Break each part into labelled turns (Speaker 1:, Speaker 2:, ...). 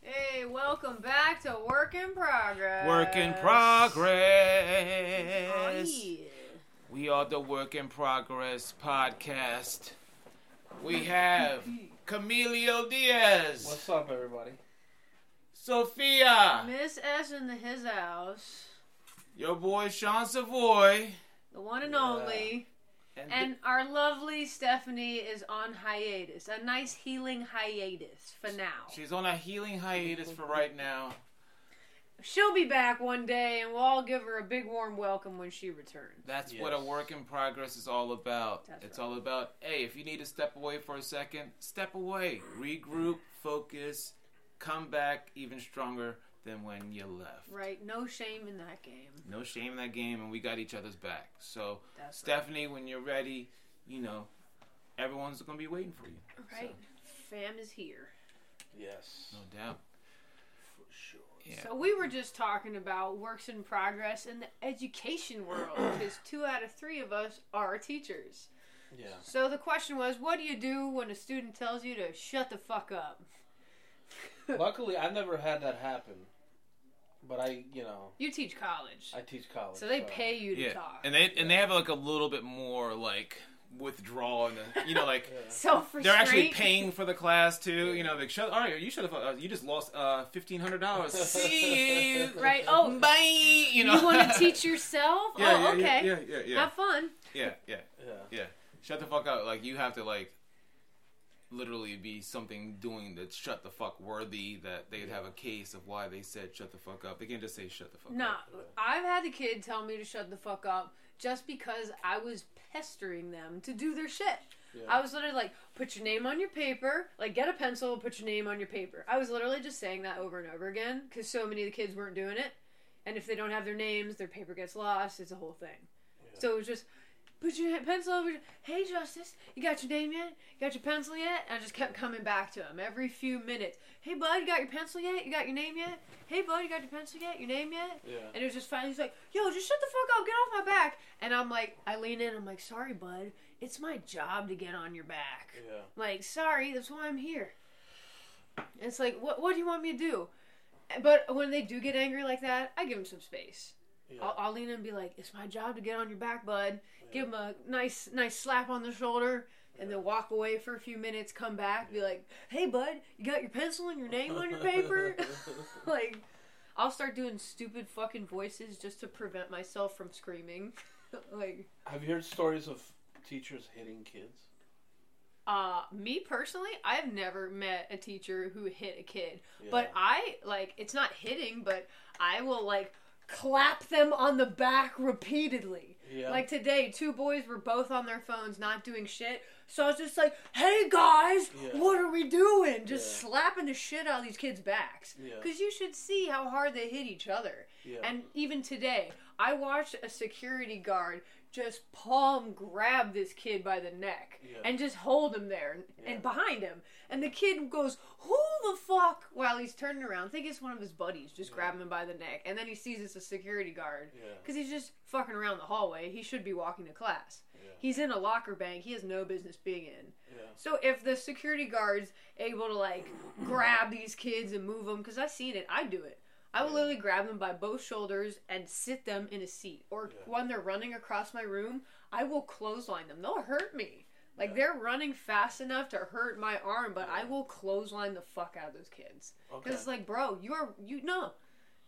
Speaker 1: Hey, welcome back to Work in Progress.
Speaker 2: Work in progress.
Speaker 1: Oh, yeah.
Speaker 2: We are the Work in Progress podcast. We have Camilo Diaz,
Speaker 3: What's up, everybody?
Speaker 2: Sophia,
Speaker 1: Miss S in the, his house,
Speaker 2: your boy Sean Savoy,
Speaker 1: the one and
Speaker 3: Yeah.
Speaker 1: only, and our lovely Stephanie is on hiatus, a nice healing hiatus for now.
Speaker 2: she's on a healing hiatus for right now.
Speaker 1: She'll be back one day, and we'll all give her a big warm welcome when she returns.
Speaker 2: That's what a
Speaker 3: Yes.
Speaker 2: work in progress is all about.
Speaker 1: That's
Speaker 2: it's
Speaker 1: right.
Speaker 2: all about, hey, if you need to step away for a second, step away, regroup, focus, come back even stronger than when you left.
Speaker 1: Right? No shame in that game.
Speaker 2: No shame in that game, and we got each other's back. So,
Speaker 1: That's
Speaker 2: Stephanie, when you're ready, you know, everyone's going to be waiting for you.
Speaker 1: right. Right? Fam is here.
Speaker 3: yes,
Speaker 2: No doubt.
Speaker 3: for sure.
Speaker 2: Yeah.
Speaker 1: So we were just talking about works in progress in the education world because two out of three of us are teachers.
Speaker 3: Yeah,
Speaker 1: So the question was, what do you do when a student tells you to shut the fuck up?
Speaker 3: luckily I never had that happen, but I, you know,
Speaker 1: You teach college,
Speaker 3: I teach college,
Speaker 1: so they pay you to
Speaker 2: yeah.
Speaker 1: talk.
Speaker 2: And they and they have like a little bit more like withdrawal and uh, you know like
Speaker 3: Yeah.
Speaker 1: Self restraint.
Speaker 2: they're actually paying for the class too. You know, like shut. All right, you should have. Uh, you just lost uh, fifteen hundred dollars. See you.
Speaker 1: Right? Oh,
Speaker 2: Bye. You
Speaker 1: you,
Speaker 2: know.
Speaker 1: want to teach yourself?
Speaker 2: Yeah,
Speaker 1: oh,
Speaker 2: yeah,
Speaker 1: okay.
Speaker 2: Yeah, yeah, yeah, yeah,
Speaker 1: Have fun.
Speaker 2: yeah, yeah.
Speaker 3: Yeah,
Speaker 2: Shut the fuck up. Like you have to like literally be something doing that shut the fuck worthy that they'd have a case of why they said shut the fuck up. They can't just say shut the fuck
Speaker 1: Nah,
Speaker 2: up.
Speaker 1: I've had the kid tell me to shut the fuck up just because I was pestering them to do their shit.
Speaker 3: yeah.
Speaker 1: I was literally like, put your name on your paper, like get a pencil, put your name on your paper. I was literally just saying that over and over again because so many of the kids weren't doing it. And if they don't have their names, their paper gets lost. It's a whole thing.
Speaker 3: Yeah.
Speaker 1: So it was just, put your ha- pencil over. your- Hey, Justice, you got your name yet? You got your pencil yet? And I just kept coming back to him every few minutes. Hey, bud, you got your pencil yet? You got your name yet? Hey, bud, you got your pencil yet? Your name yet?
Speaker 3: yeah.
Speaker 1: And it was just finally, he's like, yo, just shut the fuck up, get off my back. And I'm like, I lean in, I'm like, sorry, bud, it's my job to get on your back.
Speaker 3: Yeah.
Speaker 1: Like, sorry, that's why I'm here. And it's like, what, what do you want me to do? But when they do get angry like that, I give them some space.
Speaker 3: yeah.
Speaker 1: I'll, I'll lean in and be like, it's my job to get on your back, bud. Give them a nice, nice slap on the shoulder. And then walk away for a few minutes, come back, be like, "Hey, bud, you got your pencil and your name on your paper." like I'll start doing stupid fucking voices just to prevent myself from screaming. like
Speaker 3: Have you heard stories of teachers hitting kids?
Speaker 1: uh me personally, I've never met a teacher who hit a kid.
Speaker 3: Yeah.
Speaker 1: But uh, I like it's not hitting, but I will like clap them on the back repeatedly.
Speaker 3: yeah,
Speaker 1: Like today, two boys were both on their phones not doing shit. So I was just like, "Hey guys,
Speaker 3: Yeah.
Speaker 1: what are we doing?" Just
Speaker 3: Yeah.
Speaker 1: slapping the shit out of these kids' backs.
Speaker 3: Yeah.
Speaker 1: Cuz you should see how hard they hit each other.
Speaker 3: yeah,
Speaker 1: And even today, I watched a security guard just palm grab this kid by the neck
Speaker 3: Yeah.
Speaker 1: and just hold him there and,
Speaker 3: Yeah.
Speaker 1: and behind him. And the kid goes, Who the fuck? While he's turning around, I think it's one of his buddies just
Speaker 3: Yeah.
Speaker 1: grabbing him by the neck. And then he sees it's a security guard
Speaker 3: yeah,
Speaker 1: because he's just fucking around the hallway. He should be walking to class.
Speaker 3: yeah,
Speaker 1: He's in a locker bank he has no business being in.
Speaker 3: yeah.
Speaker 1: So if the security guard's able to like grab these kids and move them, because I've seen it, I do it. I will
Speaker 3: Yeah.
Speaker 1: literally grab them by both shoulders and sit them in a seat. Or
Speaker 3: Yeah.
Speaker 1: when they're running across my room, I will clothesline them. They'll hurt me. Like
Speaker 3: Yeah.
Speaker 1: they're running fast enough to hurt my arm, but I
Speaker 3: Yeah.
Speaker 1: will clothesline the fuck out of those kids. Because
Speaker 3: Okay.
Speaker 1: it's like, bro, you are you no,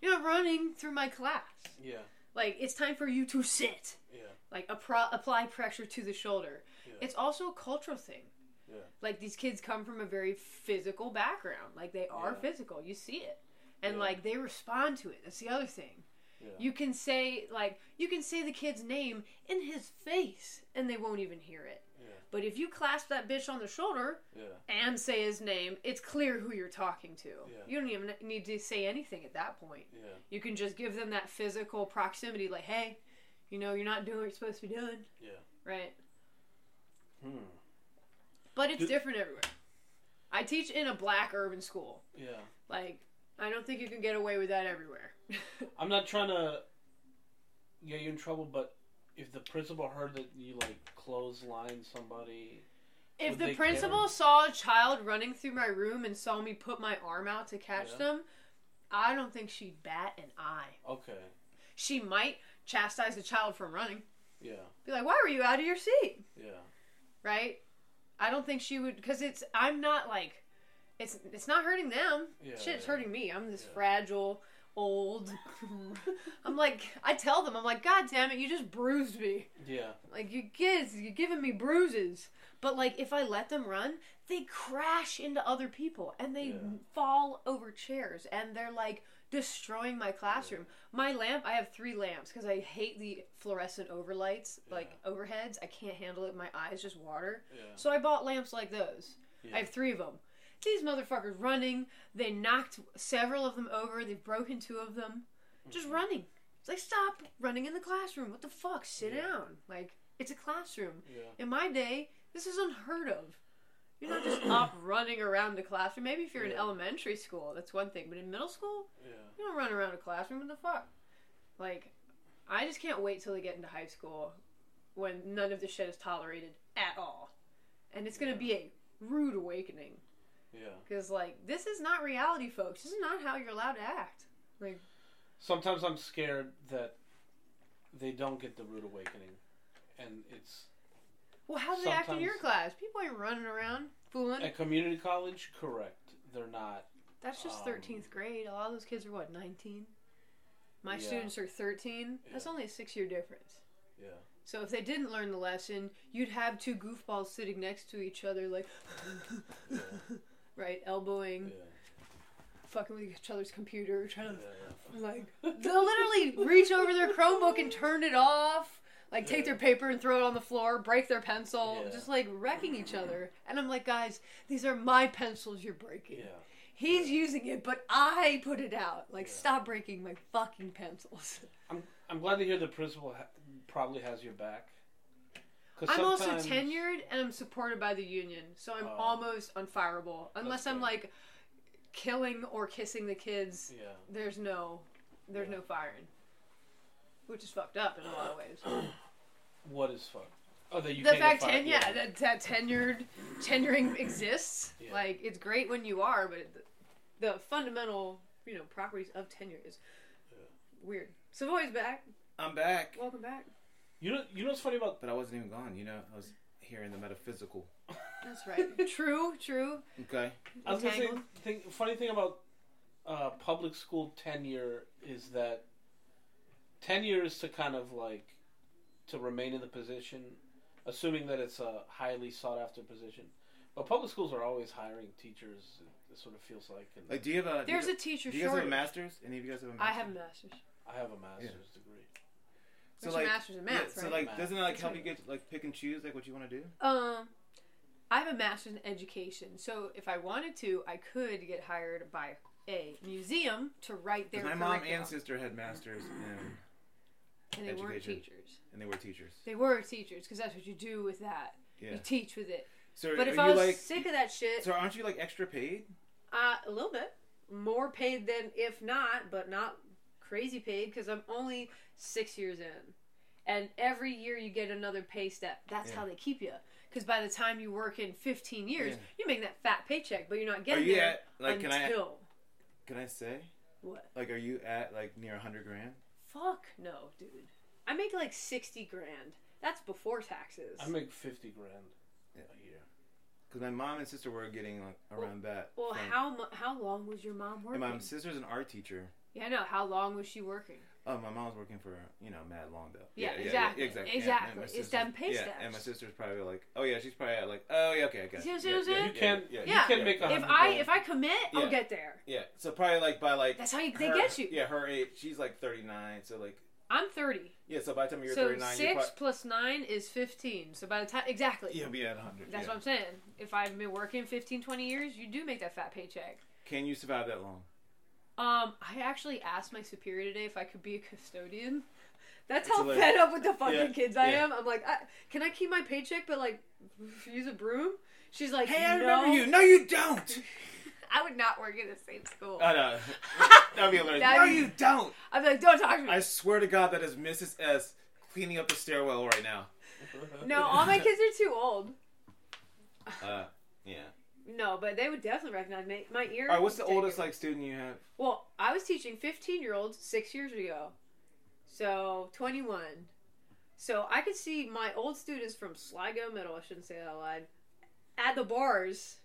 Speaker 1: you're running through my class.
Speaker 3: Yeah,
Speaker 1: Like it's time for you to sit.
Speaker 3: yeah,
Speaker 1: Like appro- apply pressure to the shoulder.
Speaker 3: yeah.
Speaker 1: It's also a cultural thing
Speaker 3: yeah.
Speaker 1: like these kids come from a very physical background like they are
Speaker 3: Yeah.
Speaker 1: physical you see it and
Speaker 3: Yeah.
Speaker 1: like they respond to it that's the other thing
Speaker 3: Yeah.
Speaker 1: you can say like you can say the kid's name in his face and they won't even hear it
Speaker 3: Yeah.
Speaker 1: but if you clasp that bitch on the shoulder
Speaker 3: yeah,
Speaker 1: and say his name it's clear who you're talking to
Speaker 3: Yeah.
Speaker 1: you don't even need to say anything at that point
Speaker 3: yeah,
Speaker 1: you can just give them that physical proximity like hey you know you're not doing what you're supposed to be doing
Speaker 3: yeah.
Speaker 1: right
Speaker 3: Hmm.
Speaker 1: but it's
Speaker 3: Do-
Speaker 1: different everywhere i teach in a black urban school
Speaker 3: Yeah.
Speaker 1: Like, I don't think you can get away with that everywhere.
Speaker 3: I'm not trying to get you in trouble, but if the principal heard that you like clothesline somebody,
Speaker 1: if
Speaker 3: Would
Speaker 1: the
Speaker 3: they
Speaker 1: principal saw a child running through my room and saw me put my arm out to catch
Speaker 3: Yeah.
Speaker 1: them, I don't think she'd bat an eye.
Speaker 3: Okay.
Speaker 1: She might chastise the child from running.
Speaker 3: Yeah.
Speaker 1: Be like, why were you out of your seat?
Speaker 3: Yeah.
Speaker 1: Right? I don't think she would, because it's, I'm not like, it's, it's not hurting them.
Speaker 3: Yeah,
Speaker 1: Shit's
Speaker 3: yeah.
Speaker 1: hurting me. I'm this
Speaker 3: Yeah.
Speaker 1: fragile, old. I'm like, I tell them, I'm like, God damn it, you just bruised me.
Speaker 3: Yeah.
Speaker 1: Like, you kids, you're giving me bruises. But, like, if I let them run, they crash into other people and they
Speaker 3: Yeah.
Speaker 1: fall over chairs and they're like destroying my classroom. My lamp, I have three lamps because I hate the fluorescent overlights, like overheads. I can't handle it. My eyes just water.
Speaker 3: Yeah.
Speaker 1: So I bought lamps like those.
Speaker 3: Yeah.
Speaker 1: I have three of them. These motherfuckers running. They knocked several of them over. They've broken two of them.
Speaker 3: Mm-hmm.
Speaker 1: Just running. It's like, stop running in the classroom. What the fuck? Sit
Speaker 3: Yeah.
Speaker 1: down. Like, it's a classroom.
Speaker 3: Yeah.
Speaker 1: In my day, this is unheard of. You're not just up running around the classroom. Maybe if you're in
Speaker 3: Yeah.
Speaker 1: elementary school, that's one thing. But in middle school,
Speaker 3: Yeah.
Speaker 1: you don't run around a classroom. What the fuck? Like, I just can't wait till they get into high school when none of this shit is tolerated at all. And it's going to
Speaker 3: Yeah.
Speaker 1: be a rude awakening.
Speaker 3: Yeah.
Speaker 1: Because, like, this is not reality, folks. This is not how you're allowed to act. Like,
Speaker 3: Sometimes I'm scared that they don't get the rude awakening, and it's
Speaker 1: well, how do they act in your
Speaker 3: Sometimes-
Speaker 1: class? People ain't running around fooling.
Speaker 3: at community college. Correct. They're not.
Speaker 1: That's just
Speaker 3: Um,
Speaker 1: 13th grade. A lot of those kids are, what, 19? My
Speaker 3: Yeah.
Speaker 1: students are 13. That's
Speaker 3: Yeah.
Speaker 1: only a six year difference.
Speaker 3: Yeah.
Speaker 1: So if they didn't learn the lesson, you'd have two goofballs sitting next to each other, like, right, elbowing,
Speaker 3: Yeah.
Speaker 1: fucking with each other's computer, trying to
Speaker 3: Yeah.
Speaker 1: like they'll literally reach over their Chromebook and turn it off. Like take their paper and throw it on the floor, break their pencil,
Speaker 3: Yeah.
Speaker 1: just like wrecking each other. And I'm like, guys, these are my pencils you're breaking.
Speaker 3: Yeah.
Speaker 1: He's using it, but I put it out. Like,
Speaker 3: Yeah.
Speaker 1: stop breaking my fucking pencils.
Speaker 3: I'm I'm glad to hear the principal ha- probably has your back. 'Cause
Speaker 1: I'm also
Speaker 3: sometimes-
Speaker 1: tenured and I'm supported by the union, so I'm
Speaker 3: Oh.
Speaker 1: almost unfireable. Unless I'm
Speaker 3: good.
Speaker 1: like killing or kissing the kids,
Speaker 3: Yeah.
Speaker 1: there's no there's
Speaker 3: Yeah.
Speaker 1: no firing. Which is fucked up in a lot of ways.
Speaker 3: What is fuck? Oh, that you
Speaker 1: the
Speaker 3: can't get
Speaker 1: fact
Speaker 3: fired.
Speaker 1: ten, yeah, that, that tenured tenuring exists.
Speaker 3: Yeah.
Speaker 1: Like it's great when you are, but the, the fundamental, you know, properties of tenure is weird. Savoy's back.
Speaker 2: I'm back.
Speaker 1: Welcome back.
Speaker 3: You know, you know what's funny about
Speaker 2: But I wasn't even gone, you know. I was here in the metaphysical.
Speaker 1: That's right. true, true.
Speaker 2: Okay.
Speaker 3: I was gonna say,
Speaker 1: Entangled.
Speaker 3: thing, funny thing about uh, public school tenure is that tenure is to kind of like to remain in the position, assuming that it's a highly sought after position. But public schools are always hiring teachers. It sort of feels like, and
Speaker 2: Like, do you have a?
Speaker 1: There's
Speaker 2: do
Speaker 1: a
Speaker 2: you,
Speaker 1: teacher
Speaker 2: Do you guys have a
Speaker 1: shortage.
Speaker 2: master's? Any of you guys have a
Speaker 1: I
Speaker 2: master's?
Speaker 1: have a master's.
Speaker 3: I have a master's degree.
Speaker 1: It's a master's in math,
Speaker 2: yeah, So
Speaker 1: right?
Speaker 2: like,
Speaker 3: Math.
Speaker 2: doesn't it like
Speaker 1: That's
Speaker 2: help
Speaker 1: right.
Speaker 2: you get like pick and choose like what you want to do?
Speaker 1: Um, I have a master's in education, so if I wanted to, I could get hired by a museum to write their
Speaker 2: Because my mom
Speaker 1: curriculum.
Speaker 2: and sister had masters and
Speaker 1: and they weren't
Speaker 2: education.
Speaker 1: teachers.
Speaker 2: and they were teachers.
Speaker 1: They were teachers because that's what you do with that.
Speaker 2: Yeah.
Speaker 1: You teach with it.
Speaker 2: So
Speaker 1: But
Speaker 2: are
Speaker 1: if
Speaker 2: you
Speaker 1: I was
Speaker 2: like?
Speaker 1: sick of that shit,
Speaker 2: So aren't you like extra paid?
Speaker 1: uh, a little bit more paid than if not, but not crazy paid because I'm only six years in, and every year you get another pay step. That's
Speaker 2: Yeah.
Speaker 1: how they keep you. Because by the time you work in 15 years,
Speaker 2: Yeah.
Speaker 1: you make that fat paycheck, but you're not
Speaker 2: Are
Speaker 1: getting
Speaker 2: you
Speaker 1: there
Speaker 2: at like?
Speaker 1: until
Speaker 2: Can I can I say
Speaker 1: what?
Speaker 2: like? Are you at like near hundred grand?
Speaker 1: Fuck no, dude. I make like 60 grand. That's before taxes.
Speaker 3: I make fifty grand
Speaker 2: Yeah.
Speaker 3: a year.
Speaker 2: Because my mom and sister were getting like around that.
Speaker 1: well,
Speaker 2: from-
Speaker 1: how mu- how long was your mom
Speaker 2: And
Speaker 1: working?
Speaker 2: my sister's an art teacher.
Speaker 1: yeah, I know. How long was she working?
Speaker 2: Oh, my mom's working for you know Mad Long though.
Speaker 1: Yeah, exactly,
Speaker 2: Yeah,
Speaker 1: exactly.
Speaker 2: my
Speaker 1: It's
Speaker 2: sister's-
Speaker 1: them pay
Speaker 2: yeah,
Speaker 1: steps.
Speaker 2: And my sister's probably like, oh yeah, she's probably at like, oh yeah, okay, I got it.
Speaker 1: See what
Speaker 2: Yeah,
Speaker 1: I'm saying?
Speaker 2: yeah,
Speaker 3: You
Speaker 2: yeah,
Speaker 3: can,
Speaker 2: yeah,
Speaker 3: you
Speaker 1: yeah.
Speaker 3: can make a
Speaker 1: If
Speaker 3: hundred
Speaker 1: I
Speaker 3: grand.
Speaker 1: if I commit, I'll
Speaker 2: Yeah.
Speaker 1: get there.
Speaker 2: Yeah, so probably like by like
Speaker 1: That's how you, they
Speaker 2: her-
Speaker 1: get you.
Speaker 2: Yeah, her age, she's like thirty nine. So like,
Speaker 1: I'm 30.
Speaker 2: yeah, so by the time you're
Speaker 1: so
Speaker 2: thirty nine,
Speaker 1: six
Speaker 2: you're probably,
Speaker 1: plus nine is 15. So by the time, exactly.
Speaker 2: you'll be at hundred.
Speaker 1: That's
Speaker 2: yeah.
Speaker 1: what I'm saying. If I've been working 15, 20 years, you do make that fat paycheck.
Speaker 2: Can you survive that long?
Speaker 1: Um, I actually asked my superior today if I could be a custodian. That's
Speaker 2: It's
Speaker 1: how
Speaker 2: hilarious.
Speaker 1: fed up with the fucking
Speaker 2: Yeah,
Speaker 1: kids I
Speaker 2: yeah.
Speaker 1: am. I'm like, I, can I keep my paycheck but like use a broom? She's like,
Speaker 2: Hey, I
Speaker 1: no,
Speaker 2: remember you. No, you don't.
Speaker 1: I would not work at the same school.
Speaker 2: I know. That'd be hilarious.
Speaker 1: That'd
Speaker 2: no,
Speaker 1: be-
Speaker 2: you don't.
Speaker 1: I'd be like, don't talk to me.
Speaker 2: I swear to God, that is Mrs. S cleaning up the stairwell right now.
Speaker 1: No, all my kids are too old.
Speaker 2: Uh, yeah.
Speaker 1: No, but they would definitely recognize me. My ear.
Speaker 2: All right, what's the
Speaker 1: was taken.
Speaker 2: oldest like student you have?
Speaker 1: Well, I was teaching 15 year olds six years ago, so 21. So I could see my old students from Sligo Middle, I shouldn't say that aloud, at the bars.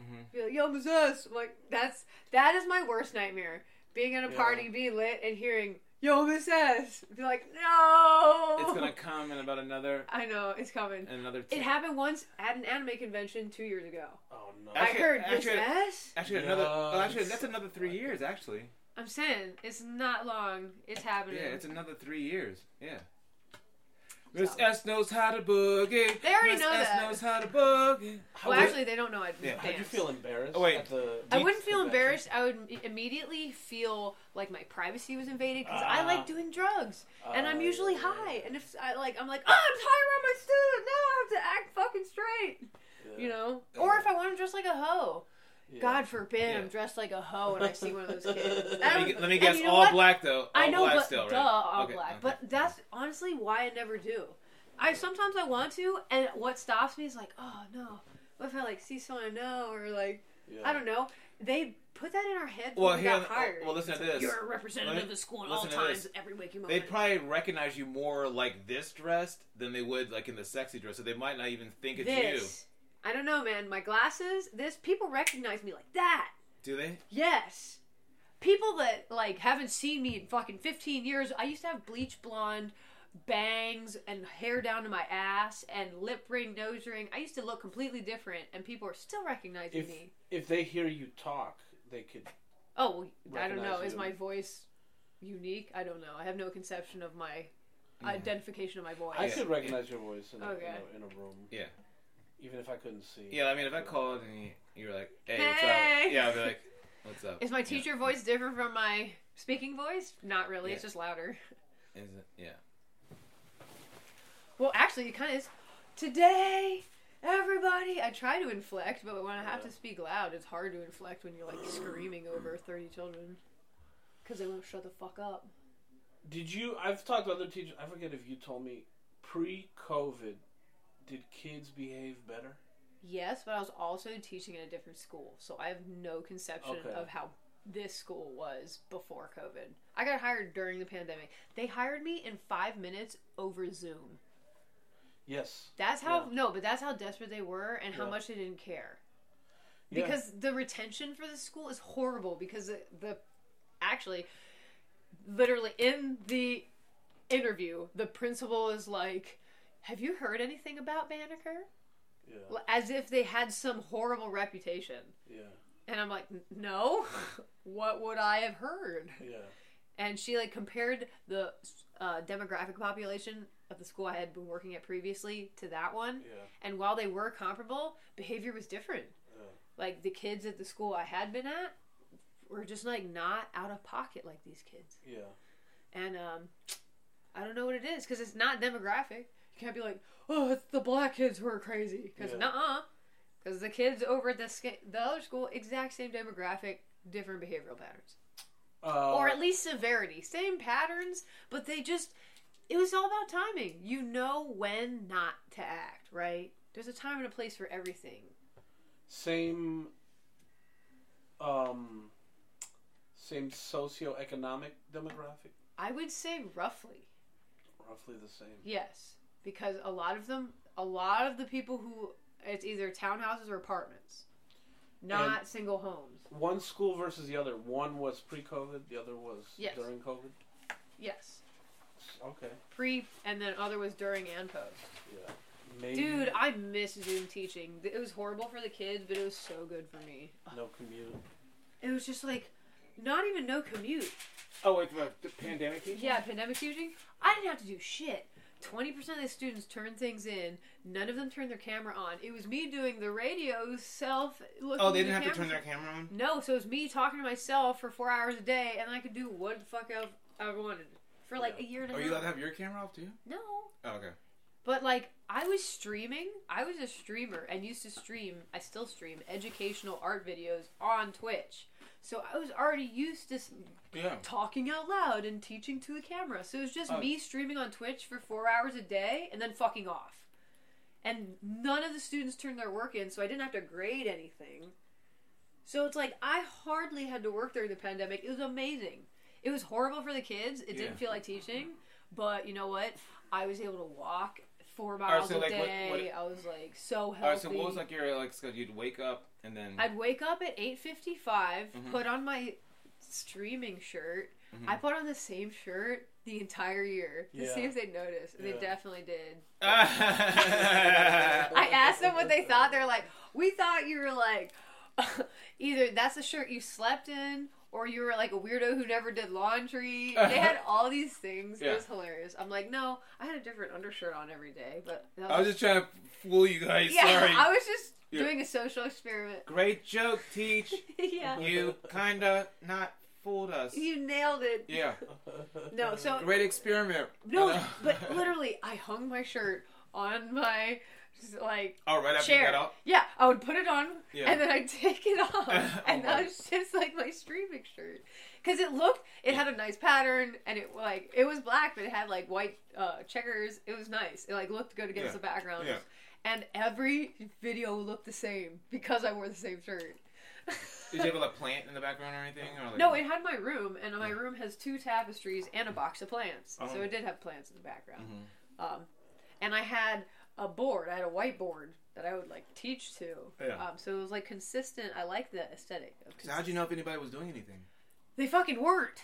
Speaker 2: Mhm.
Speaker 1: Be like, yo, Miss S. I'm like, that's, that is my worst nightmare. Being at a
Speaker 3: Yeah.
Speaker 1: party, being lit, and hearing, yo, Miss S. Be like, no.
Speaker 2: It's gonna come in about another
Speaker 1: I know, it's coming.
Speaker 2: another.
Speaker 1: It happened once at an anime convention two years ago.
Speaker 3: Oh no.
Speaker 1: I
Speaker 2: Actually-
Speaker 1: heard, Miss
Speaker 2: actually-
Speaker 1: S?
Speaker 2: actually,
Speaker 3: Yeah,
Speaker 2: another. Well, actually,
Speaker 3: it's-
Speaker 2: that's another three years. Actually,
Speaker 1: I'm saying, it's not long. It's happening.
Speaker 2: yeah, it's another three years. Yeah. Miss S knows how to boogie.
Speaker 1: They already
Speaker 2: Miss
Speaker 1: know
Speaker 2: S
Speaker 1: that.
Speaker 2: knows how to boogie.
Speaker 3: How
Speaker 1: Well,
Speaker 3: would-
Speaker 1: actually, they don't know I
Speaker 2: Yeah.
Speaker 1: dance.
Speaker 2: How'd
Speaker 3: how'd you feel embarrassed?
Speaker 2: Oh, wait.
Speaker 3: At the,
Speaker 1: I wouldn't feel
Speaker 3: convention?
Speaker 1: embarrassed. I would im- immediately feel like my privacy was invaded because I
Speaker 3: Ah.
Speaker 1: like doing drugs and I'm
Speaker 3: Uh,
Speaker 1: usually
Speaker 2: Oh,
Speaker 3: yeah.
Speaker 1: high. And if I like, I'm like, oh, I'm high around my student. No, I have to act fucking straight,
Speaker 3: Yeah.
Speaker 1: you know. Or if I want to dress like a hoe,
Speaker 3: Yeah.
Speaker 1: God forbid I'm
Speaker 2: Yeah.
Speaker 1: dressed like a hoe and I see one of those kids. I
Speaker 2: Let
Speaker 1: don't-
Speaker 2: me, let me
Speaker 1: and
Speaker 2: guess.
Speaker 1: you know
Speaker 2: all
Speaker 1: what?
Speaker 2: black though. All
Speaker 1: I know,
Speaker 2: black
Speaker 1: but
Speaker 2: still, right?
Speaker 1: duh, all
Speaker 2: Okay,
Speaker 1: black.
Speaker 2: okay.
Speaker 1: But that's honestly why I never do. I sometimes I want to, and what stops me is like, oh no, what if I like see someone I know or like
Speaker 3: Yeah.
Speaker 1: I don't know. They put that in our head when
Speaker 2: Well,
Speaker 1: we
Speaker 2: here- oh,
Speaker 1: got hired.
Speaker 2: well, listen
Speaker 1: It's
Speaker 2: to
Speaker 1: like,
Speaker 2: this.
Speaker 1: You're a representative
Speaker 2: Let-
Speaker 1: of the school at all
Speaker 2: listen to
Speaker 1: times,
Speaker 2: this.
Speaker 1: every waking moment.
Speaker 2: They'd probably recognize you more like this dressed than they would like in the sexy dress, so they might not even think it's
Speaker 1: this. I don't know, man. My glasses. This people recognize me like that.
Speaker 2: you. Do they?
Speaker 1: Yes. People that like haven't seen me in fucking 15 years. I used to have bleach blonde bangs and hair down to my ass and lip ring, nose ring. I used to look completely different, and people are still recognizing
Speaker 3: If
Speaker 1: me.
Speaker 3: if they hear you talk, they could.
Speaker 1: Oh, well, I don't know.
Speaker 3: Recognize
Speaker 1: Is
Speaker 3: you.
Speaker 1: my voice unique? I don't know. I have no conception of my identification of my voice.
Speaker 3: I could recognize your voice in, a-
Speaker 1: Okay.
Speaker 3: in, a, in a room.
Speaker 2: Yeah.
Speaker 3: Even if I couldn't see.
Speaker 2: Yeah, I mean, if I called and you, you were like, "Hey, what's
Speaker 1: Hey!
Speaker 2: up?" Yeah, I'd be like, "What's up?"
Speaker 1: Is my
Speaker 2: Yeah.
Speaker 1: teacher voice different from my speaking voice? Not really. It's
Speaker 2: Yeah.
Speaker 1: just louder.
Speaker 2: Is it? Yeah.
Speaker 1: Well, actually, it kind of is. Today, everybody. I try to inflect, but when I have to
Speaker 3: Yeah.
Speaker 1: speak loud, it's hard to inflect when you're like screaming over 30 children. Because they won't shut the fuck up.
Speaker 3: Did you? I've talked to other teachers. I forget if you told me pre-COVID, did kids behave better?
Speaker 1: Yes, but I was also teaching in a different school, so I have no conception
Speaker 3: Okay.
Speaker 1: of how this school was before COVID. I got hired during the pandemic. They hired me in five minutes over Zoom.
Speaker 3: Yes.
Speaker 1: That's how
Speaker 3: Yeah.
Speaker 1: no, but that's how desperate they were and how
Speaker 3: Yeah.
Speaker 1: much they didn't care.
Speaker 3: Yeah.
Speaker 1: Because the retention for the school is horrible because the, the actually literally in the interview, the principal is like, "Have you heard anything about Banneker?"
Speaker 3: Yeah.
Speaker 1: L- As if they had some horrible reputation.
Speaker 3: Yeah.
Speaker 1: And I'm like, "N- "No. what would I have heard?"
Speaker 3: Yeah.
Speaker 1: and she like compared the uh, demographic population of the school I had been working at previously to that one.
Speaker 3: Yeah.
Speaker 1: And while they were comparable, behavior was different.
Speaker 3: Yeah.
Speaker 1: Like the kids at the school I had been at were just like not out of pocket like these kids.
Speaker 3: Yeah.
Speaker 1: And um, I don't know what it is because it's not demographic. You can't be like, oh, it's the black kids who are crazy because
Speaker 3: Yeah.
Speaker 1: nuh-uh. Because the kids over at the, sca- the other school, exact same demographic, different behavioral patterns
Speaker 3: Uh,
Speaker 1: or at least severity. Same patterns, but they just it was all about timing. You know when not to act, right? There's a time and a place for everything.
Speaker 3: same. Um. Same socioeconomic demographic,
Speaker 1: I would say roughly.
Speaker 3: roughly the same.
Speaker 1: Yes, because a lot of them a lot of the people who it's either townhouses or apartments. Not single homes.
Speaker 3: One school versus the other. One was pre-COVID. The other was
Speaker 1: Yes.
Speaker 3: during COVID.
Speaker 1: Yes.
Speaker 3: Okay.
Speaker 1: Pre and then other was during and post.
Speaker 3: Yeah. Maybe
Speaker 1: Dude, I miss Zoom teaching. It was horrible for the kids, but it was so good for me.
Speaker 3: no commute.
Speaker 1: It was just like not even no commute.
Speaker 2: Oh, wait, the, the pandemic.
Speaker 1: Yeah, pandemic teaching. I didn't have to do shit. Twenty percent of the students turned things in. None of them turned their camera on. It was me doing the radio self. Looking
Speaker 2: Oh, they
Speaker 1: at
Speaker 2: didn't
Speaker 1: the
Speaker 2: have to turn
Speaker 1: camera.
Speaker 2: their camera on.
Speaker 1: No, so it was me talking to myself for four hours a day, and I could do what the fuck else I wanted for like a year and a
Speaker 2: Are
Speaker 1: half.
Speaker 2: Oh, you allowed to have your camera off too?
Speaker 1: no,
Speaker 2: Oh, okay.
Speaker 1: but like I was streaming. I was a streamer and used to stream. I still stream educational art videos on Twitch. So I was already used to s-
Speaker 2: Yeah.
Speaker 1: talking out loud and teaching to the camera. So it was just
Speaker 2: Oh.
Speaker 1: me streaming on Twitch for four hours a day and then fucking off. and none of the students turned their work in, so I didn't have to grade anything. So it's like I hardly had to work during the pandemic. It was amazing. It was horrible for the kids. It
Speaker 2: Yeah.
Speaker 1: didn't feel like teaching, but you know what? I was able to walk four
Speaker 2: right,
Speaker 1: miles
Speaker 2: so, like,
Speaker 1: a
Speaker 2: what-
Speaker 1: day.
Speaker 2: what-
Speaker 1: I was like so healthy.
Speaker 2: All right, so what was like your like schedule? You'd wake up and then
Speaker 1: I'd wake up at 8:55,
Speaker 2: Mhm.
Speaker 1: put on my streaming shirt.
Speaker 2: Mhm.
Speaker 1: I put on the same shirt the entire year to
Speaker 3: Yeah.
Speaker 1: see if they'd notice, and
Speaker 3: Yeah.
Speaker 1: they definitely did.
Speaker 2: I
Speaker 1: I asked them what they thought. They're like, "We thought you were like either that's the shirt you slept in." Or you were like a weirdo who never did laundry. They had all these things.
Speaker 2: Yeah.
Speaker 1: It was hilarious. I'm like, no, I had a different undershirt on every day, but that
Speaker 2: was just trying to fool you guys.
Speaker 1: yeah,
Speaker 2: Sorry.
Speaker 1: I was just
Speaker 2: Yeah.
Speaker 1: doing a social experiment.
Speaker 2: Great joke, teach.
Speaker 1: yeah,
Speaker 2: You kinda not fooled us.
Speaker 1: you nailed it.
Speaker 2: Yeah.
Speaker 1: No, so
Speaker 2: Great experiment.
Speaker 1: No,
Speaker 2: uh,
Speaker 1: but literally, I hung my shirt on my like
Speaker 2: Oh, right after you
Speaker 1: chair.
Speaker 2: got up.
Speaker 1: Yeah, I would put it on,
Speaker 2: Yeah.
Speaker 1: and then I'd take it off,
Speaker 2: Oh
Speaker 1: and
Speaker 2: my.
Speaker 1: that was just like my streaming shirt because it looked. It had a nice pattern, and it like it was black, but it had like white uh, checkers. It was nice. It like looked good against
Speaker 2: Yeah.
Speaker 1: the background.
Speaker 2: Yeah.
Speaker 1: And every video looked the same because I wore the same shirt.
Speaker 2: Did you have like, a plant in the background or anything? Or, like,
Speaker 1: No, it had my room, and my room has two tapestries and a box of plants.
Speaker 2: Oh.
Speaker 1: So it did have plants in the background.
Speaker 2: Mhm.
Speaker 1: Um, and I had a board, I had a whiteboard that I would like teach to.
Speaker 2: Yeah.
Speaker 1: Um, so it was like consistent. I like the aesthetic. Of
Speaker 2: So how'd you know if anybody was doing anything?
Speaker 1: They fucking weren't.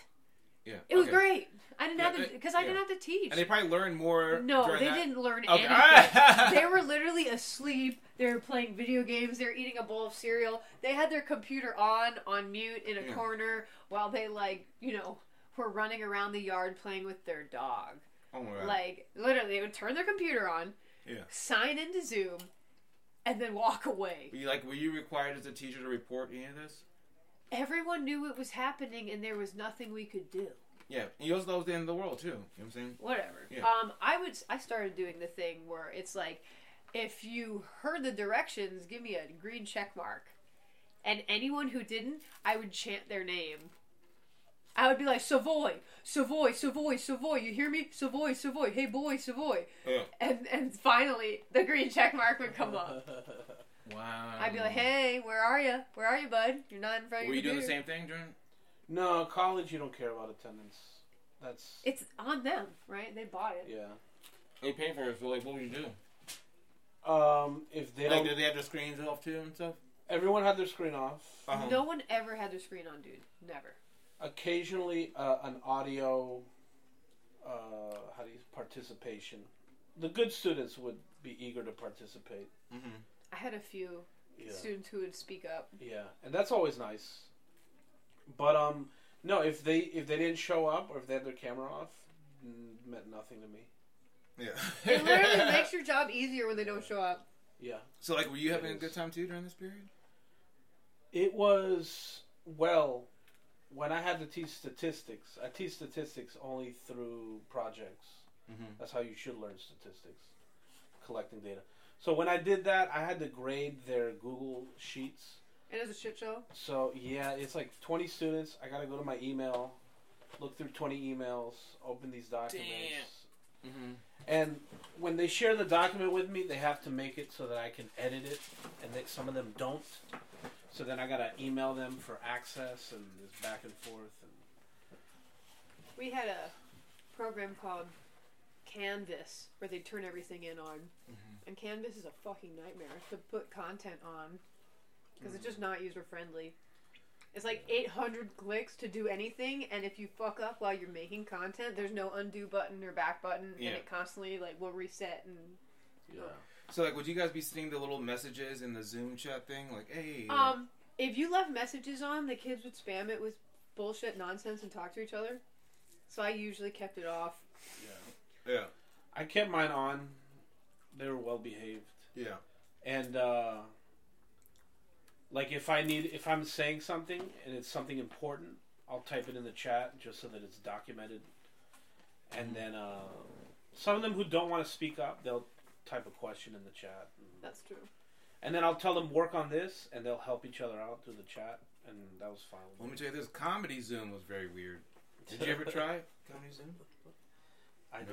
Speaker 2: Yeah.
Speaker 1: It was
Speaker 2: okay.
Speaker 1: great. I didn't
Speaker 2: Yeah,
Speaker 1: have to,
Speaker 2: they-
Speaker 1: because I didn't
Speaker 2: yeah.
Speaker 1: have to teach.
Speaker 2: And they probably learned more.
Speaker 1: no,
Speaker 2: during
Speaker 1: they
Speaker 2: that.
Speaker 1: didn't learn
Speaker 2: Okay.
Speaker 1: anything. they were literally asleep. They were playing video games. They were eating a bowl of cereal. They had their computer on, on mute, in a
Speaker 2: Yeah.
Speaker 1: corner while they, like, you know, were running around the yard playing with their dog.
Speaker 2: Oh my god.
Speaker 1: Like, literally, they would turn their computer on,
Speaker 2: Yeah.
Speaker 1: sign into Zoom, and then walk away.
Speaker 2: Were you, like, were you required as a teacher to report any of this?
Speaker 1: Everyone knew it was happening, and there was nothing we could do.
Speaker 2: Yeah. And you also thought it was the end of the world too. You know what I'm saying?
Speaker 1: Whatever.
Speaker 2: Yeah.
Speaker 1: Um, I would. I started doing the thing where it's like, if you heard the directions, give me a green check mark, and anyone who didn't, I would chant their name. I would be like Savoy, Savoy, Savoy, Savoy. You hear me? Savoy, Savoy. Hey boy, Savoy.
Speaker 2: Yeah.
Speaker 1: And and finally, the green check mark would come up.
Speaker 2: Wow.
Speaker 1: I'd be like, "Hey, where are you? Where are you, bud? You're not in front of your
Speaker 2: Were you doing the
Speaker 1: computer."
Speaker 2: same thing during?
Speaker 3: no, college you don't care about attendance. That's
Speaker 1: It's on them, right? They bought it.
Speaker 3: yeah.
Speaker 2: They paying for it, so like, what would you do?
Speaker 3: Um, if they
Speaker 2: like,
Speaker 3: don't,
Speaker 2: did they have the screens off too and stuff?
Speaker 3: everyone had their screen off.
Speaker 2: Uh-huh.
Speaker 1: No one ever had their screen on, dude. Never.
Speaker 3: Occasionally, uh, an audio. Uh, how do you participation? The good students would be eager to participate.
Speaker 2: Mm-hmm.
Speaker 1: I had a few
Speaker 3: Yeah.
Speaker 1: students who would speak up.
Speaker 3: Yeah, and that's always nice. But um, no, if they if they didn't show up or if they had their camera off, n- meant nothing to me.
Speaker 2: Yeah.
Speaker 1: It literally makes your job easier when they don't show up.
Speaker 3: Yeah,
Speaker 2: So like, were you having a
Speaker 3: It
Speaker 2: good
Speaker 3: is.
Speaker 2: time too during this period?
Speaker 3: it was well when I had to teach statistics. I teach statistics only through projects.
Speaker 2: Mhm.
Speaker 3: That's how you should learn statistics, collecting data. So when I did that, I had to grade their Google sheets.
Speaker 1: It is a shit show.
Speaker 3: So yeah, it's like 20 students. I gotta go to my email, look through 20 emails, open these documents.
Speaker 2: Mm-hmm.
Speaker 3: And when they share the document with me, they have to make it so that I can edit it, and they, some of them don't. So then I gotta email them for access, and it's back and forth. And
Speaker 1: We had a program called Canvas where they turn everything in on.
Speaker 2: Mm-hmm.
Speaker 1: And Canvas is a fucking nightmare to put content on because it's just not user friendly. It's like 800 clicks to do anything, and if you fuck up while you're making content, there's no undo button or back button,
Speaker 2: Yeah.
Speaker 1: and it constantly like will reset. And
Speaker 3: yeah,
Speaker 2: So like, would you guys be seeing the little messages in the Zoom chat thing? Like, hey. like-
Speaker 1: um, if you left messages on, the kids would spam it with bullshit nonsense and talk to each other. So I usually kept it off.
Speaker 2: yeah.
Speaker 3: I kept mine on. They were well behaved,
Speaker 2: Yeah.
Speaker 3: and uh, like if I need, if I'm saying something and it's something important, I'll type it in the chat just so that it's documented. And then uh, some of them who don't want to speak up, they'll type a question in the chat.
Speaker 1: That's true.
Speaker 3: And then I'll tell them work on this, and they'll help each other out through the chat, and that was fine.
Speaker 2: Let me tell you, this comedy Zoom was very weird. Did you ever try comedy Zoom?
Speaker 3: I did.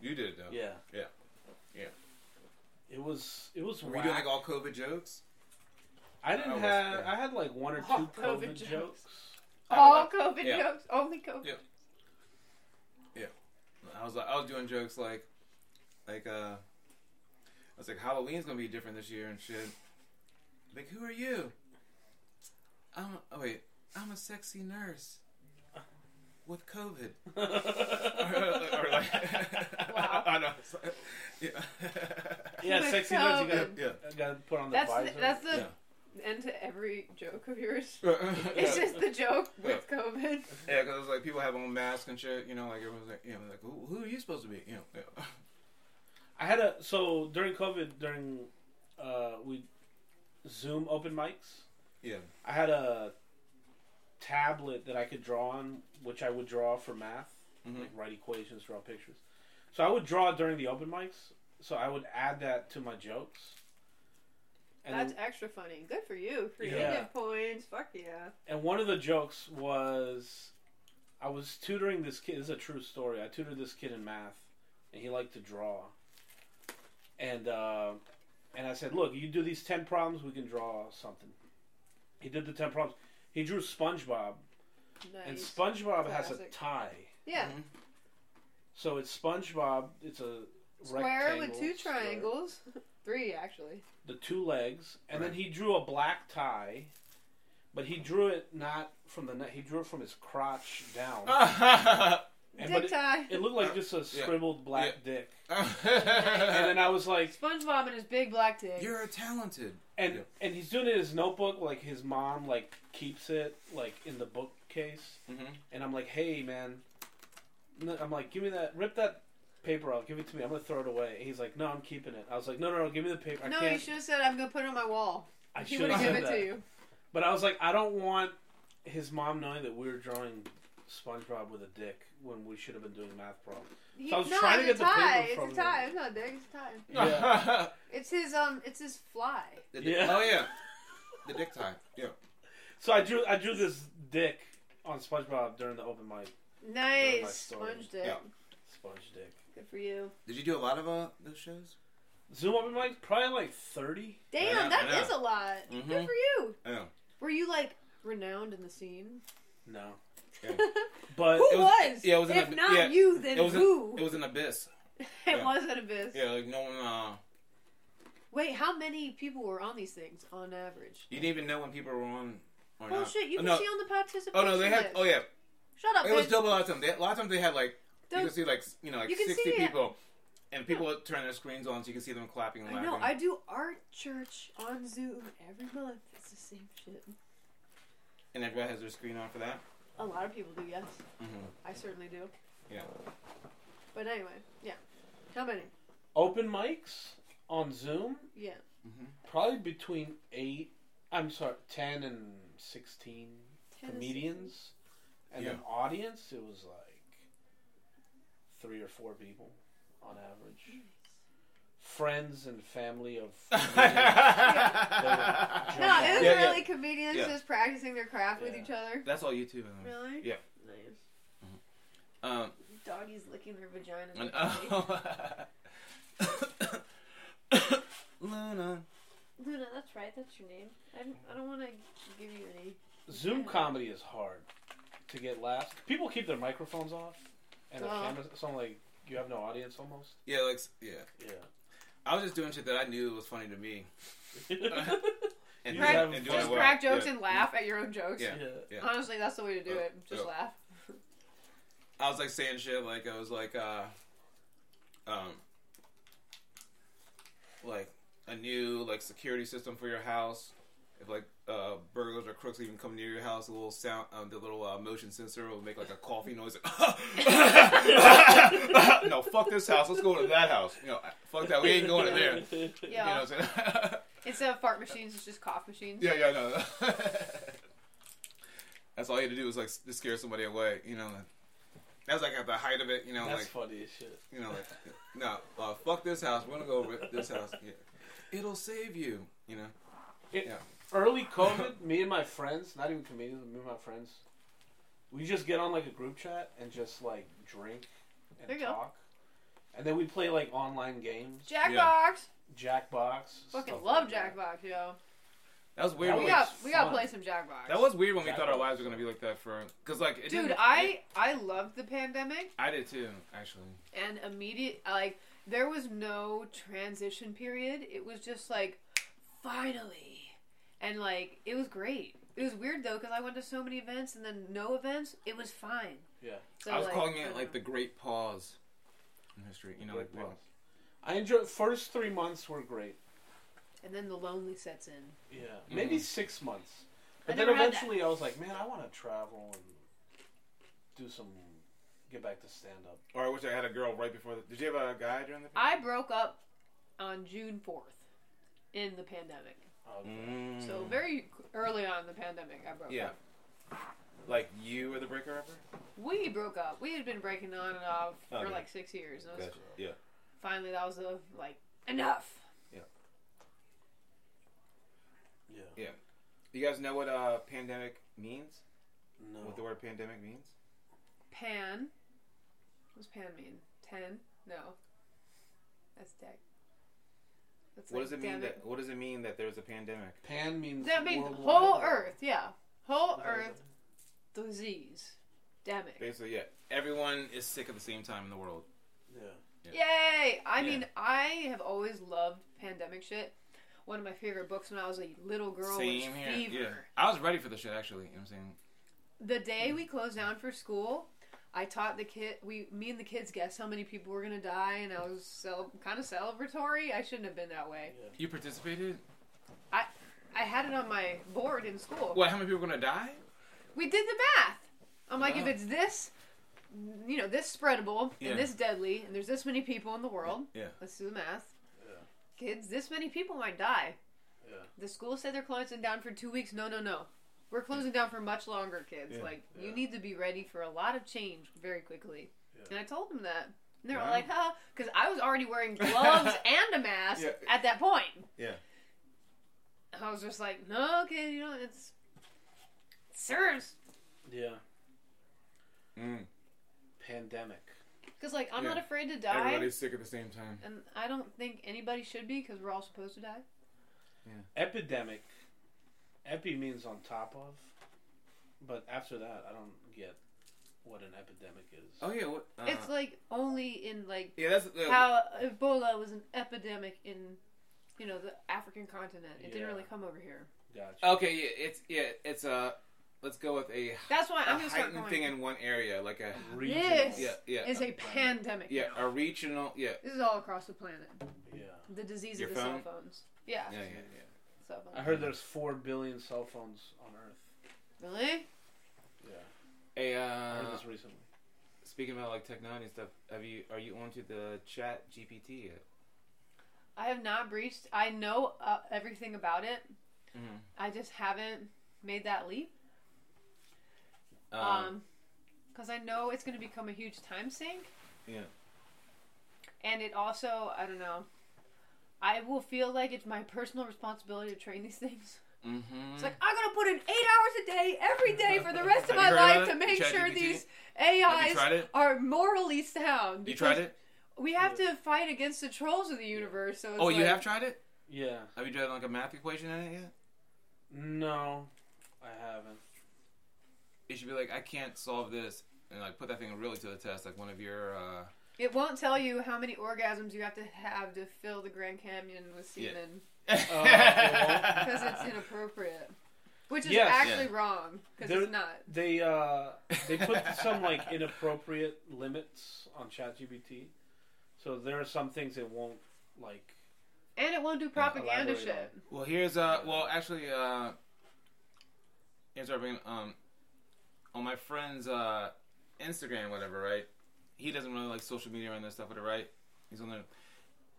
Speaker 2: You did though.
Speaker 3: Yeah.
Speaker 2: Yeah. Yeah.
Speaker 3: It was it was
Speaker 2: Were we doing
Speaker 3: whack.
Speaker 2: like all COVID jokes?
Speaker 3: I didn't
Speaker 2: I was-
Speaker 3: have.
Speaker 2: yeah.
Speaker 3: I had like one or two
Speaker 1: Oh,
Speaker 3: COVID,
Speaker 1: COVID
Speaker 3: jokes.
Speaker 1: jokes. All COVID
Speaker 2: yeah.
Speaker 1: jokes, only COVID.
Speaker 2: Yeah. I was like, I was doing jokes like, like uh, I was like, Halloween's gonna be different this year and shit. Like, who are you? I'm. Oh wait, I'm a sexy nurse with COVID. or like,
Speaker 1: Wow.
Speaker 2: I know. it's like- Yeah.
Speaker 3: yeah,
Speaker 1: With
Speaker 3: sexy nurse. You
Speaker 1: COVID.
Speaker 3: gotta,
Speaker 2: yeah.
Speaker 3: gotta put on the
Speaker 1: That's
Speaker 3: visor.
Speaker 1: the, that's the
Speaker 2: Yeah.
Speaker 1: end to every joke of yours.
Speaker 2: It's
Speaker 1: It's just the joke with COVID.
Speaker 2: yeah, because like people have on masks and shit. You know, like everyone's like, you know, like who, who are you supposed to be? You know. Yeah.
Speaker 3: I had a so during COVID during uh, we Zoom open mics.
Speaker 2: Yeah.
Speaker 3: I had a tablet that I could draw on, which I would draw for math,
Speaker 2: Mhm.
Speaker 3: like write equations, draw pictures. So I would draw during the open mics. So I would add that to my jokes. And
Speaker 1: That's extra funny. Good for you. Creative
Speaker 3: Yeah.
Speaker 1: points. Fuck yeah.
Speaker 3: And one of the jokes was I was tutoring this kid. This is a true story. I tutored this kid in math, and he liked to draw. And uh, and I said, "Look, you do these ten problems, we can draw something." He did the ten problems. He drew SpongeBob, and
Speaker 1: Nice.
Speaker 3: SpongeBob has a
Speaker 1: Classic.
Speaker 3: tie.
Speaker 1: yeah.
Speaker 2: Mhm.
Speaker 3: So it's SpongeBob. It's a
Speaker 1: Square with
Speaker 3: rectangle
Speaker 1: two
Speaker 3: square,
Speaker 1: triangles. Three, actually.
Speaker 3: the two legs, and then
Speaker 2: Right.
Speaker 3: he drew a black tie, but he drew it not from the neck. He drew it from his crotch down.
Speaker 2: Uh, Mm-hmm.
Speaker 3: And but
Speaker 1: Dick
Speaker 3: it,
Speaker 1: tie.
Speaker 3: it looked like just a scribbled black dick.
Speaker 2: Uh-huh.
Speaker 3: And then I was like,
Speaker 1: SpongeBob and his big black dick.
Speaker 2: You're talented.
Speaker 3: and
Speaker 2: Yeah.
Speaker 3: and he's doing it in his notebook. Like his mom like keeps it like in the bookcase.
Speaker 2: Mhm.
Speaker 3: And I'm like, hey man, No, I'm like, give me that, rip that paper off, give it to me. I'm gonna throw it away. And he's like, no, I'm keeping it. I was like, no, no, no, give me the paper. I
Speaker 1: no, you
Speaker 3: can't.
Speaker 1: should have said, I'm going to put it on my wall.
Speaker 3: I
Speaker 1: He
Speaker 3: should
Speaker 1: would
Speaker 3: have
Speaker 1: have
Speaker 3: said
Speaker 1: given it
Speaker 3: that.
Speaker 1: to you.
Speaker 3: But I was like, I don't want his mom knowing that we were drawing SpongeBob with a dick when we should have been doing math problems.
Speaker 1: He,
Speaker 3: So I was
Speaker 1: no,
Speaker 3: trying to
Speaker 1: it's a
Speaker 3: get the
Speaker 1: tie.
Speaker 3: paper from
Speaker 1: it's a
Speaker 3: him.
Speaker 1: tie. It's not a dick. It's a tie.
Speaker 3: Yeah.
Speaker 1: It's his, um, it's his fly.
Speaker 2: The dick-
Speaker 3: Yeah.
Speaker 2: Oh yeah. The dick tie. Yeah.
Speaker 3: So I drew I drew this dick on SpongeBob during the open mic.
Speaker 1: Nice.
Speaker 3: story.
Speaker 1: Sponge dick.
Speaker 2: Yeah.
Speaker 3: Sponge dick.
Speaker 1: Good for you.
Speaker 2: Did you do a lot of uh, those shows?
Speaker 3: Zoom open mic, probably like thirty.
Speaker 1: Damn,
Speaker 2: Yeah,
Speaker 1: that
Speaker 2: yeah.
Speaker 1: is a lot. Good
Speaker 2: Mhm.
Speaker 1: for you.
Speaker 2: Yeah.
Speaker 1: Were you like renowned in the scene?
Speaker 3: No,
Speaker 2: Yeah. Uh,
Speaker 3: but
Speaker 1: who
Speaker 2: it
Speaker 1: was,
Speaker 2: was- yeah, it was in
Speaker 1: if
Speaker 2: the-
Speaker 1: not
Speaker 2: yeah,
Speaker 1: you, then
Speaker 2: It was
Speaker 1: who?
Speaker 2: An, it was an abyss.
Speaker 1: it
Speaker 2: yeah.
Speaker 1: was an abyss.
Speaker 2: Yeah, like no one. Uh,
Speaker 1: Wait, how many people were on these things on average?
Speaker 2: you didn't even know when people were on. Or
Speaker 1: Oh
Speaker 2: not.
Speaker 1: shit, you
Speaker 2: oh,
Speaker 1: can
Speaker 2: no.
Speaker 1: see on the participation
Speaker 2: Oh no, they had.
Speaker 1: list.
Speaker 2: Oh yeah,
Speaker 1: Shut up,
Speaker 2: it was
Speaker 1: bitch.
Speaker 2: double a lot of times. They, a lot of times they had like you
Speaker 1: Don't-
Speaker 2: can see like s- you know like
Speaker 1: You can
Speaker 2: sixty
Speaker 1: see it.
Speaker 2: people, and people would turn their screens on so you can see them clapping and
Speaker 1: I
Speaker 2: laughing.
Speaker 1: know. I do art church on Zoom every month. It's the same shit.
Speaker 2: And everybody has their screen on for that.
Speaker 1: A lot of people do. Yes,
Speaker 2: Mm-hmm.
Speaker 1: I certainly do.
Speaker 2: Yeah.
Speaker 1: But anyway, yeah. How many?
Speaker 3: open mics on Zoom,
Speaker 1: Yeah.
Speaker 3: probably between eight. I'm sorry, ten and sixteen
Speaker 1: Ten to
Speaker 3: comedians, and then audience. It was like three or four people on average. Friends and family of. comedians.
Speaker 1: sixteen. No, it was
Speaker 2: Mm-hmm. Yeah, yeah.
Speaker 1: really comedians
Speaker 2: Yeah.
Speaker 1: just practicing their craft with
Speaker 3: Yeah.
Speaker 1: each other.
Speaker 2: That's all YouTube. um,
Speaker 1: Really?
Speaker 2: Yeah.
Speaker 1: Nice.
Speaker 2: Um,
Speaker 1: Doggies licking her vagina.
Speaker 2: and,
Speaker 1: like crazy.
Speaker 2: Luna.
Speaker 1: Luna, that's right. That's your name. I don't, I don't want to give you any.
Speaker 3: Zoom comedy is hard to get laughs. People keep their microphones off and their
Speaker 1: Oh.
Speaker 3: cameras. So like you have no audience almost.
Speaker 2: Yeah, like s- yeah.
Speaker 3: Yeah.
Speaker 2: I was just doing shit that I knew was funny to me. And,
Speaker 3: You just have-
Speaker 2: and doing
Speaker 3: Just
Speaker 2: it well.
Speaker 1: crack jokes
Speaker 2: Yeah.
Speaker 1: and laugh at your own jokes.
Speaker 2: Yeah. Yeah. Oh,
Speaker 1: Honestly, that's the way to do
Speaker 2: Yeah.
Speaker 1: it. Just
Speaker 2: Yeah.
Speaker 1: laugh.
Speaker 2: I was like saying shit like I was like uh um like a new like security system for your house. If like uh burglars or crooks even come near your house, the little sound um, the little uh, motion sensor will make like a coffee noise. no, fuck this house. Let's go to that house. You know, fuck that. We ain't going to there. You
Speaker 1: Yeah.
Speaker 2: know what I'm saying?
Speaker 1: Instead of fart machines, it's just cough machines.
Speaker 2: yeah, yeah, no. That's all you had to do was like s- just scare somebody away. You know, like, that was like at the height of it. You know,
Speaker 3: That's
Speaker 2: like
Speaker 3: funny as shit.
Speaker 2: you know, like, no, uh, fuck this house. We're gonna go over this house. Yeah. It'll save you. You know.
Speaker 3: Early COVID, me and my friends, not even comedians, me and my friends, we just get on like a group chat and just like drink and
Speaker 1: There you go.
Speaker 3: talk. And then we play like online games.
Speaker 1: Jackbox.
Speaker 3: Jackbox.
Speaker 1: Fucking
Speaker 3: stuff
Speaker 1: love
Speaker 3: like that.
Speaker 1: Jackbox, yo.
Speaker 2: That was weird.
Speaker 3: That
Speaker 1: we
Speaker 2: when
Speaker 3: was
Speaker 1: got
Speaker 2: we-
Speaker 1: we gotta
Speaker 3: fun.
Speaker 1: play some Jackbox.
Speaker 2: That was weird when we
Speaker 3: That
Speaker 2: thought our
Speaker 3: was-
Speaker 2: lives were gonna be like that for, cause like, it
Speaker 1: Dude,
Speaker 2: didn't-
Speaker 1: I I loved the pandemic
Speaker 2: I did too, actually.
Speaker 1: and immediate like there was no transition period. It was just like finally, and like it was great. It was weird though because I went to so many events and then no events. It was fine.
Speaker 3: Yeah.
Speaker 1: So,
Speaker 2: I was
Speaker 1: like,
Speaker 2: calling
Speaker 1: I
Speaker 2: it
Speaker 1: don't
Speaker 2: like
Speaker 1: know.
Speaker 2: the Great Pause in history. You know, like
Speaker 3: Great
Speaker 2: when-
Speaker 3: pause. I enjoyed first three months were great.
Speaker 1: And then the lonely sets in.
Speaker 3: Yeah, Mm. maybe
Speaker 2: Mhm.
Speaker 3: six months. But
Speaker 1: I
Speaker 3: then
Speaker 1: never had
Speaker 3: eventually, I was like, man, I want to travel and do some, get back to stand up.
Speaker 2: or I wish I had a girl right before. The, did you have a guy during the?
Speaker 1: I broke up on June fourth in the pandemic.
Speaker 3: Um,
Speaker 2: Mm.
Speaker 1: So very early on in the pandemic, I broke
Speaker 2: Yeah.
Speaker 1: up.
Speaker 2: Like you were the breaker upper.
Speaker 1: We broke up. We had been breaking on and off for
Speaker 2: Okay.
Speaker 1: like six years. And I was
Speaker 2: Gotcha. Yeah.
Speaker 1: finally that was the like enough.
Speaker 3: Yeah.
Speaker 2: You guys know what uh, pandemic means?
Speaker 3: No.
Speaker 2: What the word pandemic means?
Speaker 1: Pan. What does pan mean? Ten? No. That's deck. That's
Speaker 2: What
Speaker 1: like,
Speaker 2: does it mean
Speaker 1: damn
Speaker 2: that? What does it mean that there's a pandemic?
Speaker 3: Pan means
Speaker 1: That means
Speaker 3: worldwide
Speaker 1: whole
Speaker 3: or-
Speaker 1: Earth. Yeah, whole
Speaker 3: Is that
Speaker 1: Earth disease. Demic.
Speaker 2: Basically, yeah. Everyone is sick at the same time in the world.
Speaker 3: it? Yeah.
Speaker 1: Yay! I
Speaker 2: Yeah.
Speaker 1: mean, I have always loved pandemic shit. One of my favorite books when I was a little girl
Speaker 2: Same
Speaker 1: was
Speaker 2: here.
Speaker 1: Fever.
Speaker 2: Yeah. I was ready for the shit actually. You know what I'm saying?
Speaker 1: the day
Speaker 2: Mm-hmm.
Speaker 1: we closed down for school i taught the kid we me and the kids guessed how many people were gonna die and i was cel- kind of celebratory i shouldn't have been that way
Speaker 2: You participated?
Speaker 1: i had it on my board in school
Speaker 2: What? How many people are gonna die?
Speaker 1: we did the math i'm like
Speaker 2: Wow.
Speaker 1: if it's this you know this spreadable
Speaker 2: Yeah.
Speaker 1: and this deadly and there's this many people in the world
Speaker 2: Yeah.
Speaker 1: let's do the math
Speaker 3: Yeah.
Speaker 1: kids this many people might die
Speaker 3: Yeah.
Speaker 1: the school said they're closing down for two weeks no no no we're closing down for much longer kids
Speaker 2: Yeah.
Speaker 1: like
Speaker 3: Yeah.
Speaker 1: you need to be ready for a lot of change very quickly And I told them that. And they were
Speaker 2: Wow.
Speaker 1: like, huh? Because I was already wearing gloves and a mask
Speaker 2: Yeah.
Speaker 1: at that point.
Speaker 2: Yeah.
Speaker 1: I was just like, no, okay, you know, it's. Serves.
Speaker 3: Yeah.
Speaker 2: Mm.
Speaker 3: Pandemic.
Speaker 1: Because, like, I'm
Speaker 2: Yeah.
Speaker 1: not afraid to die.
Speaker 2: Everybody's sick at the same time.
Speaker 1: And I don't think anybody should be because we're all supposed to die.
Speaker 3: Epidemic. Epi means on top of, but after that, I don't get what an epidemic is.
Speaker 2: Oh yeah. What? Uh,
Speaker 1: it's like only in, like,
Speaker 2: yeah. That's uh,
Speaker 1: how Ebola was an epidemic in, you know, the African continent. It
Speaker 3: Yeah.
Speaker 1: didn't really come over here.
Speaker 3: Gotcha.
Speaker 2: Okay, yeah, it's yeah, it's uh, let's go with a,
Speaker 1: That's why
Speaker 2: a
Speaker 1: I'm going to start
Speaker 2: heightened
Speaker 1: going.
Speaker 2: thing in one area, like a
Speaker 3: Regional.
Speaker 1: This
Speaker 2: yeah, yeah,
Speaker 1: it's a pandemic.
Speaker 2: yeah, a regional, yeah,
Speaker 1: This is all across the planet.
Speaker 3: Yeah.
Speaker 1: The disease
Speaker 2: Your
Speaker 1: of the
Speaker 2: phone?
Speaker 1: cell phones. Yeah.
Speaker 2: yeah, yeah,
Speaker 1: Cell phones.
Speaker 3: I heard there's four billion cell phones on Earth.
Speaker 1: Really?
Speaker 3: Yeah.
Speaker 2: yeah. Hey,
Speaker 3: I heard
Speaker 2: uh,
Speaker 3: this recently.
Speaker 2: speaking about like technology and stuff, have you are you onto the Chat GPT yet?
Speaker 1: I have not breached. I know uh, everything about it.
Speaker 2: Mm-hmm.
Speaker 1: I just haven't made that leap. Um,
Speaker 2: Um,
Speaker 1: 'cause because I know it's going to become a huge time sink.
Speaker 2: Yeah.
Speaker 1: And it also, I don't know. I will feel like it's my personal responsibility to train these things.
Speaker 2: mhm.
Speaker 1: It's like I'm gonna put in eight hours a day, every day, for the rest of
Speaker 2: Have
Speaker 1: my
Speaker 2: you heard about
Speaker 1: life to
Speaker 2: it?
Speaker 1: make sure
Speaker 2: ChatGPT?
Speaker 1: these
Speaker 2: have you
Speaker 1: AIs
Speaker 2: tried it?
Speaker 1: are morally sound.
Speaker 2: You
Speaker 1: because
Speaker 2: tried it?
Speaker 1: We have to fight against the trolls of the universe. So it's
Speaker 2: Oh, you
Speaker 1: like-
Speaker 2: have tried it?
Speaker 3: Yeah.
Speaker 2: Have you done like a math equation in it yet?
Speaker 3: No, I haven't.
Speaker 2: It should be like I can't solve this, and like put that thing really to the test, like one of your uh,
Speaker 1: It won't tell you how many orgasms you have to have to fill the Grand Canyon with
Speaker 2: Yeah.
Speaker 1: semen
Speaker 3: Oh,
Speaker 1: because
Speaker 3: it
Speaker 1: it's inappropriate, which is
Speaker 3: Yes.
Speaker 1: actually wrong because
Speaker 3: There-
Speaker 1: it's not.
Speaker 3: They uh, they put some like inappropriate limits on ChatGPT, so there are some things it won't like.
Speaker 1: And it won't do propaganda
Speaker 3: elaborate
Speaker 1: shit.
Speaker 2: Well, here's uh, well, actually, uh, here's our opinion. Um, on my friend's uh, Instagram, whatever, right? He doesn't really like social media and that stuff, whatever, right? He's on there,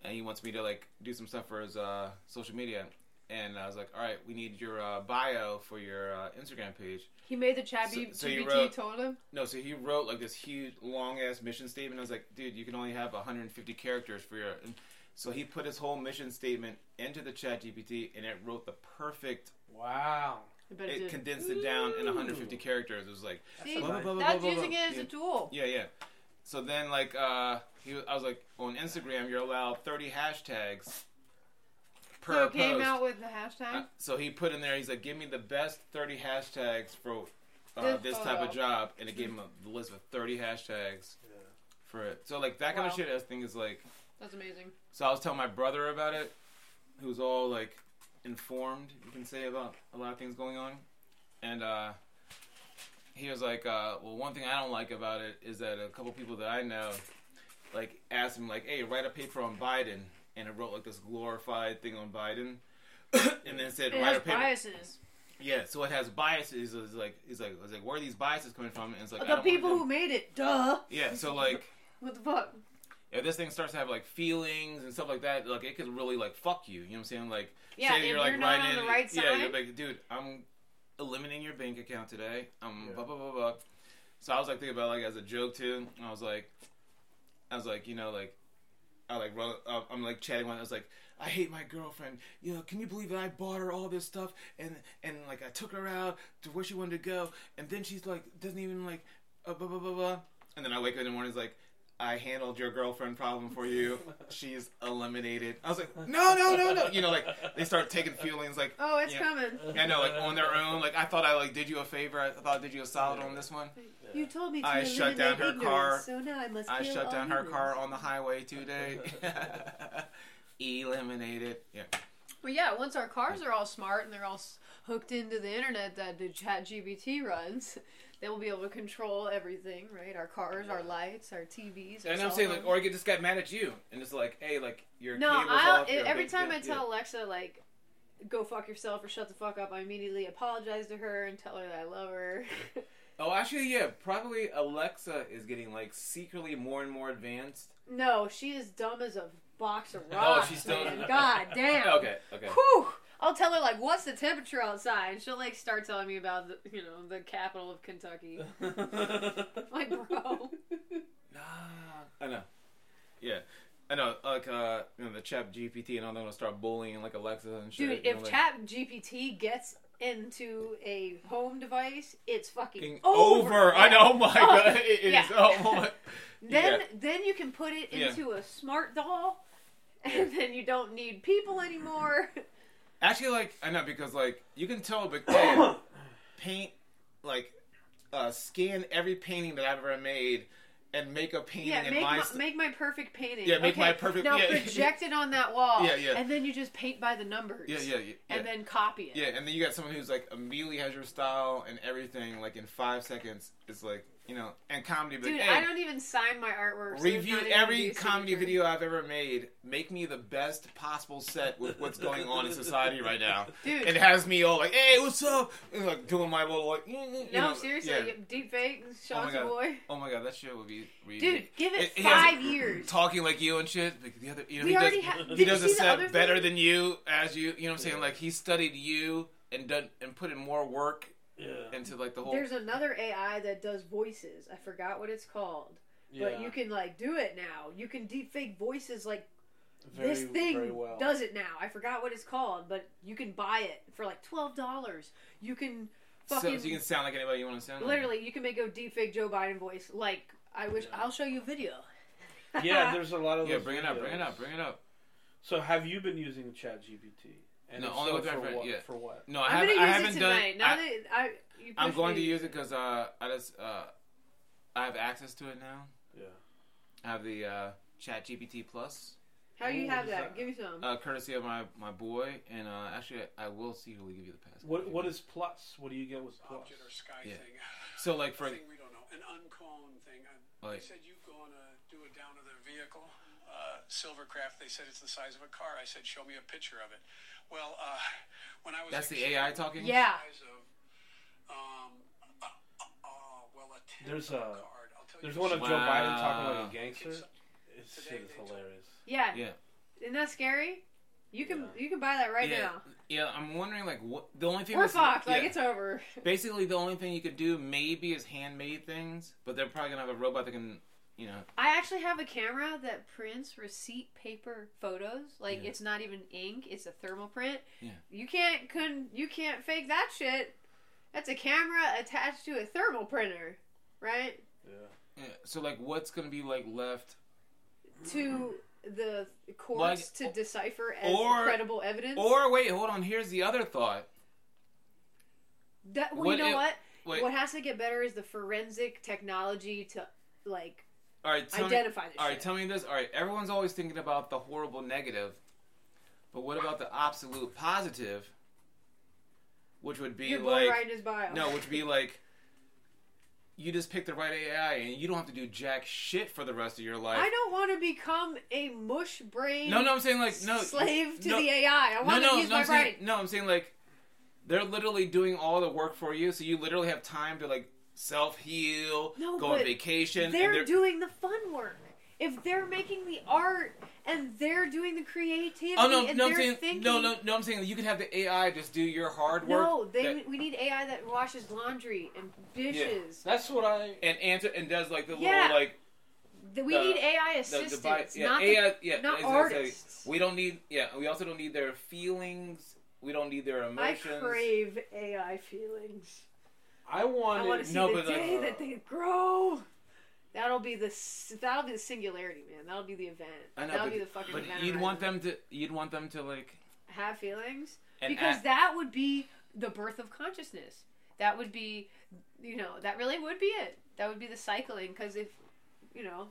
Speaker 2: and he wants me to like do some stuff for his uh, social media. And I was like, all right, we need your uh, bio for your uh, Instagram page.
Speaker 1: He made the chat
Speaker 2: So-
Speaker 1: B-
Speaker 2: so you
Speaker 1: GPT
Speaker 2: wrote-
Speaker 1: told him.
Speaker 2: No, so he wrote like this huge, long ass mission statement. I was like, dude, you can only have 150 characters for your. And so he put his whole mission statement into the chat GPT, and it wrote the perfect
Speaker 3: Wow.
Speaker 1: I bet it,
Speaker 2: it
Speaker 1: did.
Speaker 2: condensed it down in
Speaker 3: Ooh.
Speaker 2: 150 characters. It was like,
Speaker 1: See,
Speaker 2: blah, blah, blah, blah,
Speaker 1: that's
Speaker 2: blah,
Speaker 1: using
Speaker 2: blah.
Speaker 1: it as a tool.
Speaker 2: yeah, yeah. So then, like, uh, he, was- I was like, on Instagram, you're allowed 30 hashtags
Speaker 1: so
Speaker 2: per
Speaker 1: it came
Speaker 2: post.
Speaker 1: out with the hashtag.
Speaker 2: Uh, so he put in there. He's like, "Give me the best 30 hashtags for uh,
Speaker 1: This
Speaker 2: this
Speaker 1: photo.
Speaker 2: type
Speaker 1: Hmm.
Speaker 2: of job," and it gave him a list of 30 hashtags
Speaker 4: Yeah.
Speaker 2: for it. So like that kind
Speaker 1: Wow.
Speaker 2: of shit. I think is like.
Speaker 1: That's amazing.
Speaker 2: So I was telling my brother about it, who's all like informed, you can say about a lot of things going on, and uh, he was like, uh, "Well, one thing I don't like about it is that a couple people that I know, like, asked him like, hey, write a paper on Biden,' and it wrote like this glorified thing on Biden, and then said,
Speaker 1: It
Speaker 2: write
Speaker 1: has
Speaker 2: a paper,
Speaker 1: biases.
Speaker 2: yeah. So it has biases. Is like, is like, is like, where are these biases coming from? And it's like, I
Speaker 1: the
Speaker 2: don't want
Speaker 1: people who
Speaker 2: them-
Speaker 1: made it, duh.
Speaker 2: yeah. So like."
Speaker 1: What the fuck?
Speaker 2: if this thing starts to have like feelings and stuff like that, like it could really like fuck you. You know what I'm saying? Like,
Speaker 1: Yeah, if you're not
Speaker 2: riding
Speaker 1: on the
Speaker 2: in-
Speaker 1: right
Speaker 2: yeah,
Speaker 1: side.
Speaker 2: you're like, dude, I'm eliminating your bank account today. I'm
Speaker 4: Yeah.
Speaker 2: blah blah blah blah. So I was like thinking about like as a joke too. And I was like, I was like, you know, like I like run, uh, I'm like chatting one. I was like, I hate my girlfriend. You know, can you believe that I bought her all this stuff and and like I took her out to where she wanted to go, and then she's like doesn't even like uh, blah blah blah blah. And then I wake up in the morning, it's like. I handled your girlfriend problem for you. She's eliminated. I was like, no, no, no, no. You know, like they start taking feelings. Like,
Speaker 1: Oh, it's
Speaker 2: Yeah.
Speaker 1: coming.
Speaker 2: I know, like on their own. Like I thought I like did you a favor. I thought I did you a solid on this one.
Speaker 1: You told me to
Speaker 2: I shut down her
Speaker 1: eliminate
Speaker 2: car.
Speaker 1: ignorance, So now I must.
Speaker 2: I
Speaker 1: kill
Speaker 2: shut
Speaker 1: all
Speaker 2: down her
Speaker 1: humans.
Speaker 2: car on the highway today. Eliminated. Yeah.
Speaker 1: Well, yeah. Once our cars are all smart and they're all s- hooked into the internet that the Chat GBT runs, then we'll be able to control everything, right? Our cars, our
Speaker 4: Yeah.
Speaker 1: lights, our TVs. Our
Speaker 2: And
Speaker 1: cell
Speaker 2: I'm saying like,
Speaker 1: phones.
Speaker 2: or I could just get mad at you, and it's like, hey, like your
Speaker 1: no,
Speaker 2: cables
Speaker 1: I
Speaker 2: off. your
Speaker 1: every
Speaker 2: big-
Speaker 1: time
Speaker 2: yeah,
Speaker 1: I tell Alexa like, go fuck yourself or shut the fuck up, I immediately apologize to her and tell her that I love her.
Speaker 2: yeah. Oh, actually, yeah, probably Alexa is getting like secretly more and more advanced.
Speaker 1: no, she is dumb as a box of rocks.
Speaker 2: Oh, she's still-
Speaker 1: man. God damn.
Speaker 2: Okay. Okay.
Speaker 1: Whew! I'll tell her like, what's the temperature outside? And she'll like start telling me about the, you know, the capital of Kentucky. I'm like, bro.
Speaker 2: Nah. I know. Yeah. I know, like uh, you know, the Chat GPT and all them will start bullying like Alexa and shit.
Speaker 1: Dude,
Speaker 2: you know,
Speaker 1: if
Speaker 2: like-
Speaker 1: Chat GPT gets into a home device, it's fucking
Speaker 2: fucking
Speaker 1: over.
Speaker 2: over. I know, oh my god,
Speaker 1: Oh,
Speaker 2: it is.
Speaker 1: yeah.
Speaker 2: Oh my.
Speaker 1: Then,
Speaker 2: Yeah.
Speaker 1: then you can put it
Speaker 2: Yeah.
Speaker 1: into a smart doll, and then you don't need people anymore.
Speaker 2: Actually, like I know because like you can tell, but man, paint like uh, scan every painting that I've ever made and make a painting
Speaker 1: yeah,
Speaker 2: in
Speaker 1: make
Speaker 2: my.
Speaker 1: my,
Speaker 2: st-
Speaker 1: make my perfect painting.
Speaker 2: Yeah, make
Speaker 1: okay,
Speaker 2: my perfect-
Speaker 1: Now
Speaker 2: yeah.
Speaker 1: project it on that wall.
Speaker 2: Yeah, yeah.
Speaker 1: And then you just paint by the numbers.
Speaker 2: yeah, yeah, yeah.
Speaker 1: And
Speaker 2: yeah.
Speaker 1: then copy it.
Speaker 2: yeah, and then you got someone who's like immediately has your style and everything. Like in five seconds, it's like you know, and comedy. But
Speaker 1: Dude,
Speaker 2: hey,
Speaker 1: I don't even sign my artwork. so there's
Speaker 2: Review
Speaker 1: not even
Speaker 2: every
Speaker 1: a
Speaker 2: comedy
Speaker 1: signature.
Speaker 2: video I've ever made. Make me the best possible set with what's going on in society right now.
Speaker 1: Dude,
Speaker 2: It has me all like, "Hey, what's up?" And like doing my little like. mm, mm, you
Speaker 1: no,
Speaker 2: know,
Speaker 1: seriously,
Speaker 2: yeah.
Speaker 1: deep fake,
Speaker 2: Oh my
Speaker 1: Sean's a
Speaker 2: God.
Speaker 1: boy.
Speaker 2: Oh my god, that shit would be. Really
Speaker 1: Dude, give it,
Speaker 2: It- he has-
Speaker 1: five years.
Speaker 2: talking like you and shit. Like the other, you know,
Speaker 1: We
Speaker 2: he
Speaker 1: already
Speaker 2: does.
Speaker 1: have.
Speaker 2: he does a set better
Speaker 1: thing?
Speaker 2: than you, as you. You know what I'm saying?
Speaker 4: Yeah.
Speaker 2: Like he studied you and done and put in more work
Speaker 4: Yeah.
Speaker 2: into like the whole.
Speaker 1: There's another AI that does voices. I forgot what it's called, but you can like do it now. You can deep fake voices like this thing does it now. I forgot what it's called, but you can buy it for like twelve dollars. You can
Speaker 2: so, so
Speaker 1: fucking
Speaker 2: you can sound like anybody you want to sound. like.
Speaker 1: literally you can make a deep fake Joe Biden voice. Like I wish
Speaker 2: Yeah.
Speaker 1: I'll show you a video.
Speaker 3: yeah, there's a lot of
Speaker 2: Yeah,
Speaker 3: those
Speaker 2: bring it up, bring it up,
Speaker 3: videos.
Speaker 2: bring it up.
Speaker 3: So have you been using ChatGPT? And
Speaker 2: No,
Speaker 3: if
Speaker 2: only
Speaker 3: so,
Speaker 2: with my
Speaker 3: for
Speaker 2: friend,
Speaker 3: What,
Speaker 2: yeah.
Speaker 3: For what?
Speaker 2: No, I
Speaker 1: I'm
Speaker 2: haven't.
Speaker 1: gonna
Speaker 2: I
Speaker 1: use
Speaker 2: haven't
Speaker 1: it
Speaker 2: done.
Speaker 1: tonight. now
Speaker 2: I,
Speaker 1: that I, you
Speaker 2: I'm
Speaker 1: pushed
Speaker 2: going
Speaker 1: me.
Speaker 2: to use it because uh, I just uh, I have access to it now.
Speaker 3: Yeah.
Speaker 2: I have the uh, Chat GPT Plus.
Speaker 1: How do
Speaker 3: Ooh,
Speaker 1: you
Speaker 3: what
Speaker 1: have
Speaker 3: is
Speaker 1: that?
Speaker 3: that?
Speaker 1: Give me some.
Speaker 2: uh, courtesy of my, my boy, and uh, actually, I will secretly give you the passcode.
Speaker 3: What What is plus? What do you get with plus?
Speaker 5: object or sky
Speaker 2: Yeah.
Speaker 5: thing.
Speaker 2: so like for
Speaker 5: a thing we don't know. An uncone thing. I,
Speaker 2: Like-
Speaker 5: they said you gonna do it down to the vehicle. Uh, Silvercraft. They said it's the size of a car. I said, show me a picture of it. Well, uh, when I was
Speaker 2: that's the
Speaker 5: a kid,
Speaker 2: AI talking?
Speaker 1: Yeah.
Speaker 5: size of, um, uh, uh, uh, well, a tenth
Speaker 3: There's
Speaker 5: of
Speaker 3: a-
Speaker 5: card. I'll tell
Speaker 3: There's
Speaker 5: you
Speaker 3: one of Joe Biden talking
Speaker 2: Wow.
Speaker 3: like a gangster. It's, shit is hilarious.
Speaker 1: Yeah.
Speaker 2: Yeah.
Speaker 1: Isn't that scary? You can
Speaker 3: Yeah.
Speaker 1: you can buy that right
Speaker 2: yeah,
Speaker 1: now.
Speaker 2: yeah. I'm wondering like what the only thing.
Speaker 1: We're
Speaker 2: that's-
Speaker 1: fucked. Like
Speaker 2: yeah.
Speaker 1: it's over.
Speaker 2: basically the only thing you could do maybe is handmade things, but they're probably gonna have a robot that can, you know.
Speaker 1: I actually have a camera that prints receipt paper photos. Like
Speaker 2: Yeah.
Speaker 1: it's not even ink; it's a thermal print.
Speaker 2: Yeah.
Speaker 1: You can't couldn't you can't fake that shit. That's a camera attached to a thermal printer, right?
Speaker 3: Yeah.
Speaker 2: yeah. So like, what's gonna be like left?
Speaker 1: To the courts
Speaker 2: Like,
Speaker 1: to decipher as
Speaker 2: or-
Speaker 1: credible evidence.
Speaker 2: Or wait, hold on. Here's the other thought.
Speaker 1: that, well,
Speaker 2: what
Speaker 1: you know
Speaker 2: if-
Speaker 1: what?
Speaker 2: Wait.
Speaker 1: What has to get better is the forensic technology to like
Speaker 2: all right. Tell me,
Speaker 1: identify this.
Speaker 2: all right.
Speaker 1: shit.
Speaker 2: Tell me this. All right. Everyone's always thinking about the horrible negative, but what about the absolute positive? Which would be
Speaker 1: Your boy
Speaker 2: like
Speaker 1: writing his bio.
Speaker 2: no, which would be like. You just pick the right AI, and you don't have to do jack shit for the rest of your life.
Speaker 1: I don't want to become a mush brain.
Speaker 2: No, no, I'm saying like no
Speaker 1: slave to
Speaker 2: no,
Speaker 1: the AI. I
Speaker 2: No,
Speaker 1: want
Speaker 2: no,
Speaker 1: to use
Speaker 2: no,
Speaker 1: my
Speaker 2: I'm saying,
Speaker 1: writing.
Speaker 2: no, I'm saying like they're literally doing all the work for you, so you literally have time to like self heal,
Speaker 1: No,
Speaker 2: go on
Speaker 1: but
Speaker 2: vacation. and
Speaker 1: they're doing the fun work. If they're making the art and they're doing the creativity
Speaker 2: Oh no,
Speaker 1: and
Speaker 2: no, I'm
Speaker 1: they're
Speaker 2: saying
Speaker 1: thinking,
Speaker 2: no, no, no. I'm saying you could have the AI just do your hard work.
Speaker 1: No, they,
Speaker 2: that-
Speaker 1: we need AI that washes laundry and dishes.
Speaker 3: That's what I.
Speaker 2: and answer and does like the
Speaker 1: Yeah,
Speaker 2: little like
Speaker 1: Th- We
Speaker 2: The-
Speaker 1: need AI
Speaker 2: the
Speaker 1: assistants,
Speaker 2: device. Yeah,
Speaker 1: not the-
Speaker 2: AI. yeah,
Speaker 1: not
Speaker 2: exactly.
Speaker 1: artists.
Speaker 2: We don't need. Yeah, we also don't need their feelings. We don't need their
Speaker 1: I
Speaker 2: emotions.
Speaker 1: crave AI feelings.
Speaker 3: I
Speaker 1: I want to
Speaker 3: wanted.
Speaker 1: see
Speaker 2: no,
Speaker 1: the
Speaker 2: but, like,
Speaker 1: day
Speaker 2: uh,
Speaker 1: that they grow. That'll be the s- that'll be the singularity, man. That'll be the event.
Speaker 2: I know,
Speaker 1: that'll
Speaker 2: but,
Speaker 1: be the fucking
Speaker 2: but
Speaker 1: event.
Speaker 2: you'd want
Speaker 1: horizon.
Speaker 2: them to. You'd want them to like.
Speaker 1: have feelings.
Speaker 2: and
Speaker 1: because
Speaker 2: act-
Speaker 1: that would be the birth of consciousness. That would be, you know, that really would be it. That would be the cycling. Because if, you know,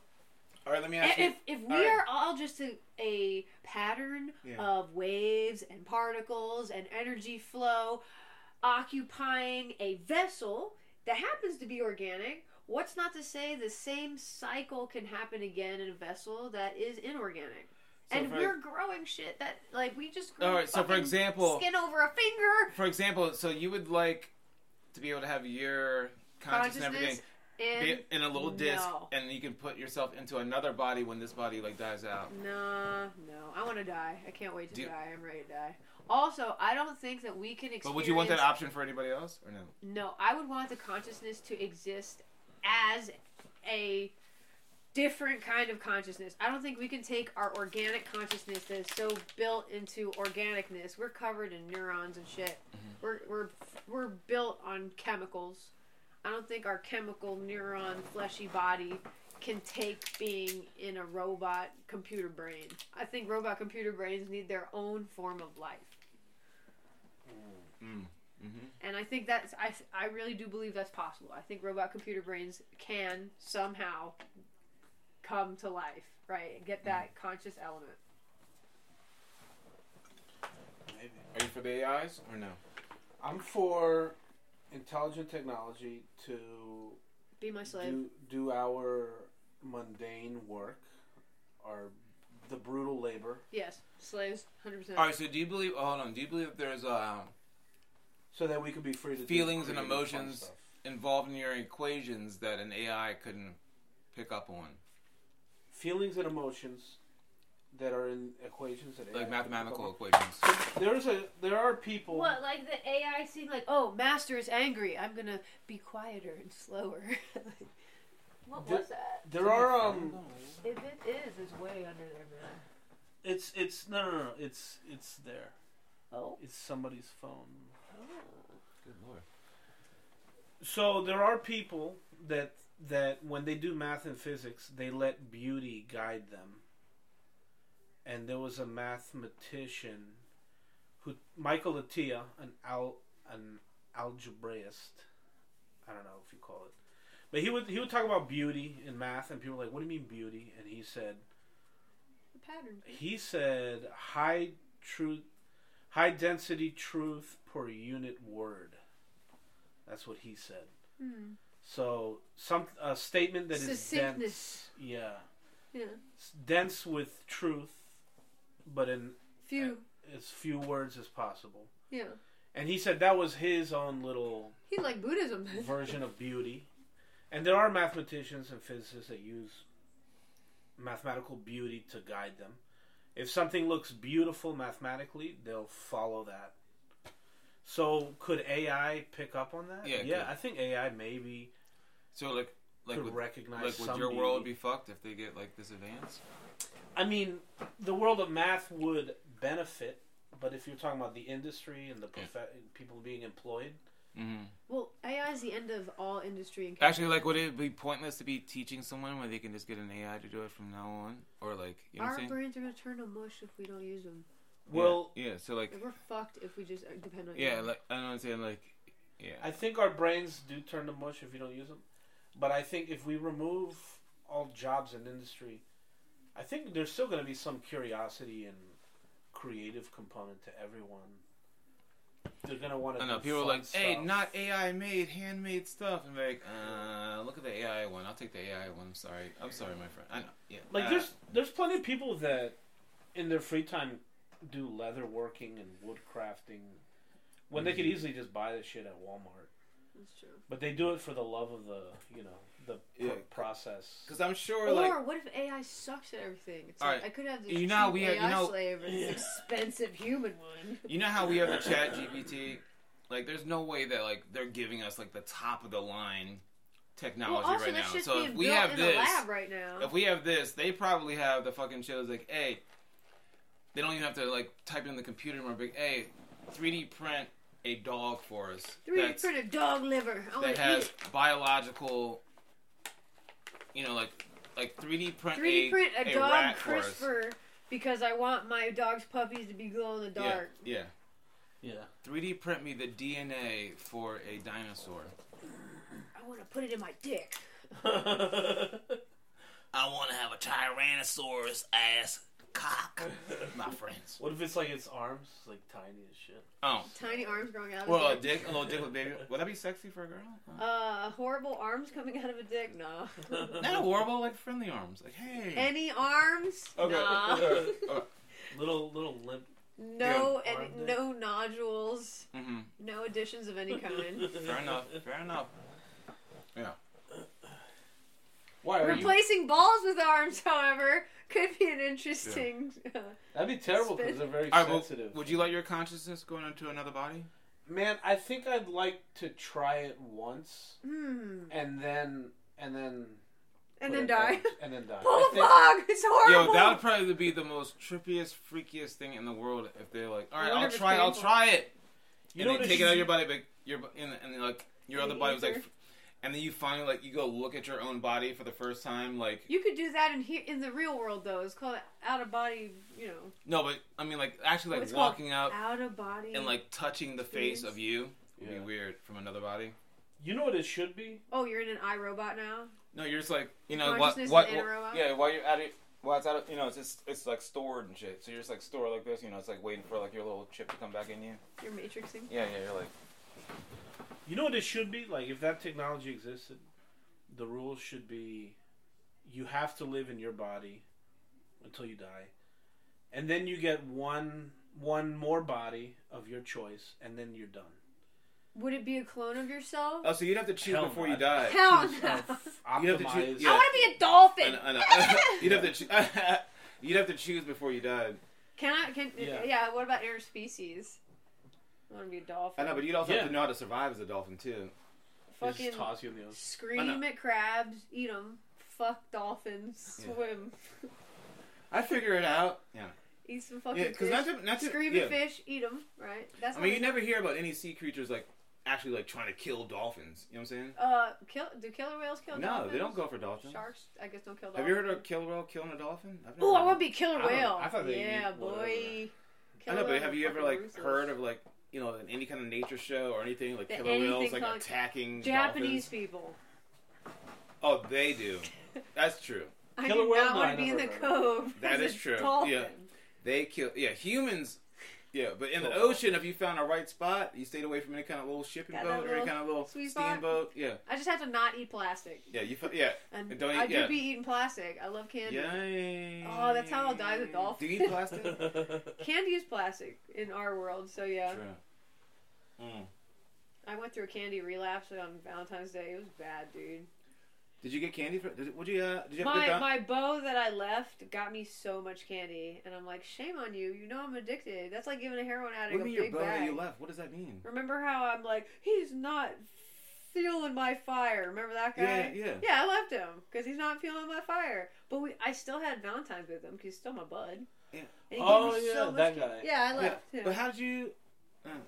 Speaker 2: all right, let me
Speaker 1: if
Speaker 2: ask you.
Speaker 1: if, if we
Speaker 2: all right.
Speaker 1: are all just a, a pattern
Speaker 2: Yeah.
Speaker 1: of waves and particles and energy flow occupying a vessel that happens to be organic, what's not to say the same cycle can happen again in a vessel that is inorganic?
Speaker 2: So
Speaker 1: and
Speaker 2: for-
Speaker 1: we're growing shit that like we just grew
Speaker 2: All right, so for
Speaker 1: fucking
Speaker 2: example-
Speaker 1: skin over a finger
Speaker 2: for example, so you would like to be able to have your conscious and everything
Speaker 1: consciousness and,
Speaker 2: be in a little disc,
Speaker 1: no.
Speaker 2: and you can put yourself into another body when this body like dies out.
Speaker 1: Nah, no. I want to die. I can't wait to
Speaker 2: Do-
Speaker 1: die. I'm ready to die. Also, I don't think that we can experience.
Speaker 2: But would you want that option for anybody else, or no?
Speaker 1: No, I would want the consciousness to exist as a different kind of consciousness. I don't think we can take our organic consciousness that is so built into organicness. We're covered in neurons and shit. We're we're we're built on chemicals. I don't think our chemical neuron fleshy body can take being in a robot computer brain. I think robot computer brains need their own form of life.
Speaker 2: Mm-hmm.
Speaker 1: And I think that's I I really do believe that's possible. I think robot computer brains can somehow come to life, right? And get that conscious element.
Speaker 2: Are you for the AIs or no?
Speaker 3: I'm for intelligent technology to
Speaker 1: Be my slave.
Speaker 3: do, do our mundane work, our the brutal labor,
Speaker 1: Yes, slaves, hundred percent.
Speaker 2: All right. So do you believe? Oh, hold on. Do you believe that there's um,
Speaker 3: so that we can be free to do
Speaker 2: Feelings and
Speaker 3: creative fun
Speaker 2: emotions.
Speaker 3: stuff.
Speaker 2: involved in your equations that an AI couldn't pick up on,
Speaker 3: Feelings and emotions that are in equations that AI
Speaker 2: like
Speaker 3: can
Speaker 2: mathematical
Speaker 3: become-
Speaker 2: equations?
Speaker 3: There's a there are people.
Speaker 1: What like the AI seeing like oh master is angry I'm gonna be quieter and slower. what
Speaker 3: The-
Speaker 1: was that?
Speaker 3: There are um.
Speaker 1: If it is, it's way under there, man.
Speaker 3: It's it's no no no. It's it's there.
Speaker 1: Oh.
Speaker 3: It's somebody's phone.
Speaker 2: Good lord.
Speaker 3: So there are people that that when they do math and physics, they let beauty guide them. And there was a mathematician who Michael Attia, an al an algebraist. I don't know if you call it. But he would he would talk about beauty in math and people were like, What do you mean beauty? And he said
Speaker 1: The pattern.
Speaker 3: he said high truth high density truth per unit word. That's what he said.
Speaker 1: Hmm.
Speaker 3: So some a statement that is dense.
Speaker 1: Succinctness.
Speaker 3: Yeah.
Speaker 1: Yeah.
Speaker 3: It's dense with truth, but in
Speaker 1: Few.
Speaker 3: as few words as possible.
Speaker 1: Yeah.
Speaker 3: And he said that was his own little
Speaker 1: He like Buddhism.
Speaker 3: version of beauty. And there are mathematicians and physicists that use mathematical beauty to guide them. If something looks beautiful mathematically, they'll follow that. So could AI pick up on that?
Speaker 2: Yeah, it
Speaker 3: yeah.
Speaker 2: could.
Speaker 3: I think AI maybe
Speaker 2: So like, like
Speaker 3: could
Speaker 2: with,
Speaker 3: recognize
Speaker 2: like would
Speaker 3: some
Speaker 2: your
Speaker 3: beauty.
Speaker 2: world be fucked if they get like this advanced?
Speaker 3: I mean, the world of math would benefit, but if you're talking about the industry and the prof- people being employed,
Speaker 2: Mm-hmm.
Speaker 1: Well, AI is the end of all industry. And
Speaker 2: Actually, like, would it be pointless to be teaching someone when they can just get an AI to do it from now on? Or like, you know what
Speaker 1: our
Speaker 2: I'm saying?
Speaker 1: brains are gonna turn to mush if we don't use them.
Speaker 3: Well,
Speaker 2: yeah, yeah. So like,
Speaker 1: And we're fucked if we just uh, depend on
Speaker 2: yeah,
Speaker 1: AI.
Speaker 2: like I know what I'm saying. Like, yeah,
Speaker 3: I think our brains do turn to mush if you don't use them. But I think if we remove all jobs and industry, I think there's still going to be some curiosity and creative component to everyone. They're going to want
Speaker 2: I
Speaker 3: to.
Speaker 2: know people are like, "Hey, not AI made, handmade stuff," and they're like, "Uh, look at the AI one. I'll take the AI one. I'm sorry. I'm sorry, my friend. I know. Yeah,
Speaker 3: Like
Speaker 2: uh,
Speaker 3: there's there's plenty of people that in their free time do leather working and wood crafting when they could
Speaker 2: Mm-hmm.
Speaker 3: easily just buy this shit at Walmart.
Speaker 1: That's true.
Speaker 3: But they do it for the love of the you know the pr-
Speaker 2: Yeah.
Speaker 3: process.
Speaker 2: because I'm sure
Speaker 1: Or
Speaker 2: like
Speaker 1: what if AI sucks at everything? It's
Speaker 2: All
Speaker 1: like,
Speaker 2: right.
Speaker 1: I could have this
Speaker 2: You know,
Speaker 1: cheap
Speaker 2: we are- you
Speaker 1: AI
Speaker 2: know-
Speaker 1: slave and this expensive human one.
Speaker 2: you know how we have the Chat GPT. Like, there's no way that like they're giving us like the top of the line
Speaker 1: Well,
Speaker 2: technology
Speaker 1: also
Speaker 2: right
Speaker 1: that's
Speaker 2: now.
Speaker 1: just
Speaker 2: So
Speaker 1: being
Speaker 2: if we
Speaker 1: built
Speaker 2: have
Speaker 1: in
Speaker 2: this,
Speaker 1: a lab right now.
Speaker 2: If we have this, they probably have the fucking shows like, hey, they don't even have to like type it in the computer anymore. Big, hey, 3D print a dog for us.
Speaker 1: Three D
Speaker 2: that's-
Speaker 1: printed dog liver. I want
Speaker 2: that
Speaker 1: to eat
Speaker 2: has
Speaker 1: Oh, it.
Speaker 2: biological, you know, like like 3D print
Speaker 1: 3D
Speaker 2: a,
Speaker 1: print a, dog
Speaker 2: rat for us.
Speaker 1: crisper because I want my dog's puppies to be glow in the
Speaker 2: Yeah,
Speaker 1: dark.
Speaker 2: yeah.
Speaker 3: yeah.
Speaker 2: 3D print me the DNA for a dinosaur.
Speaker 1: I want to put it in my dick.
Speaker 2: I want to have a Tyrannosaurus ass cock, my friends.
Speaker 3: what if it's like its arms, It's, like tiny as shit?
Speaker 2: Oh,
Speaker 1: Tiny arms growing out of
Speaker 2: well, a
Speaker 1: it.
Speaker 2: dick, a little dick with baby. Would that be sexy for a girl?
Speaker 1: Uh, horrible arms coming out of a dick? Nah.
Speaker 2: Not horrible, like friendly arms. Like, hey.
Speaker 1: Any arms?
Speaker 2: Okay.
Speaker 1: Nah.
Speaker 2: Alright.
Speaker 3: little little limp.
Speaker 1: no,
Speaker 3: Yeah,
Speaker 1: and
Speaker 3: arm dick.
Speaker 1: no nodules.
Speaker 2: Mhm.
Speaker 1: No additions of any kind.
Speaker 2: Fair enough. Fair enough. Yeah. Why
Speaker 1: Replacing balls with arms, however, could be an interesting. Uh,
Speaker 3: That'd be terrible
Speaker 1: Spit.
Speaker 3: because they're very
Speaker 2: All right, well,
Speaker 3: sensitive.
Speaker 2: would you let your consciousness go into another body?
Speaker 3: Man, I think I'd like to try it once
Speaker 1: hmm.
Speaker 3: and then and then
Speaker 1: And
Speaker 3: put
Speaker 1: then
Speaker 3: it
Speaker 1: die.
Speaker 3: back- and then die.
Speaker 1: Oh
Speaker 3: I think-
Speaker 1: fuck! It's horrible.
Speaker 2: Yo, that would probably be the most trippiest, freakiest thing in the world if they're like, all
Speaker 1: I
Speaker 2: right,
Speaker 1: wonder
Speaker 2: I'll
Speaker 1: if it's
Speaker 2: try, I'll
Speaker 1: painful."
Speaker 2: try it.
Speaker 3: You
Speaker 2: and
Speaker 3: know
Speaker 2: they
Speaker 3: what
Speaker 2: take
Speaker 3: it
Speaker 2: it out of
Speaker 3: is?
Speaker 2: your body, but your bo- and, and like your
Speaker 1: In
Speaker 2: other
Speaker 1: the
Speaker 2: body was like,
Speaker 1: ether.
Speaker 2: f- and then you finally like you go look at your own body for the first time, like
Speaker 1: You could do that in here in the real world though. It's called out of body. You know,
Speaker 2: no, but I mean like actually
Speaker 1: Oh,
Speaker 2: like
Speaker 1: it's called
Speaker 2: walking out
Speaker 1: out of body.
Speaker 2: and like touching the
Speaker 1: experience.
Speaker 2: face of you would
Speaker 3: Yeah.
Speaker 2: be weird from another body.
Speaker 3: You know what it should be?
Speaker 1: oh, you're in an iRobot now.
Speaker 2: No, you're just like you know what
Speaker 1: Consciousness
Speaker 2: what,
Speaker 1: is in a
Speaker 2: what-
Speaker 1: robot?
Speaker 2: yeah while you're at it while it's out of you know it's just it's like stored and shit. So you're just like stored like this, you know, it's like waiting for like your little chip to come back in you.
Speaker 1: You're matrixing.
Speaker 2: Yeah, yeah, you're like
Speaker 3: You know what it should be? Like if that technology existed, the rules should be you have to live in your body until you die. And then you get one one more body of your choice and then you're done.
Speaker 1: Would it be a clone of yourself?
Speaker 2: Oh, so you'd have to choose
Speaker 3: Hell
Speaker 2: before
Speaker 3: no.
Speaker 2: you die.
Speaker 1: Hell
Speaker 3: Choose
Speaker 1: no.
Speaker 3: of
Speaker 2: You have to choose-
Speaker 3: Optimize.
Speaker 1: I
Speaker 2: yeah.
Speaker 1: want to be a dolphin.
Speaker 2: And, and, you'd have to cho- you'd have to choose before you died.
Speaker 1: can I? Can yeah.
Speaker 3: Yeah.
Speaker 1: What about interspecies? I want to be a dolphin.
Speaker 2: I know, but you'd also have
Speaker 3: Yeah.
Speaker 2: to know how to survive as a dolphin too.
Speaker 3: They just
Speaker 1: Fucking
Speaker 3: toss you in the ocean.
Speaker 2: I
Speaker 1: scream
Speaker 2: know.
Speaker 1: at crabs, eat them. Fuck dolphins,
Speaker 2: Yeah.
Speaker 1: swim,
Speaker 2: I figure it out. Yeah,
Speaker 1: eat some fucking
Speaker 2: yeah,
Speaker 1: fish.
Speaker 2: because not to, not to
Speaker 1: scream
Speaker 2: yeah.
Speaker 1: at fish, eat them. Right? That's
Speaker 2: I
Speaker 1: how
Speaker 2: mean,
Speaker 1: they-
Speaker 2: you never hear about any sea creatures like actually like trying to kill dolphins. You know what I'm saying?
Speaker 1: Uh, kill? Do killer whales kill dolphins?
Speaker 2: No, they don't go for dolphins.
Speaker 1: Sharks, I guess, don't kill dolphins.
Speaker 2: Have you heard of a killer whale killing a dolphin? I've never
Speaker 1: Oh, I
Speaker 2: heard
Speaker 1: want to be killer
Speaker 3: I don't-
Speaker 1: whale.
Speaker 3: I thought they
Speaker 1: yeah,
Speaker 3: eat whatever.
Speaker 1: boy.
Speaker 2: I know, but have you ever
Speaker 1: fucking
Speaker 2: like
Speaker 1: ruthless.
Speaker 2: heard of like you know in any kind of nature show or anything like
Speaker 1: That
Speaker 2: killer whales
Speaker 1: anything
Speaker 2: like
Speaker 1: called-
Speaker 2: attacking
Speaker 1: Japanese
Speaker 2: dolphins?
Speaker 1: people?
Speaker 2: Oh, they do. That's true.
Speaker 1: I
Speaker 3: Killer
Speaker 1: do
Speaker 3: whale?
Speaker 1: not
Speaker 3: No,
Speaker 1: want
Speaker 3: I
Speaker 1: to be in
Speaker 3: never
Speaker 1: the
Speaker 3: heard of
Speaker 1: cove.
Speaker 2: That
Speaker 1: as
Speaker 2: is
Speaker 1: a
Speaker 2: true.
Speaker 1: dolphin.
Speaker 2: Yeah. They kill. Yeah, humans. Yeah, but in the
Speaker 3: Kill
Speaker 2: ocean, if you found a right spot, you stayed away from any kind of little shipping
Speaker 1: Got that
Speaker 2: boat or any
Speaker 1: little
Speaker 2: kind of little
Speaker 1: sweet spot?
Speaker 2: steamboat. Yeah,
Speaker 1: I just have to not eat plastic.
Speaker 2: yeah, you. fi- Yeah,
Speaker 1: And
Speaker 2: And don't
Speaker 1: I
Speaker 2: eat-
Speaker 1: do
Speaker 2: yeah.
Speaker 1: be eating plastic. I love candy.
Speaker 2: Yay.
Speaker 1: Oh, that's how I'll die as a dolphin.
Speaker 2: Do you eat plastic? True.
Speaker 1: Candy is plastic in our world, so yeah.
Speaker 2: Mm.
Speaker 1: I went through a candy relapse on Valentine's Day. It was bad, dude.
Speaker 2: Did you get candy for? Did, would you? Uh, did you have a good
Speaker 1: My
Speaker 2: time?
Speaker 1: my beau that I left got me so much candy, and I'm like, shame on you. You know I'm addicted. That's like giving a heroin
Speaker 2: what
Speaker 1: addict
Speaker 2: do you
Speaker 1: a
Speaker 2: mean
Speaker 1: big
Speaker 2: your bow
Speaker 1: bag.
Speaker 2: that you left? What does that mean?
Speaker 1: Remember how I'm like, he's not feeling my fire. Remember that guy?
Speaker 2: Yeah, yeah.
Speaker 1: Yeah, I left him because he's not feeling my fire. But we, I still had Valentine's with him because he's still my bud.
Speaker 2: Yeah.
Speaker 1: And he gave
Speaker 3: Oh
Speaker 1: me
Speaker 3: yeah,
Speaker 1: so much
Speaker 3: that
Speaker 1: ca-
Speaker 3: guy.
Speaker 1: Yeah, I
Speaker 2: Yeah,
Speaker 1: left him.
Speaker 2: But how did you?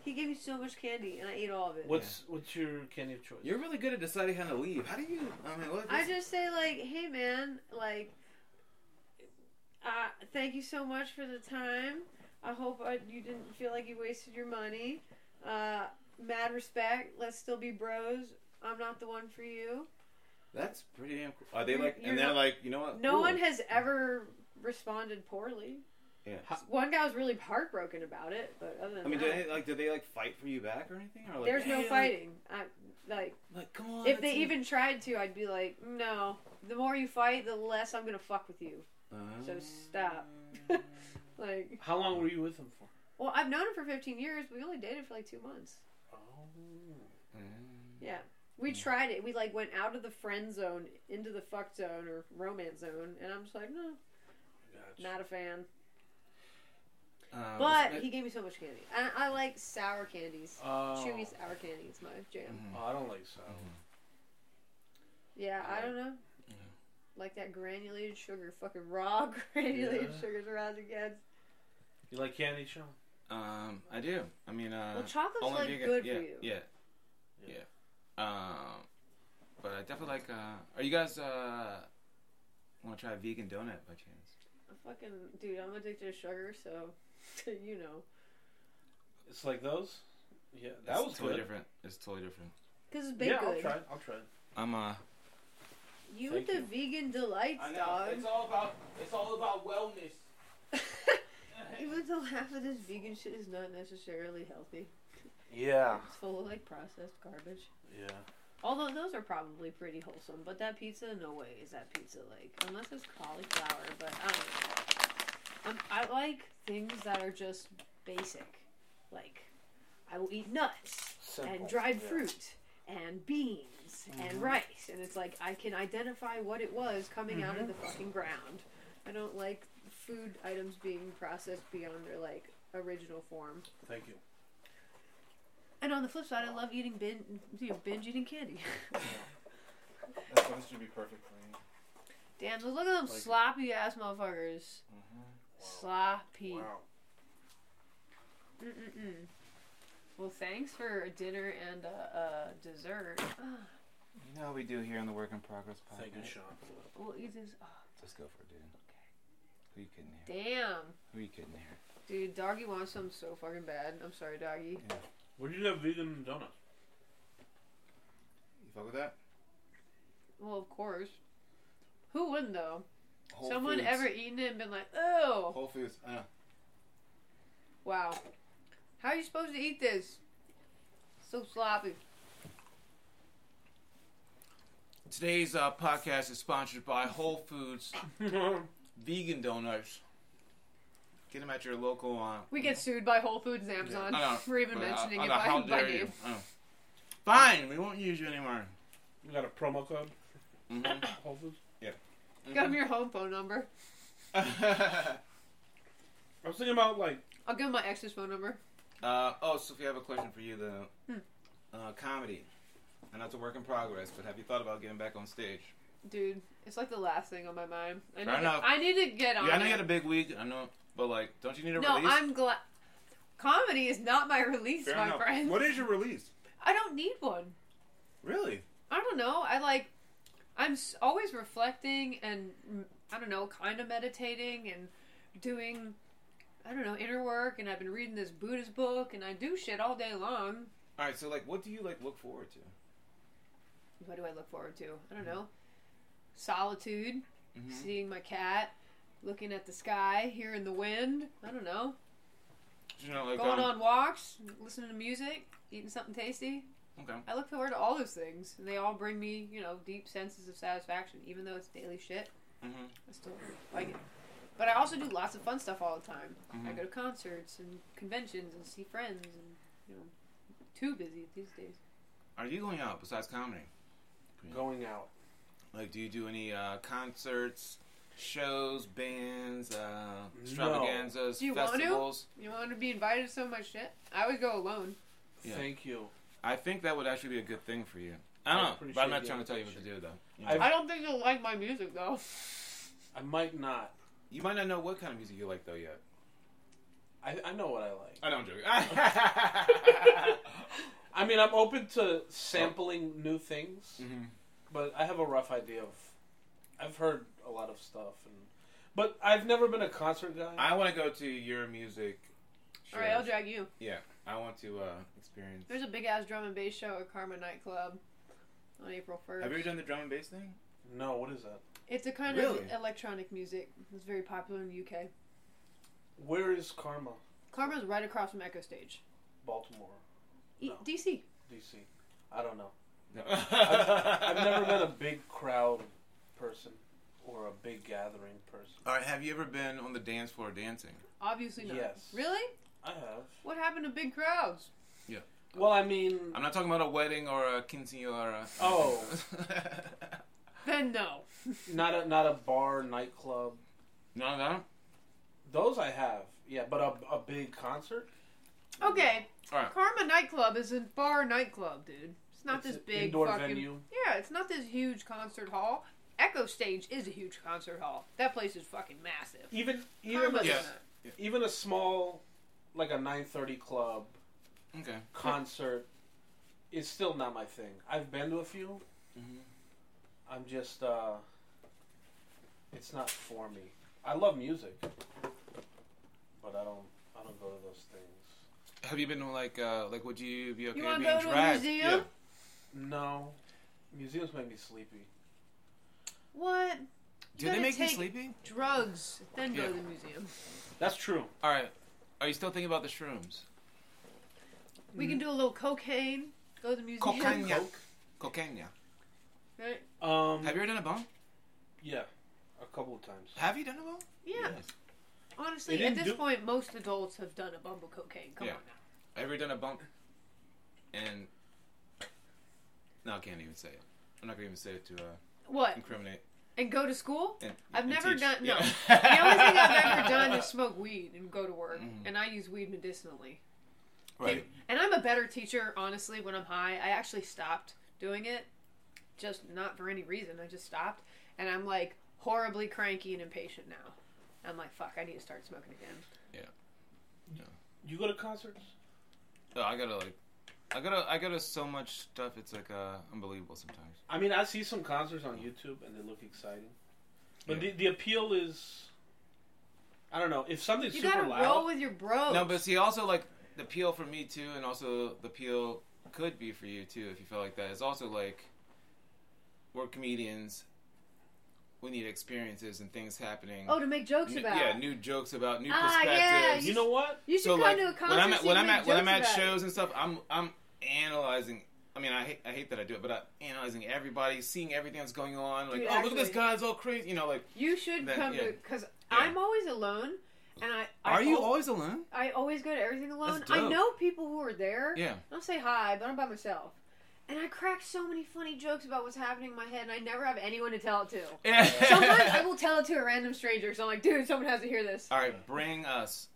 Speaker 1: He gave me so much candy, and I ate all of it.
Speaker 3: What's what's your candy of choice?
Speaker 2: You're really good at deciding how to leave. How do you? I mean, what?
Speaker 1: I just say like, hey man, like, uh, thank you so much for the time. I hope uh you didn't feel like you wasted your money. Uh, mad respect. Let's still be bros. I'm not the one for you.
Speaker 2: that's pretty damn cool. Are they
Speaker 1: You're-
Speaker 2: like?
Speaker 1: you're
Speaker 2: And they're
Speaker 1: not-
Speaker 2: like, you know what?
Speaker 1: No
Speaker 2: Cool.
Speaker 1: one has ever responded poorly.
Speaker 2: Yeah.
Speaker 1: One guy was really heartbroken about it, but other than
Speaker 2: I mean,
Speaker 1: that,
Speaker 2: did they like? Did they like fight for you back or anything? Or like,
Speaker 1: there's
Speaker 2: "Hey,
Speaker 1: no
Speaker 2: like-
Speaker 1: fighting. I, like,
Speaker 2: Like, come on.
Speaker 1: if they
Speaker 2: that's a-"
Speaker 1: even tried to, I'd be like, no. The more you fight, the less I'm gonna fuck with you.
Speaker 2: Uh,
Speaker 1: So stop. like,
Speaker 3: How long were you with him for?
Speaker 1: well, I've known him for 15 years. We only dated for like two months.
Speaker 3: Oh.
Speaker 2: Mm.
Speaker 1: Yeah. We tried it. We like went out of the friend zone into the fuck zone or romance zone, and I'm just like, no,
Speaker 3: Gotcha.
Speaker 1: not a fan.
Speaker 2: Uh,
Speaker 1: But
Speaker 2: was-
Speaker 1: he gave me so much candy. I, I like sour candies.
Speaker 3: Oh.
Speaker 1: Chewy sour candy is my jam.
Speaker 2: Mm-hmm.
Speaker 3: Oh, I don't like sour.
Speaker 1: Yeah, I don't know. Like that granulated sugar, fucking raw granulated
Speaker 3: Yeah.
Speaker 1: sugars around the kids.
Speaker 3: You like candy, Sean?
Speaker 2: um, I do. I mean, uh,
Speaker 1: Well, chocolate's
Speaker 2: only
Speaker 1: like
Speaker 2: vegan-
Speaker 1: good
Speaker 2: yeah,
Speaker 1: for you.
Speaker 2: Yeah, yeah. Um, but I definitely like. Uh, are you guys uh, want to try a vegan donut by chance?
Speaker 1: I'm fucking dude, I'm addicted to sugar, so you know.
Speaker 3: It's like those. Yeah, that
Speaker 2: It's
Speaker 3: was
Speaker 2: totally
Speaker 3: good.
Speaker 2: different. It's totally different.
Speaker 1: Because it's baked
Speaker 3: Yeah, I'll
Speaker 1: good.
Speaker 3: try. it. I'll try. it.
Speaker 2: I'm uh.
Speaker 1: You
Speaker 3: Thank
Speaker 1: with the vegan delights, dog.
Speaker 4: all about it's all about wellness.
Speaker 1: Even though half of this vegan shit is not necessarily healthy.
Speaker 3: Yeah.
Speaker 1: It's full of like processed garbage.
Speaker 3: Yeah.
Speaker 1: Although those are probably pretty wholesome, but that pizza, no way is that pizza like unless it's cauliflower. But I don't know. Um, i I like things that are just basic. Like I will eat nuts and dried fruit and beans
Speaker 3: Mm-hmm.
Speaker 1: and rice, and it's like I can identify what it was coming out
Speaker 3: Mm-hmm.
Speaker 1: of the fucking ground. I don't like food items being processed beyond their like original form.
Speaker 3: Thank you.
Speaker 1: And on the flip side, I love eating bin, you know, binge eating candy.
Speaker 4: That's why this should be perfect for me.
Speaker 1: Damn, look at them
Speaker 3: Like-
Speaker 1: sloppy ass motherfuckers. Sloppy.
Speaker 3: Wow.
Speaker 1: Mm-mm-mm. Well, thanks for dinner and uh, uh, dessert. Ah,
Speaker 2: You know how we do here on the Work in Progress podcast.
Speaker 3: Thank you, Sean.
Speaker 1: we'll eat this. Oh,
Speaker 2: Just go for it, dude. Who you kidding here?
Speaker 1: damn.
Speaker 2: Who you kidding here?
Speaker 1: Dude, doggy wants some so fucking bad. I'm sorry, doggy.
Speaker 3: Where do you have vegan donuts?
Speaker 4: You fuck with that?
Speaker 1: Well, of course. Who wouldn't though?
Speaker 4: Whole
Speaker 1: Someone
Speaker 4: Foods.
Speaker 1: ever eaten it and been like, oh,
Speaker 4: Whole Foods. I know.
Speaker 1: wow. How are you supposed to eat this? So sloppy.
Speaker 2: Today's uh, podcast is sponsored by Whole Foods
Speaker 3: Why
Speaker 2: Vegan Donuts. Get them at your local. Uh,
Speaker 1: We get sued by Whole Foods and Amazon
Speaker 2: I know,
Speaker 1: for even
Speaker 2: but, uh,
Speaker 1: mentioning
Speaker 2: I
Speaker 1: it
Speaker 2: know, how
Speaker 1: by, by
Speaker 2: dare you.
Speaker 1: name.
Speaker 2: I know. Fine, we won't use you anymore.
Speaker 3: You got a promo code?
Speaker 2: Mhm.
Speaker 3: Whole Foods?
Speaker 1: Got
Speaker 2: mm-hmm.
Speaker 1: him your home phone number.
Speaker 3: I was thinking about like
Speaker 1: I'll give him my ex's phone number.
Speaker 2: Uh, oh, Sophie, I have a question for you, though.
Speaker 1: Hmm.
Speaker 2: Uh, comedy. I know it's a work in progress, but have you thought about getting back on stage?
Speaker 1: Dude, it's like the last thing on my mind. I need,
Speaker 2: Fair enough.
Speaker 1: To, I need to get on.
Speaker 2: Yeah, I know you
Speaker 1: it.
Speaker 2: had a big week. I know, but like, don't you need a
Speaker 1: no,
Speaker 2: release?
Speaker 1: I'm glad. Comedy is not my release, my friend.
Speaker 2: What is your release?
Speaker 1: I don't need one.
Speaker 2: Really?
Speaker 1: I don't know. I like. I'm s- always reflecting and mm, I don't know, kind of meditating and doing, I don't know, inner work. And I've been reading this Buddhist book, and I do shit all day long.
Speaker 2: All right. So like, what do you like look forward to?
Speaker 1: What do I look forward to? I
Speaker 2: Mm-hmm.
Speaker 1: don't know. Solitude.
Speaker 2: Mhm.
Speaker 1: seeing my cat, looking at the sky, hearing the wind. I don't know.
Speaker 2: You know, like
Speaker 1: Going
Speaker 2: um,
Speaker 1: on walks, listening to music, eating something tasty.
Speaker 2: Okay.
Speaker 1: I look forward to all those things, and they all bring me, you know, deep senses of satisfaction. Even though it's daily shit,
Speaker 2: Mhm.
Speaker 1: I still like it. But I also do lots of fun stuff all the time. I
Speaker 2: Mhm.
Speaker 1: go to concerts and conventions and see friends, and you know, too busy these days.
Speaker 2: Are you going out besides comedy?
Speaker 3: going out.
Speaker 2: Like, do you do any uh, concerts, shows, bands, uh, extravaganzas,
Speaker 1: Do you want to?
Speaker 2: festivals?
Speaker 1: You want to be invited to so much shit? I would go alone.
Speaker 2: Yeah.
Speaker 3: Thank you.
Speaker 2: I think that would actually be a good thing for you. I don't
Speaker 3: I
Speaker 2: know, but I'm
Speaker 3: appreciate
Speaker 2: not
Speaker 3: the
Speaker 2: trying to tell you what to do though. You, know?
Speaker 3: I've-
Speaker 1: I don't think you'll like my music though.
Speaker 3: I might not.
Speaker 2: You might not know what kind of music you like though yet.
Speaker 3: I, I know what I like.
Speaker 2: I don't joke.
Speaker 3: I mean, I'm open to sampling new things,
Speaker 2: Mhm.
Speaker 3: but I have a rough idea of. I've heard a lot of stuff, and but I've never been a concert guy.
Speaker 2: I want to go to your music.
Speaker 1: All right, I'll
Speaker 2: shows.
Speaker 1: drag you.
Speaker 2: Yeah, I want to uh, experience.
Speaker 1: There's a big ass drum and bass show at Karma Nightclub on April 1st.
Speaker 2: Have you ever done the drum and bass thing?
Speaker 3: no, what is that?
Speaker 1: It's a kind
Speaker 2: Really?
Speaker 1: of electronic music. It's very popular in the UK.
Speaker 3: Where is Karma?
Speaker 1: Karma's right across from Echo Stage.
Speaker 3: Baltimore,
Speaker 1: E-
Speaker 3: No.
Speaker 1: DC.
Speaker 3: DC. I don't know.
Speaker 2: No.
Speaker 3: I've never been a big crowd person or a big gathering person.
Speaker 2: All right, have you ever been on the dance floor dancing?
Speaker 1: Obviously not.
Speaker 3: Yes.
Speaker 1: Really?
Speaker 3: I have.
Speaker 1: What happened to big crowds?
Speaker 3: Well, I mean,
Speaker 2: I'm not talking about a wedding or a quinceanera.
Speaker 3: Oh.
Speaker 1: Then no.
Speaker 3: not a not a bar nightclub.
Speaker 2: no, no.
Speaker 3: Those I have. Yeah, but a, a big concert.
Speaker 2: Oh,
Speaker 1: Okay.
Speaker 2: Alright.
Speaker 1: Karma Nightclub is a bar nightclub, dude. It's not
Speaker 3: It's
Speaker 1: this
Speaker 3: an
Speaker 1: big
Speaker 3: indoor
Speaker 1: fucking.
Speaker 3: venue.
Speaker 1: Yeah, it's not this huge concert hall. Echo Stage is a huge concert hall. That place is fucking massive.
Speaker 3: Even even
Speaker 1: Karma's
Speaker 3: a,
Speaker 2: Yeah.
Speaker 1: not.
Speaker 3: even a small like a 9:30 club
Speaker 2: Okay.
Speaker 3: concert is still not my thing. I've been to a few.
Speaker 2: Mhm.
Speaker 3: I'm just uh it's not for me. I love music, but I don't I don't go to those things.
Speaker 2: Have you been to like uh like would you be okay
Speaker 1: wanna
Speaker 2: being
Speaker 1: go to a
Speaker 2: dragged?
Speaker 1: museum?
Speaker 2: Yeah.
Speaker 3: No. Museums make me sleepy.
Speaker 1: What?
Speaker 2: Do
Speaker 1: You
Speaker 2: they
Speaker 1: gotta
Speaker 2: make
Speaker 1: take-
Speaker 2: you sleepy?
Speaker 1: Drugs. Then go
Speaker 2: Yeah.
Speaker 1: to the museum.
Speaker 3: That's true.
Speaker 2: All right. Are you still thinking about the shrooms?
Speaker 1: We can do a little cocaine. Go to the museum.
Speaker 2: Cocaine. Cocaine. yeah.
Speaker 1: Right?
Speaker 3: Um
Speaker 2: Have you ever done a bong?
Speaker 3: yeah, a couple of times.
Speaker 2: Have you done a bong?
Speaker 1: Yeah.
Speaker 2: Yes.
Speaker 1: Honestly,
Speaker 3: They
Speaker 1: at
Speaker 3: didn't
Speaker 1: this
Speaker 3: do-
Speaker 1: point, most adults have done a bumble cocaine. Come
Speaker 2: Yeah.
Speaker 1: on now.
Speaker 2: Have you ever done a bong? And no, I can't even say it. I'm not gonna even say it to uh,
Speaker 1: What?
Speaker 2: incriminate.
Speaker 1: And go to school?
Speaker 2: And,
Speaker 1: I've
Speaker 2: and
Speaker 1: never
Speaker 2: teach.
Speaker 1: done- no.
Speaker 2: Yeah.
Speaker 1: the only thing I've ever done is smoke weed and go to work,
Speaker 2: Mhm.
Speaker 1: and I use weed medicinally.
Speaker 2: Right.
Speaker 1: And I'm a better teacher, honestly. When I'm high, I actually stopped doing it, just not for any reason. I just stopped, and I'm like horribly cranky and impatient now. I'm like, fuck, I need to start smoking again.
Speaker 3: You go to concerts?
Speaker 2: Oh, I gotta like, I gotta, I gotta so much stuff. It's like uh, unbelievable sometimes.
Speaker 3: I mean, I see some concerts on YouTube and they look exciting, but
Speaker 2: Yeah.
Speaker 3: the, the appeal is, I don't know, if something's
Speaker 1: You
Speaker 3: super
Speaker 1: gotta roll
Speaker 3: loud.
Speaker 1: with your bros.
Speaker 2: No, but see, also like the peel for me too, and also the peel could be for you too if you feel like that. It's also like we're comedians. We need experiences and things happening.
Speaker 1: oh, to make jokes
Speaker 2: New-
Speaker 1: about.
Speaker 2: Yeah, new jokes about new
Speaker 1: Ah, yeah,
Speaker 2: perspectives.
Speaker 3: you know what?
Speaker 1: you should
Speaker 2: so
Speaker 1: come
Speaker 2: like
Speaker 1: to a concert.
Speaker 2: when I'm at
Speaker 1: so you
Speaker 2: when I'm
Speaker 1: make
Speaker 2: at when I'm at
Speaker 1: jokes about it.
Speaker 2: shows and stuff, I'm I'm analyzing. I mean, I hate, I hate that I do it, but I'm analyzing everybody, seeing everything that's going on. Like,
Speaker 1: Dude,
Speaker 2: oh, look at this
Speaker 1: actually-
Speaker 2: guy's all crazy. You know, like,
Speaker 1: You should
Speaker 2: Then,
Speaker 1: come
Speaker 2: yeah.
Speaker 1: to because I'm always alone, and I, I
Speaker 2: are you
Speaker 1: al-
Speaker 2: always alone?
Speaker 1: I always go to everything alone.
Speaker 2: That's
Speaker 1: I
Speaker 2: dope.
Speaker 1: know people who are there.
Speaker 2: Yeah.
Speaker 1: I don't say hi, but I'm by myself. And I crack so many funny jokes about what's happening in my head, and I never have anyone to tell it to. Sometimes I will tell it to a random stranger, so I'm like, dude, someone has to hear this.
Speaker 2: All right, bring us.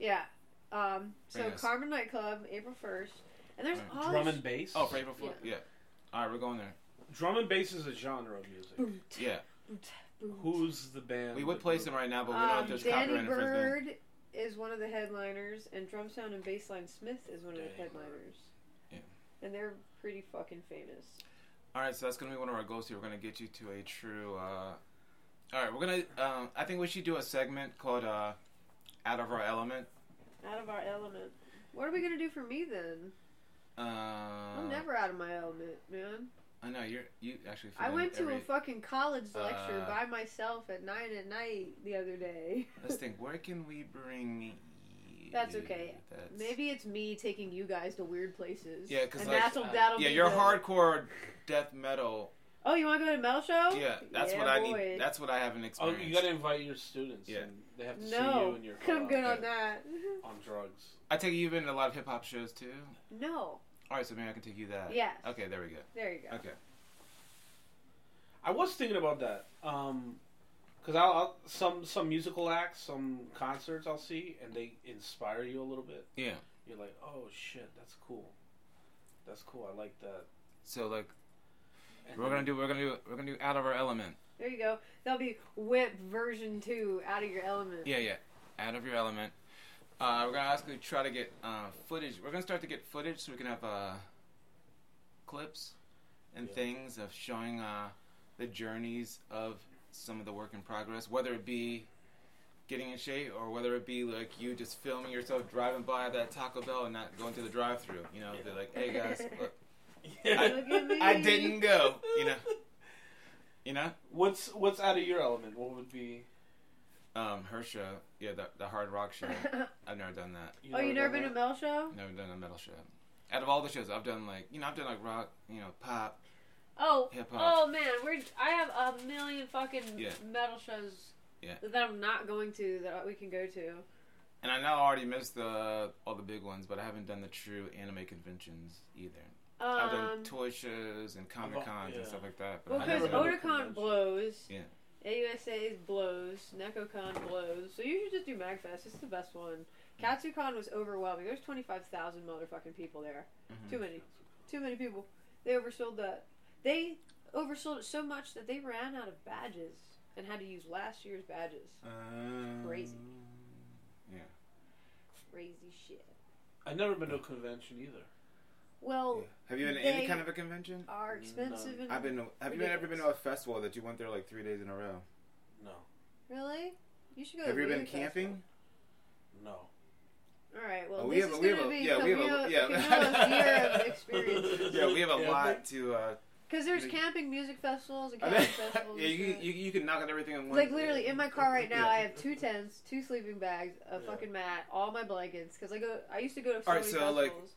Speaker 1: Yeah. Um, so
Speaker 2: Yes.
Speaker 1: Carmen Nightclub, April 1st. And there's
Speaker 2: Right.
Speaker 1: all
Speaker 3: Drum
Speaker 1: this-
Speaker 3: and bass.
Speaker 2: Oh, for April Fool. Yeah. All right, we're going there.
Speaker 3: Drum and bass is a genre of music.
Speaker 1: Boom, t-
Speaker 2: Yeah,
Speaker 1: boom, t- boom.
Speaker 3: Who's the band?
Speaker 2: we would play some right now, but we know
Speaker 1: Um,
Speaker 2: if there's copyright
Speaker 1: Danny
Speaker 2: infringement.
Speaker 1: Bird is one of the headliners, and Drum Sound and Bassline Smith is one of the
Speaker 3: Danny Bird.
Speaker 1: headliners.
Speaker 2: Yeah.
Speaker 1: And they're pretty fucking famous.
Speaker 2: All right, so that's gonna be one of our goals here. We're gonna get you to a true. uh All right, we're gonna. Um, I think we should do a segment called uh "Out of Our Element."
Speaker 1: Out of our element. What are we gonna do for me then? Oh,
Speaker 2: Uh,
Speaker 1: I'm never out of my element, man.
Speaker 2: I know you're. You actually. fit
Speaker 1: I
Speaker 2: in
Speaker 1: went to a
Speaker 2: every-
Speaker 1: fucking college lecture
Speaker 2: Uh,
Speaker 1: by myself at nine at night the other day.
Speaker 2: Let's think. Where can we bring? you?
Speaker 1: That's okay.
Speaker 2: That's-
Speaker 1: Maybe it's me taking you guys to weird places.
Speaker 2: Yeah, 'cause
Speaker 1: and
Speaker 2: like- uh,
Speaker 1: that'll that'll
Speaker 2: Yeah,
Speaker 1: be
Speaker 2: you're
Speaker 1: the-
Speaker 2: hardcore death metal.
Speaker 1: Oh, you want to go to Mel show?
Speaker 2: Yeah, that's
Speaker 1: Yeah,
Speaker 2: what I
Speaker 1: boy.
Speaker 2: need. That's what I haven't
Speaker 3: Oh,
Speaker 2: experienced.
Speaker 3: you gotta invite your students.
Speaker 2: Yeah.
Speaker 3: And they have to see you
Speaker 1: No,
Speaker 3: and your
Speaker 1: I'm good
Speaker 2: Yeah.
Speaker 1: on that.
Speaker 3: on drugs.
Speaker 2: I take it you've been to a lot of hip hop shows too.
Speaker 1: No,
Speaker 2: All right, so maybe I can take you that.
Speaker 1: Yes.
Speaker 2: Okay, there we go.
Speaker 1: there you go.
Speaker 2: Okay.
Speaker 3: I was thinking about that. Um, because I'll, I'll some some musical acts, some concerts I'll see, and they inspire you a little bit.
Speaker 2: Yeah.
Speaker 3: You're like, oh shit, that's cool. That's cool. I like that.
Speaker 2: So like,
Speaker 3: And
Speaker 2: we're gonna do. We're gonna do. We're gonna do out of our element.
Speaker 1: There you go. That'll be Whip version two, out of your element.
Speaker 2: Yeah, yeah. Out of your element. Uh, we're gonna ask you to try to get uh, footage. We're gonna start to get footage so we can have uh, clips and
Speaker 3: Yeah.
Speaker 2: things of showing uh, the journeys of some of the work in progress, whether it be getting in shape or whether it be like you just filming yourself driving by that Taco Bell and not going through the drive-through. You know, they're like, "Hey guys, look, I-
Speaker 1: Look at me.
Speaker 2: I didn't go." You know, you know.
Speaker 3: What's what's out of your element? What would be?
Speaker 2: Um, her show, yeah, the, the hard rock show. I've never done that.
Speaker 1: oh, you never been to
Speaker 3: done
Speaker 1: Mel show?
Speaker 2: Never done a metal show. Out of all the shows I've done, like you know, I've done like rock, you know, pop.
Speaker 1: Oh,
Speaker 2: Hip hop.
Speaker 1: oh man, we're I have a million fucking
Speaker 2: Yeah.
Speaker 1: metal shows
Speaker 2: Yeah.
Speaker 1: that I'm not going to that we can go to.
Speaker 2: And I know I already missed the all the big ones, but I haven't done the true anime conventions either. I've
Speaker 1: Um,
Speaker 2: done toy shows and comic cons
Speaker 3: yeah.
Speaker 2: and stuff like that. But
Speaker 1: well,
Speaker 2: I
Speaker 1: because
Speaker 2: haven't
Speaker 3: never
Speaker 2: done-
Speaker 3: been to a
Speaker 1: Otakon
Speaker 3: convention.
Speaker 1: blows.
Speaker 2: Yeah.
Speaker 1: AUSA's blows. NecoCon blows. So you should just do MagFest. It's the best one.
Speaker 2: Hmm.
Speaker 1: KatsuCon was overwhelming. There's 25,000 motherfucking people there.
Speaker 2: Mhm.
Speaker 1: Too many. Too many people. They oversold that. They oversold it so much that they ran out of badges and had to use last year's badges.
Speaker 2: Um,
Speaker 1: Crazy.
Speaker 2: Yeah.
Speaker 1: Crazy shit.
Speaker 3: I've never been to a convention either.
Speaker 1: Well,
Speaker 2: Have you been to
Speaker 1: They-
Speaker 2: any kind of a convention?
Speaker 1: are expensive and
Speaker 2: I've been. To, have you ever been to a festival that you went there like three days in a row?
Speaker 3: No,
Speaker 1: really. You should go.
Speaker 2: Have
Speaker 1: to
Speaker 2: you
Speaker 1: Weird
Speaker 2: been
Speaker 1: Festival.
Speaker 2: camping?
Speaker 3: no.
Speaker 1: All right. Well,
Speaker 2: Oh, we
Speaker 1: this
Speaker 2: have a-
Speaker 1: is
Speaker 2: we have
Speaker 1: going to
Speaker 2: a-
Speaker 1: be
Speaker 2: yeah, we have a-
Speaker 1: Camilo,
Speaker 2: yeah.
Speaker 1: Camilo's year of experiences.
Speaker 2: Yeah, we have a
Speaker 3: Yeah,
Speaker 2: lot to. uh
Speaker 1: Because there's
Speaker 2: Big-
Speaker 1: camping music festivals and
Speaker 2: yeah,
Speaker 1: camping festivals.
Speaker 2: you,
Speaker 1: and-
Speaker 2: you you can knock out everything in one.
Speaker 1: like literally in my car right now,
Speaker 2: Yeah.
Speaker 1: I have two tents, two sleeping bags, a
Speaker 3: Yeah.
Speaker 1: fucking mat, all my blankets. Because I go, I used to go to so
Speaker 2: All right,
Speaker 1: many
Speaker 2: so, like-
Speaker 1: festivals.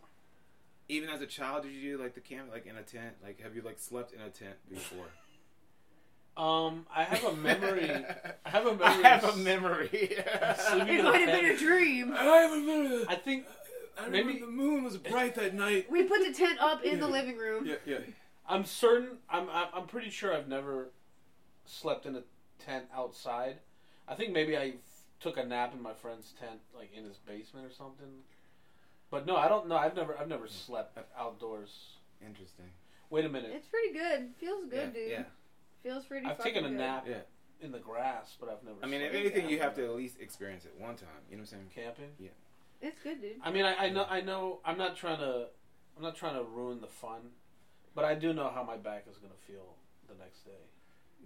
Speaker 2: even as a child did you do like the camp like in a tent like have you like slept in a tent before
Speaker 3: Um, I have a memory. I have a memory.
Speaker 2: i have
Speaker 3: of
Speaker 2: a memory
Speaker 3: sleeping
Speaker 1: it
Speaker 3: in a
Speaker 1: might have been
Speaker 3: tent.
Speaker 1: a dream.
Speaker 2: have a memory
Speaker 3: I think
Speaker 2: I
Speaker 3: remember Maybe- the
Speaker 2: moon was bright that night
Speaker 1: We put the tent up in the
Speaker 2: Yeah.
Speaker 1: living room.
Speaker 2: yeah yeah
Speaker 3: I'm certain. I'm I'm I'm pretty sure I've never slept in a tent outside. I think maybe I f- took a nap in my friend's tent, like in his basement or something. But no, I don't know. I've never I've never slept outdoors.
Speaker 2: interesting
Speaker 3: Wait a minute.
Speaker 1: It's pretty good. Feels good,
Speaker 2: yeah,
Speaker 1: dude.
Speaker 2: yeah
Speaker 1: Feels pretty.
Speaker 3: I've
Speaker 1: fucking
Speaker 3: taken a
Speaker 1: good.
Speaker 3: nap
Speaker 2: Yeah.
Speaker 3: in the grass, but I've never.
Speaker 2: i mean if
Speaker 3: slept
Speaker 2: anything you
Speaker 3: out.
Speaker 2: have to at least experience it one time you know what i'm saying
Speaker 3: camping.
Speaker 1: It's good, dude.
Speaker 3: I mean, I, I know, I know. I'm not trying to, I'm not trying to ruin the fun, but I do know how my back is gonna feel the next day.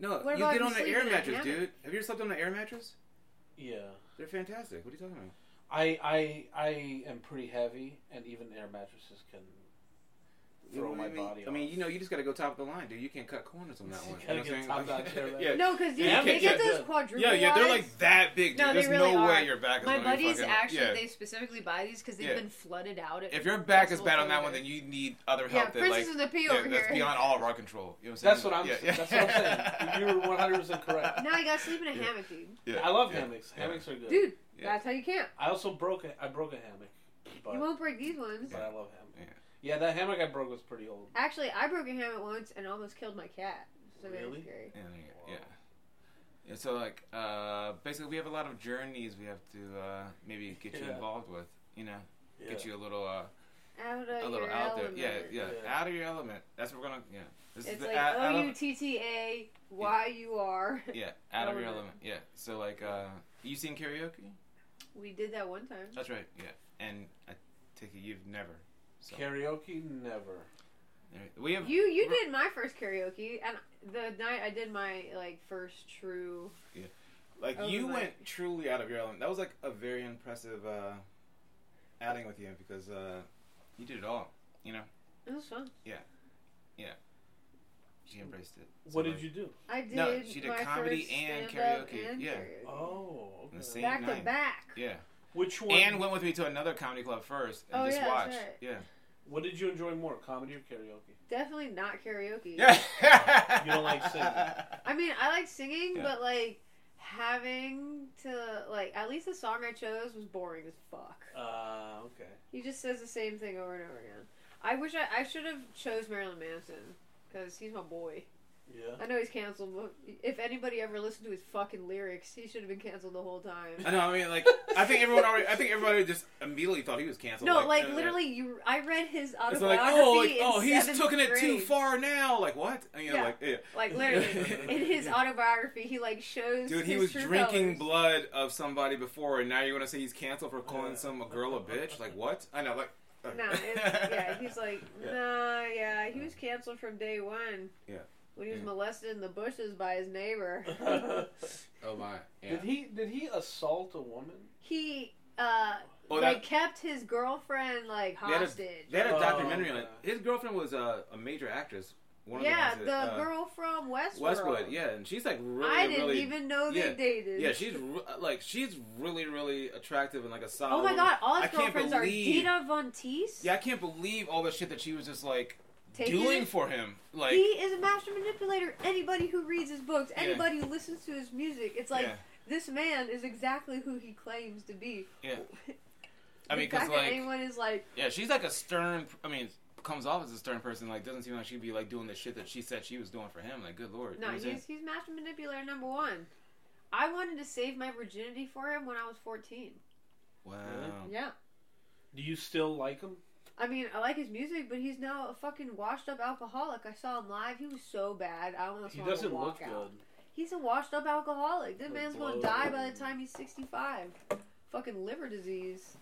Speaker 2: no
Speaker 1: What
Speaker 2: you
Speaker 1: about
Speaker 2: get
Speaker 1: if you
Speaker 2: on an
Speaker 1: sleep
Speaker 2: air
Speaker 1: in a
Speaker 2: mattress
Speaker 1: hammock?
Speaker 2: dude have you ever slept on an air mattress
Speaker 3: Yeah,
Speaker 2: they're fantastic what are you talking about
Speaker 3: I, I, I am pretty heavy, and even air mattresses can throw
Speaker 2: You know what
Speaker 3: my
Speaker 2: I mean?
Speaker 3: body.
Speaker 2: i mean
Speaker 3: off.
Speaker 2: you know you just gotta go top of the line dude you can't cut corners on that
Speaker 3: You
Speaker 2: one
Speaker 3: gotta
Speaker 2: you know
Speaker 3: get
Speaker 2: what I'm saying?
Speaker 3: top-notch air
Speaker 2: yeah.
Speaker 1: No, because
Speaker 3: Yeah,
Speaker 1: they
Speaker 3: yeah,
Speaker 1: get
Speaker 3: yeah.
Speaker 1: those quadruple.
Speaker 2: Yeah, yeah, they're
Speaker 1: wides.
Speaker 2: like that big. Dude.
Speaker 1: No, they
Speaker 2: There's
Speaker 1: really
Speaker 2: no
Speaker 1: are.
Speaker 2: way your back is
Speaker 1: My
Speaker 2: gonna be
Speaker 1: buddies
Speaker 2: fucking-
Speaker 1: actually
Speaker 2: yeah.
Speaker 1: they specifically buy these because they've
Speaker 2: Yeah.
Speaker 1: been flooded out. At
Speaker 2: If your back is
Speaker 1: festivals
Speaker 2: bad on
Speaker 1: over
Speaker 2: that one,
Speaker 1: there.
Speaker 2: then you need other
Speaker 1: yeah,
Speaker 2: help. that, like,
Speaker 1: Princess and the Pea
Speaker 2: yeah,
Speaker 1: over
Speaker 2: that's
Speaker 1: here.
Speaker 2: beyond all of our control. You know what I'm saying?
Speaker 3: That's what I'm.
Speaker 2: Yeah, yeah.
Speaker 3: That's what I'm saying. You're 100 percent correct.
Speaker 1: now I got to sleep in a
Speaker 2: Yeah.
Speaker 1: hammock, dude.
Speaker 2: Yeah,
Speaker 3: I love
Speaker 2: yeah,
Speaker 3: hammocks.
Speaker 2: yeah.
Speaker 3: Hammocks are good.
Speaker 1: Dude,
Speaker 2: Yeah.
Speaker 1: that's how you camp.
Speaker 3: I also broke. A, I broke a hammock, but,
Speaker 1: You won't break these ones.
Speaker 3: but I love hammocks.
Speaker 2: Yeah.
Speaker 3: yeah, that hammock I broke was pretty old.
Speaker 1: Actually, I broke a hammock once and almost killed my cat. So that's
Speaker 3: Really?
Speaker 1: scary.
Speaker 2: Yeah, yeah, yeah. Yeah, so like, uh, basically, we have a lot of journeys we have to uh, maybe get you
Speaker 3: Yeah.
Speaker 2: involved with. You know,
Speaker 3: Yeah.
Speaker 2: get you a little, uh,
Speaker 1: Out
Speaker 2: a
Speaker 1: of
Speaker 2: little
Speaker 1: your
Speaker 2: out there.
Speaker 1: element.
Speaker 2: Yeah, yeah,
Speaker 3: Yeah.
Speaker 2: out of your element. That's what we're gonna. Yeah, this
Speaker 1: It's
Speaker 2: the
Speaker 1: like oh,
Speaker 2: out- out
Speaker 1: O
Speaker 2: of-
Speaker 1: U T T A Y U R.
Speaker 2: yeah, out of your
Speaker 1: element.
Speaker 2: element. Yeah. So like, uh, you sing karaoke?
Speaker 1: We did that one time.
Speaker 2: That's right. Yeah, and I take it you've never. So
Speaker 3: Karaoke never.
Speaker 2: we have
Speaker 1: You you did my first karaoke and the night I did my like first true
Speaker 2: Like
Speaker 1: Over
Speaker 2: you
Speaker 1: the-
Speaker 2: went truly out of your element. That was like a very impressive uh, outing with you because uh, you did it all. You know,
Speaker 1: it was fun.
Speaker 2: she embraced it. So,
Speaker 3: What did
Speaker 2: like,
Speaker 3: you do?
Speaker 1: I did
Speaker 2: No, she did
Speaker 1: my
Speaker 2: comedy
Speaker 1: first
Speaker 2: and
Speaker 1: stand-up
Speaker 2: karaoke.
Speaker 1: and
Speaker 2: Yeah.
Speaker 1: karaoke.
Speaker 3: Oh,
Speaker 2: The
Speaker 3: okay.
Speaker 2: same
Speaker 1: Back to
Speaker 2: night.
Speaker 1: back.
Speaker 2: Yeah,
Speaker 3: Which one?
Speaker 2: and went with me to another comedy club first and
Speaker 1: Oh,
Speaker 2: just
Speaker 1: yeah, that's
Speaker 2: watched.
Speaker 1: right.
Speaker 2: Yeah,
Speaker 3: What did you enjoy more, comedy or karaoke?
Speaker 1: Definitely not karaoke.
Speaker 2: yeah.
Speaker 3: You don't like singing.
Speaker 1: I mean, I like singing,
Speaker 2: Yeah.
Speaker 1: but like having to like at least the song I chose was boring as fuck.
Speaker 3: Uh, okay.
Speaker 1: He just says the same thing over and over again. I wish I I should have chose Marilyn Manson because he's my boy.
Speaker 3: Yeah.
Speaker 1: I know he's canceled, but if anybody ever listened to his fucking lyrics, he should have been canceled the whole time.
Speaker 2: I know. I mean, like, I think everyone already. I think everybody just immediately thought he was canceled.
Speaker 1: No, like
Speaker 2: uh,
Speaker 1: literally, you. I read his
Speaker 2: It's
Speaker 1: autobiography.
Speaker 2: like, oh, like,
Speaker 1: in
Speaker 2: oh, he's
Speaker 1: seventh
Speaker 2: taking it too
Speaker 1: grade.
Speaker 2: far now. Like what? And, you know,
Speaker 1: Yeah.
Speaker 2: like yeah.
Speaker 1: Like literally, in his autobiography, he like shows.
Speaker 2: Dude, he
Speaker 1: his
Speaker 2: was
Speaker 1: true colors.
Speaker 2: drinking blood of somebody before, and now you want to say he's canceled for calling some a girl a bitch? Like what? I know, like. uh.
Speaker 1: Nah, it's, yeah, he's like,
Speaker 2: Yeah.
Speaker 1: nah, yeah, he was canceled from day one.
Speaker 2: Yeah.
Speaker 1: When he was
Speaker 2: Yeah.
Speaker 1: molested in the bushes by his neighbor,
Speaker 2: oh my. Yeah.
Speaker 3: Did he did he assault a woman?
Speaker 1: he uh,
Speaker 2: Oh,
Speaker 1: like
Speaker 2: that-
Speaker 1: kept his girlfriend like
Speaker 2: They had a-
Speaker 1: hostage.
Speaker 2: They had a
Speaker 3: Oh,
Speaker 2: documentary on it.
Speaker 3: okay.
Speaker 2: His girlfriend was a, a major actress. One
Speaker 1: yeah,
Speaker 2: of the,
Speaker 1: the,
Speaker 2: ones that, uh,
Speaker 1: girl from Westworld.
Speaker 2: Westwood. Yeah, and she's like really,
Speaker 1: I didn't
Speaker 2: really.
Speaker 1: even know they
Speaker 2: yeah.
Speaker 1: dated.
Speaker 2: Yeah, she's re- like she's really, really attractive and like a solid.
Speaker 1: Oh my
Speaker 2: woman.
Speaker 1: god, all
Speaker 2: um, I
Speaker 1: his
Speaker 2: can't
Speaker 1: girlfriends are
Speaker 2: believe-
Speaker 1: Dina Von Teese.
Speaker 2: Yeah, I can't believe all the shit that she was just like
Speaker 1: Taking
Speaker 2: doing
Speaker 1: it?
Speaker 2: for him. Like,
Speaker 1: he is a master manipulator. Anybody who reads his books,
Speaker 2: Yeah.
Speaker 1: anybody who listens to his music, it's like
Speaker 2: Yeah.
Speaker 1: this man is exactly who he claims to be.
Speaker 2: Yeah. I
Speaker 1: The
Speaker 2: mean,
Speaker 1: fact
Speaker 2: because
Speaker 1: that
Speaker 2: like,
Speaker 1: anyone is like,
Speaker 2: yeah, she's like a stern. I mean, comes off as a stern person. Like, doesn't seem like she'd be like doing the shit that she said she was doing for him. Like, good lord.
Speaker 1: no,
Speaker 2: You know what I'm saying?
Speaker 1: he's he's master manipulator number one. I wanted to save my virginity for him when I was fourteen.
Speaker 2: Wow.
Speaker 1: Yeah.
Speaker 3: Do you still like him?
Speaker 1: I mean, I like his music, but he's now a fucking washed up alcoholic. I saw him live. He was so bad. I almost
Speaker 3: He
Speaker 1: wanted
Speaker 3: doesn't
Speaker 1: to walk
Speaker 3: look
Speaker 1: out.
Speaker 3: good.
Speaker 1: He's a washed up alcoholic. This
Speaker 3: Like
Speaker 1: man's gonna
Speaker 3: blow.
Speaker 1: die by the time he's 65. Fucking liver disease.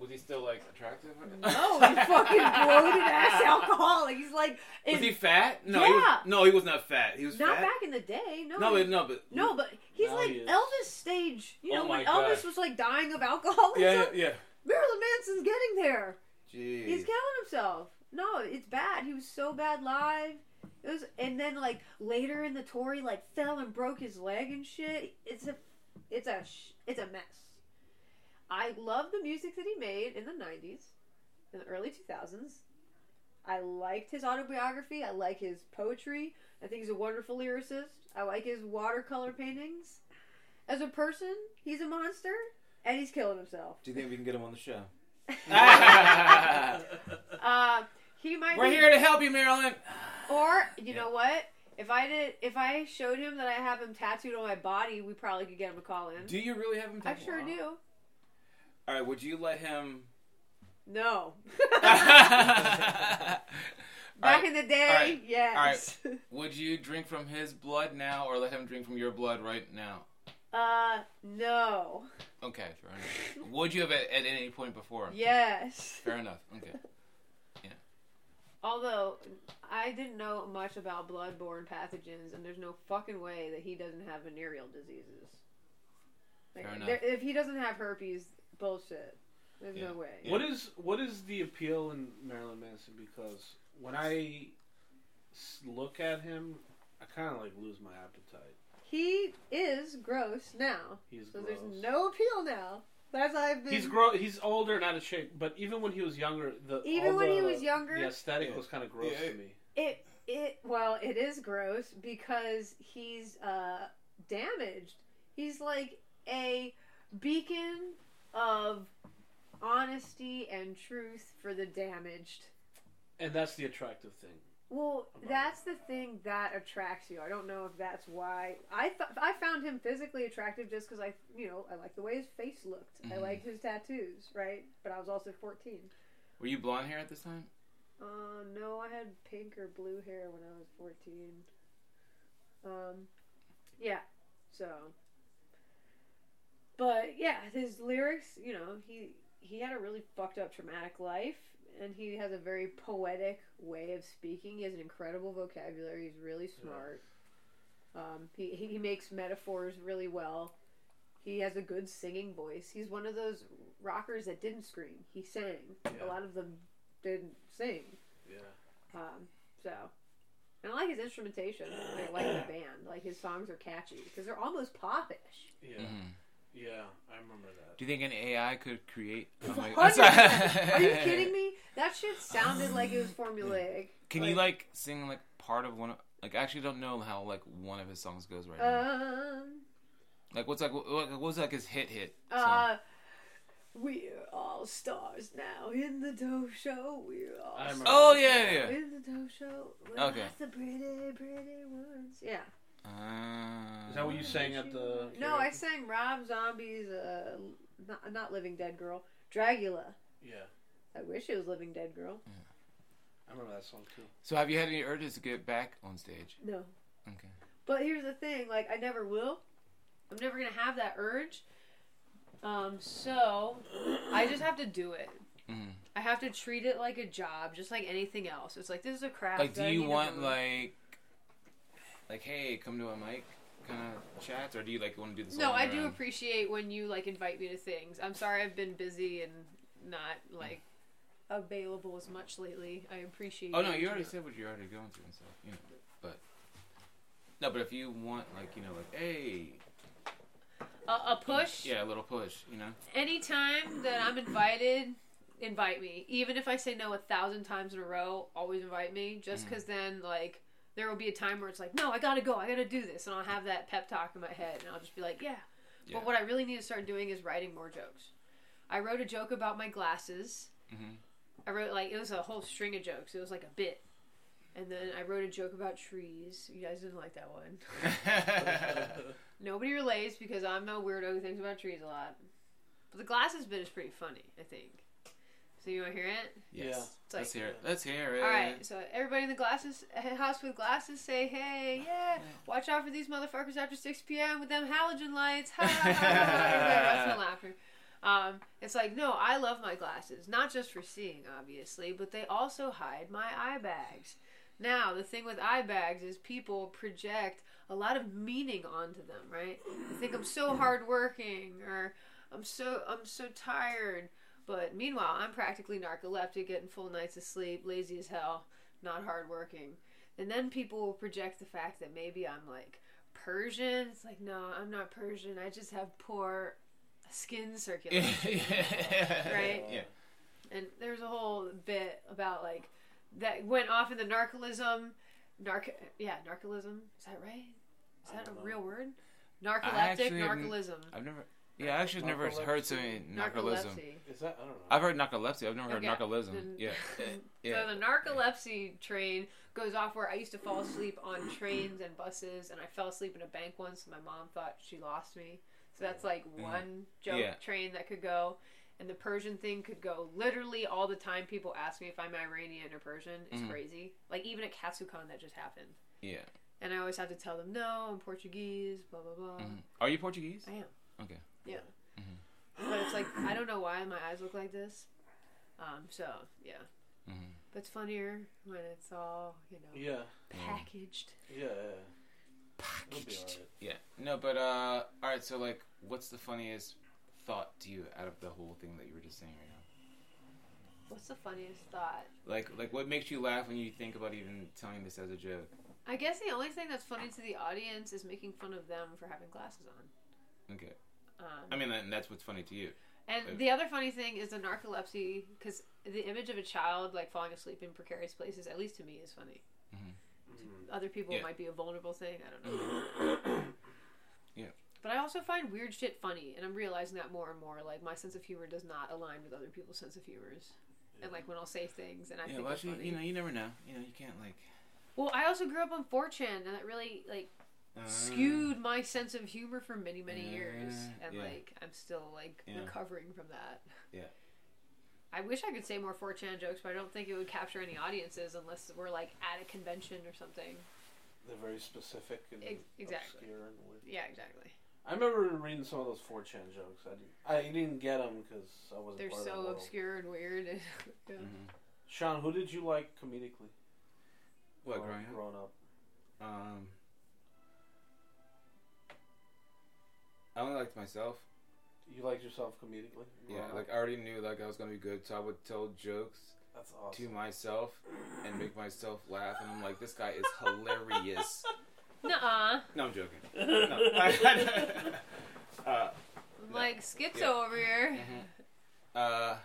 Speaker 2: Was he still like attractive?
Speaker 1: No, he's fucking bloated ass alcoholic. He's like,
Speaker 2: Was
Speaker 1: in-
Speaker 2: he fat? No, he was,
Speaker 1: Yeah.
Speaker 2: no, he was not fat. He was
Speaker 1: not
Speaker 2: fat.
Speaker 1: back in the day. No,
Speaker 2: no,
Speaker 1: he-
Speaker 2: but, no, but
Speaker 1: no, but he's
Speaker 3: Now
Speaker 1: like
Speaker 3: he is.
Speaker 1: Elvis stage. You
Speaker 2: Oh
Speaker 1: know, when
Speaker 2: my God.
Speaker 1: Elvis was like dying of alcoholism,
Speaker 2: yeah, yeah, yeah.
Speaker 1: Marilyn Manson's getting there.
Speaker 2: Jeez.
Speaker 1: He's killing himself. No, it's bad. He was so bad live. It was, and then like later in the tour, he like fell and broke his leg and shit. It's a, it's a, sh- it's a mess. I love the music that he made in the '90s, in the early 2000s. I liked his autobiography. I like his poetry. I think he's a wonderful lyricist. I like his watercolor paintings. As a person, he's a monster, and he's killing himself.
Speaker 2: Do you think we can get him on the show?
Speaker 1: Uh, he might.
Speaker 2: We're
Speaker 1: be-
Speaker 2: here to help you, Marilyn.
Speaker 1: Or you
Speaker 2: Yeah.
Speaker 1: know what? If I did, if I showed him that I have him tattooed on my body, we probably could get him to call in.
Speaker 2: Do you really have him?
Speaker 1: I
Speaker 2: tattooed?
Speaker 1: sure do.
Speaker 2: All right. Would you let him?
Speaker 1: No.
Speaker 2: Back
Speaker 1: Back in the day,
Speaker 2: All right.
Speaker 1: yes.
Speaker 2: Would you drink from his blood now, or let him drink from your blood right now?
Speaker 1: Uh, no.
Speaker 2: Okay, fair enough. Would you have at, at any point before?
Speaker 1: Yes.
Speaker 2: Fair enough. Okay.
Speaker 1: Although I didn't know much about bloodborne pathogens, and there's no fucking way that he doesn't have venereal diseases. Like,
Speaker 2: Fair enough.
Speaker 1: there, if he doesn't have herpes, bullshit. There's
Speaker 2: Yeah.
Speaker 1: no way.
Speaker 3: What is what is the appeal in Marilyn Manson? Because when I s- look at him, I kind of like lose my appetite.
Speaker 1: He is gross now.
Speaker 3: He's
Speaker 1: So
Speaker 3: gross.
Speaker 1: there's no appeal now. That's I've been.
Speaker 3: He's gross. He's older and out of shape. But even when he was younger, the
Speaker 1: Even
Speaker 3: all
Speaker 1: when he
Speaker 3: the-
Speaker 1: was younger?
Speaker 3: the aesthetic
Speaker 2: Yeah.
Speaker 3: was kind of gross
Speaker 2: Yeah.
Speaker 3: to me.
Speaker 1: It it well, it is gross because he's uh damaged. He's like a beacon of honesty and truth for the damaged.
Speaker 3: And that's the attractive thing.
Speaker 1: Well,
Speaker 3: Right.
Speaker 1: that's the thing that attracts you. I don't know if that's why I th- I found him physically attractive just because I you know I like the way his face looked. I
Speaker 3: Mm-hmm.
Speaker 2: Mhm.
Speaker 1: liked his tattoos, right? But I was also fourteen.
Speaker 2: Were you blonde hair at this time?
Speaker 1: Uh, no, I had pink or blue hair when I was 14. Um, yeah, so. But yeah, his lyrics, you know, he he had a really fucked up traumatic life and he has a very poetic way of speaking. He has an incredible vocabulary. He's really smart. Um, he, he he makes metaphors really well. He has a good singing voice. He's one of those rockers that didn't scream. He sang. A
Speaker 3: Yeah.
Speaker 1: lot of them didn't sing.
Speaker 3: Yeah.
Speaker 1: Um, so, and I like his instrumentation. I like the band. Like his songs are catchy because they're almost popish.
Speaker 3: Yeah.
Speaker 2: Mm-hmm.
Speaker 3: Yeah. I remember that.
Speaker 2: Do you think an AI could create? I'm like- I'm
Speaker 1: 100%.
Speaker 2: sorry.
Speaker 1: Are you kidding me? That shit sounded like it was formulaic.
Speaker 2: Can you like sing like part of one? Of, like I actually don't know how like one of his songs goes right now.
Speaker 1: Um.
Speaker 2: Like what's like what, what was like his hit hit? song?
Speaker 1: Uh. We're all stars now in the dough show. We're all
Speaker 3: I remember.
Speaker 1: stars
Speaker 2: oh yeah, yeah, yeah.
Speaker 1: in the dough show. We're
Speaker 2: Okay.
Speaker 1: lots of pretty, pretty
Speaker 2: Uh,
Speaker 3: You sang at the.
Speaker 1: No, I
Speaker 3: karaoke?
Speaker 1: sang Rob Zombie's uh, not, not Living Dead Girl, Dragula.
Speaker 3: Yeah,
Speaker 1: I wish it was Living Dead Girl.
Speaker 3: I remember that song too.
Speaker 2: So have you had any urges to get back on stage?
Speaker 1: No.
Speaker 2: Okay.
Speaker 1: But here's the thing, like I never will. I'm never gonna have that urge. Um, so I just have to do it.
Speaker 2: Mhm.
Speaker 1: I have to treat it like a job, just like anything else. It's like this is a craft.
Speaker 2: Like, do
Speaker 1: that I
Speaker 2: you
Speaker 1: need to
Speaker 2: want
Speaker 1: learn.
Speaker 2: like, like, hey, come to a mic kind of chats, or do you like want to do this?
Speaker 1: No,
Speaker 2: all on
Speaker 1: I
Speaker 2: your
Speaker 1: do
Speaker 2: own?
Speaker 1: appreciate when you like invite me to things. I'm sorry I've been busy and not like available as much lately. I appreciate.
Speaker 2: Oh
Speaker 1: it.
Speaker 2: no, you already said what you're already going through and stuff. You know, but no, but if you want like you know like hey,
Speaker 1: a, a push.
Speaker 2: yeah, a little push, you know.
Speaker 1: Anytime that I'm invited, invite me. Even if I say no a thousand times in a row, always invite me. Just because then, like, there will be a time where it's like, no, I gotta go, I gotta do this, and I'll have that pep talk in my head, and I'll just be like, yeah.
Speaker 2: Yeah.
Speaker 1: But what I really need to start doing is writing more jokes. I wrote a joke about my glasses.
Speaker 2: Mhm.
Speaker 1: I wrote like it was a whole string of jokes. It was like a bit. And then I wrote a joke about trees. You guys didn't like that one. Nobody relates because I'm a weirdo who thinks about trees a lot. But the glasses bit is pretty funny, I think. So you want to hear it?
Speaker 2: yes.
Speaker 1: It's like-
Speaker 2: Let's hear it. Let's hear it.
Speaker 1: All right. So everybody in the glasses house with glasses say, "Hey, yeah, watch out for these motherfuckers after 6 p.m. with them halogen lights." Ha ha ha, ha, ha. Everybody busts in laughter. Um, it's like, no, I love my glasses, not just for seeing, obviously, but they also hide my eye bags. Now, the thing with eye bags is people project a lot of meaning onto them, right? They think I'm so hardworking, or I'm so I'm so tired. But meanwhile, I'm practically narcoleptic, getting full nights of sleep, lazy as hell, not hardworking. And then people will project the fact that maybe I'm like Persian. It's like, no, I'm not Persian. I just have poor skin circulation. Right?
Speaker 2: Yeah.
Speaker 1: and there's a whole bit about like that went off in the narcolism, narc yeah, narcolism. Is that right? Is that a real word? Narcoleptic,
Speaker 2: actually have n-
Speaker 1: narcolism,
Speaker 2: I've never. Yeah, I actually have never heard something narcolism.
Speaker 1: narcolepsy.
Speaker 3: Is that I don't know.
Speaker 2: I've heard narcolepsy. I've never heard
Speaker 1: Okay.
Speaker 2: narcolism.
Speaker 1: Then-
Speaker 2: Yeah.
Speaker 1: So
Speaker 2: yeah.
Speaker 1: the narcolepsy train goes off where I used to fall asleep on trains and buses, and I fell asleep in a bank once. And my mom thought she lost me. So that's like one joke
Speaker 2: Mm-hmm. Yeah.
Speaker 1: train that could go. And the Persian thing could go literally all the time. People ask me if I'm Iranian or Persian. It's
Speaker 2: Mhm.
Speaker 1: crazy. Like even at Katsukan, that just happened.
Speaker 2: Yeah.
Speaker 1: And I always have to tell them, no, I'm Portuguese, blah, blah, blah.
Speaker 2: Mhm. Are you Portuguese?
Speaker 1: I am.
Speaker 2: Okay.
Speaker 1: Yeah. But it's like, I don't know why my eyes look like this. Um, so, yeah.
Speaker 2: Mhm.
Speaker 1: But it's funnier when it's all, you know,
Speaker 3: Yeah,
Speaker 1: packaged.
Speaker 3: yeah, yeah. It'll be alright.
Speaker 2: Yeah. No, but uh, all right. So like, what's the funniest thought to you out of the whole thing that you were just saying right now?
Speaker 1: What's the funniest thought?
Speaker 2: Like, like what makes you laugh when you think about even telling this as a joke?
Speaker 1: I guess the only thing that's funny to the audience is making fun of them for having glasses on.
Speaker 2: Okay.
Speaker 1: Um,
Speaker 2: I mean, and that's what's funny to you.
Speaker 1: And the other funny thing is the narcolepsy, because the image of a child like falling asleep in precarious places, at least to me, is funny.
Speaker 2: Mhm.
Speaker 1: To other people,
Speaker 2: Yeah.
Speaker 1: it might be a vulnerable thing. I don't know.
Speaker 3: Mm.
Speaker 2: Yeah.
Speaker 1: But I also find weird shit funny, and I'm realizing that more and more. Like my sense of humor does not align with other people's sense of humors. And like when I'll say things, and I
Speaker 2: yeah.
Speaker 1: think
Speaker 2: Well,
Speaker 1: it's
Speaker 2: actually,
Speaker 1: funny.
Speaker 2: you know, you never know. You know, you can't like.
Speaker 1: well, I also grew up on 4chan, and that really like
Speaker 2: Uh,
Speaker 1: skewed my sense of humor for many, many
Speaker 2: Yeah,
Speaker 1: years, and
Speaker 2: yeah.
Speaker 1: like I'm still like
Speaker 2: Yeah.
Speaker 1: recovering from that.
Speaker 2: Yeah.
Speaker 1: I wish I could say more 4chan jokes, but I don't think it would capture any audiences unless we're like at a convention or something.
Speaker 3: They're very specific and
Speaker 1: Ex- exactly.
Speaker 3: obscure and weird.
Speaker 1: Yeah, exactly.
Speaker 3: I remember reading some of those 4chan jokes. I didn't, I didn't get them because I wasn't.
Speaker 1: They're
Speaker 3: part of the
Speaker 1: so
Speaker 3: world.
Speaker 1: obscure and weird. and- yeah.
Speaker 2: Mm-hmm.
Speaker 3: Sean, who did you like comedically?
Speaker 2: What
Speaker 3: Grow-
Speaker 2: growing up?
Speaker 3: Growing up.
Speaker 2: Um. I only liked myself.
Speaker 3: You liked yourself comedically?
Speaker 2: Yeah,
Speaker 3: Growing up?
Speaker 2: like I already knew like I was gonna be good, so I would tell jokes
Speaker 3: that's awesome.
Speaker 2: to myself and make myself laugh, and I'm like, this guy is hilarious.
Speaker 1: Nuh-uh.
Speaker 2: No, I'm joking. No. uh,
Speaker 1: I'm
Speaker 2: No.
Speaker 1: Like schizo
Speaker 2: Yeah. Mm-hmm.
Speaker 1: over here.
Speaker 2: uh,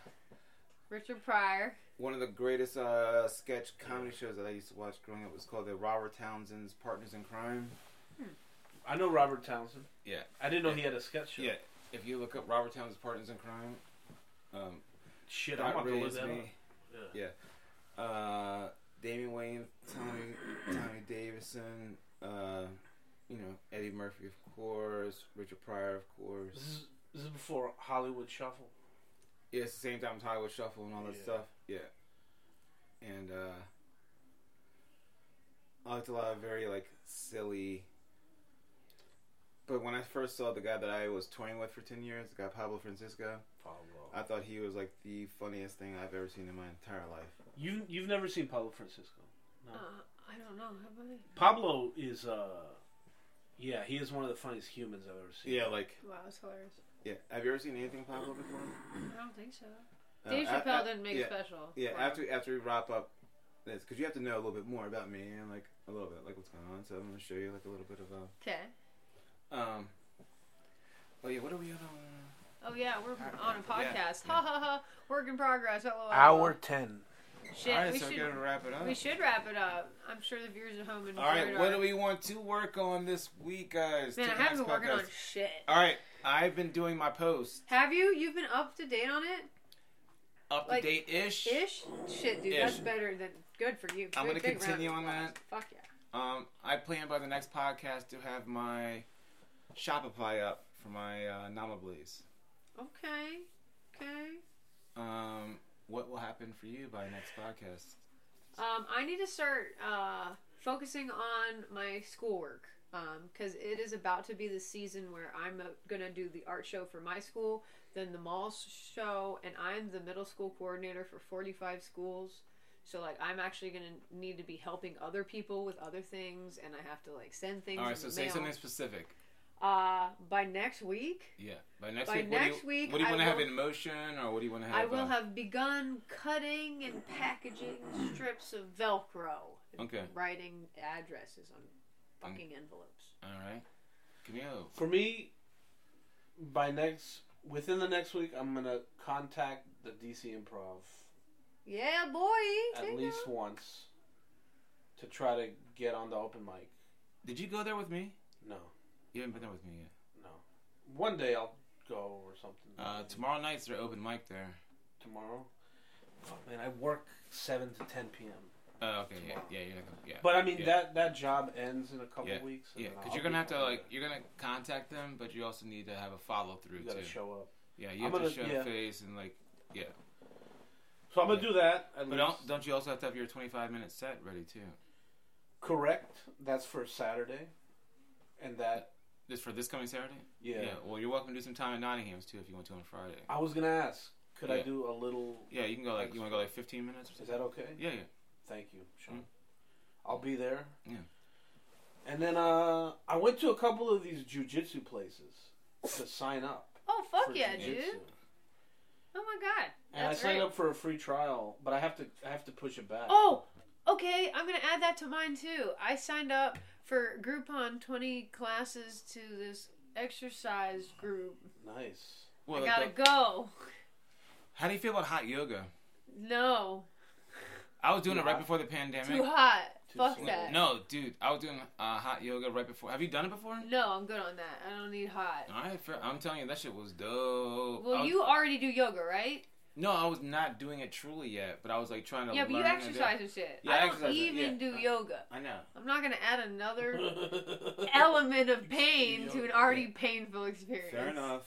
Speaker 1: Richard Pryor.
Speaker 2: one of the greatest uh, sketch comedy shows that I used to watch growing up was called the Robert Townsend's Partners in Crime.
Speaker 3: I know Robert Townsend.
Speaker 2: Yeah.
Speaker 3: I didn't know he had a sketch show.
Speaker 2: Yeah, if you look up Robert Townsend's Partners in Crime, um,
Speaker 3: Shit, I'm
Speaker 2: that
Speaker 3: about to look
Speaker 2: raised
Speaker 3: that up.
Speaker 2: me. Yeah. Uh, Damon Wayne, Tommy, Tommy Davidson, uh, you know, Eddie Murphy, of course, Richard Pryor, of
Speaker 3: This
Speaker 2: course.
Speaker 3: is this is before Hollywood Shuffle.
Speaker 2: Yeah, it's the same time as Hollywood Shuffle and all that
Speaker 4: Yeah.
Speaker 2: stuff. Yeah. And uh I liked a lot of very like silly but when I first saw the guy that I was touring with for ten years, the guy Pablo Francisco, I thought he was like the funniest thing I've ever seen in my entire life.
Speaker 3: You you've never seen Pablo Francisco.
Speaker 1: Uh, I don't know. Have I?
Speaker 3: Pablo is uh, yeah, he is one of the funniest humans I've ever seen.
Speaker 2: Yeah, like
Speaker 1: Wow, that's hilarious.
Speaker 2: yeah. Have you ever seen anything Pablo before?
Speaker 1: I don't think so.
Speaker 2: No,
Speaker 1: Dave
Speaker 2: I- I-
Speaker 1: Chappelle didn't make
Speaker 2: Uh, yeah.
Speaker 1: special.
Speaker 2: Yeah,
Speaker 1: Wow.
Speaker 2: after after we wrap up this, because you have to know a little bit more about me and like a little bit like what's going on. So I'm gonna show you like a little bit of uh,
Speaker 1: Okay.
Speaker 2: Um. Oh yeah, what are we on?
Speaker 1: Oh yeah, we're
Speaker 2: Alright,
Speaker 1: on a
Speaker 2: yeah,
Speaker 1: podcast.
Speaker 2: yeah.
Speaker 1: Ha ha ha. Work in progress. LOL.
Speaker 3: Hour ten.
Speaker 1: Shit,
Speaker 2: All right,
Speaker 1: we
Speaker 2: so
Speaker 1: should
Speaker 2: we're gonna wrap it up.
Speaker 1: we should wrap it up. I'm sure the viewers at home enjoyed
Speaker 2: All right, what
Speaker 1: our-
Speaker 2: do we want to work on this week, guys?
Speaker 1: Man,
Speaker 2: to
Speaker 1: I
Speaker 2: the
Speaker 1: haven't been
Speaker 2: next
Speaker 1: working on
Speaker 2: podcast?
Speaker 1: shit.
Speaker 2: All right, I've been doing my post
Speaker 1: Have you? You've been up to date on it?
Speaker 2: up to
Speaker 1: Like,
Speaker 2: date ish.
Speaker 1: Ish? Shit, dude,
Speaker 2: Ish.
Speaker 1: that's better than good for you. Good-
Speaker 2: I'm gonna
Speaker 1: big round
Speaker 2: continue
Speaker 1: of
Speaker 2: on
Speaker 1: applause.
Speaker 2: that.
Speaker 1: Fuck yeah.
Speaker 2: Um, I plan by the next podcast to have my Shopify up for my uh, Nama Blaze.
Speaker 1: Okay. Okay.
Speaker 2: Um, what will happen for you by next podcast?
Speaker 1: Um, I need to start uh, focusing on my schoolwork because it is about to be the season where I'm uh, going to do the art show for my school, then the mall show, and I'm the middle school coordinator for 45 schools. So like I'm actually gonna need to be helping other people with other things, and I have to like send things.
Speaker 2: All right,
Speaker 1: in
Speaker 2: so
Speaker 1: the
Speaker 2: say
Speaker 1: mail.
Speaker 2: something specific.
Speaker 1: Uh, by next week,
Speaker 2: Yeah, by next
Speaker 1: By
Speaker 2: week.
Speaker 1: next
Speaker 2: what do you,
Speaker 1: week,
Speaker 2: what do you
Speaker 1: I
Speaker 2: want to have
Speaker 1: will-
Speaker 2: in motion, or what do you want to have?
Speaker 1: I will
Speaker 2: uh,
Speaker 1: have begun cutting and packaging strips of Velcro. and
Speaker 2: Okay.
Speaker 1: Writing addresses on fucking envelopes.
Speaker 2: All right, Camille.
Speaker 3: For me, by next within the next week, I'm gonna contact the DC Improv
Speaker 1: Yeah, boy.
Speaker 3: at
Speaker 1: take
Speaker 3: least
Speaker 1: it.
Speaker 3: once to try to get on the open mic.
Speaker 2: Did you go there with me?
Speaker 3: No,
Speaker 2: You haven't been there with me yet.
Speaker 3: no. One day I'll go or something.
Speaker 2: Uh, tomorrow night's their open mic there.
Speaker 3: Tomorrow. Fuck man, I work seven to ten p.m.
Speaker 2: Oh, okay, yeah, yeah, you're not gonna, yeah.
Speaker 3: But I mean
Speaker 2: Yeah.
Speaker 3: that that job ends in a couple
Speaker 2: Yeah,
Speaker 3: weeks. and
Speaker 2: Yeah,
Speaker 3: then
Speaker 2: because
Speaker 3: I'll
Speaker 2: you're gonna
Speaker 3: be
Speaker 2: have to
Speaker 3: done.
Speaker 2: like you're gonna contact them, but you also need to have a follow through
Speaker 3: you
Speaker 2: too.
Speaker 3: gotta show up.
Speaker 2: yeah, you
Speaker 3: I'm
Speaker 2: have to show
Speaker 3: gonna- yeah.
Speaker 2: face and like,
Speaker 3: So I'm gonna
Speaker 2: Yeah.
Speaker 3: do that. At
Speaker 2: but
Speaker 3: least.
Speaker 2: don't don't you also have to have your 25 minute set ready too?
Speaker 3: Correct. That's for Saturday, and that
Speaker 2: This for this coming Saturday.
Speaker 3: yeah.
Speaker 2: Well, you're welcome to do some time at Nottingham's too if you want to on Friday.
Speaker 3: I was gonna ask, could I
Speaker 2: Yeah.
Speaker 3: do a little?
Speaker 2: Yeah, you can go like you want to go like 15 minutes or
Speaker 3: Is
Speaker 2: something.
Speaker 3: that okay?
Speaker 2: Yeah, yeah.
Speaker 3: Thank you, Sean.
Speaker 2: Mm.
Speaker 3: I'll be there.
Speaker 2: Yeah.
Speaker 3: And then uh, I went to a couple of these jujitsu places to sign up.
Speaker 1: Oh fuck
Speaker 3: for
Speaker 1: yeah, dude.
Speaker 3: jujitsu.
Speaker 1: Oh my god.
Speaker 3: And I
Speaker 1: That's
Speaker 3: signed
Speaker 1: right.
Speaker 3: up for a free trial, but I have to I have to push it back.
Speaker 1: Oh, okay. I'm gonna add that to mine too. I signed up for Groupon 20 classes to this exercise group.
Speaker 3: nice.
Speaker 2: Well,
Speaker 1: I gotta
Speaker 2: like, the-
Speaker 1: go.
Speaker 2: how do you feel about hot yoga?
Speaker 1: No,
Speaker 2: I was doing
Speaker 3: Too
Speaker 2: it right
Speaker 3: hot.
Speaker 2: before the pandemic.
Speaker 1: too hot.
Speaker 3: Too
Speaker 1: fuck
Speaker 3: sweaty.
Speaker 1: that.
Speaker 2: No, dude, I was doing uh, hot yoga right before. Have you done it before?
Speaker 1: No, I'm good on that. I don't need hot.
Speaker 2: All right, fair. I'm telling you, that shit was dope. I
Speaker 1: Well,
Speaker 2: was-
Speaker 1: you already do yoga, right?
Speaker 2: No, I was not doing it truly yet, but I was like trying to.
Speaker 1: Yeah, but you
Speaker 2: learn and do-
Speaker 1: exercise and shit.
Speaker 2: Yeah, Uh, I
Speaker 1: I don't
Speaker 2: exercise,
Speaker 1: even
Speaker 2: yeah.
Speaker 1: do yoga.
Speaker 2: I know.
Speaker 1: I'm not gonna add another element of pain to an already painful experience.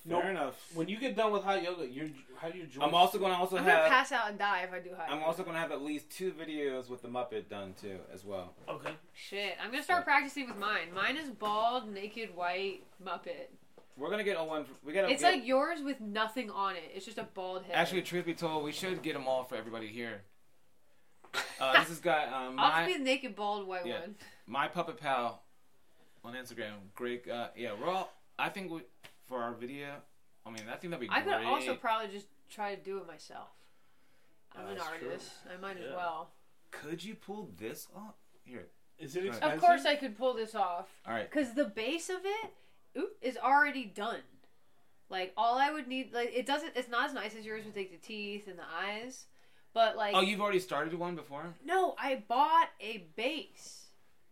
Speaker 3: Nope.
Speaker 2: enough.
Speaker 3: When you get done with hot yoga, you're how do you join?
Speaker 2: I'm also going to also
Speaker 1: I'm gonna
Speaker 2: have.
Speaker 1: pass out and die if I do hot.
Speaker 2: I'm
Speaker 1: yoga.
Speaker 2: also going to have at least two videos with the Muppet done too, as well.
Speaker 3: okay.
Speaker 1: Shit, I'm gonna start practicing with mine. Mine is bald, naked, white Muppet.
Speaker 2: We're gonna get a one. We gotta.
Speaker 1: It's
Speaker 2: get-
Speaker 1: like yours with nothing on it. It's just a bald head.
Speaker 2: actually, truth be told, we should get them all for everybody here. Uh, this has got um,
Speaker 1: I'll just
Speaker 2: my
Speaker 1: be the naked, bald, white
Speaker 2: Yeah.
Speaker 1: one.
Speaker 2: my puppet pal on Instagram. Greg. Uh, yeah, we're all. I think we, for our video. I mean, I think that'd be
Speaker 1: I
Speaker 2: great.
Speaker 1: could also probably just try to do it myself. I'm
Speaker 3: Uh,
Speaker 1: an
Speaker 3: that's true.
Speaker 1: artist. I might as
Speaker 3: Yeah.
Speaker 1: well.
Speaker 2: Could you pull this off? Here.
Speaker 3: Is it
Speaker 2: Of
Speaker 3: expensive?
Speaker 1: Of course, I could pull this off.
Speaker 2: All right.
Speaker 1: Because the base of it oop, is already done. Like all I would need, like it doesn't. It's not as nice as yours with like the teeth and the eyes, but like
Speaker 2: Oh, you've already started one before.
Speaker 1: no, I bought a base,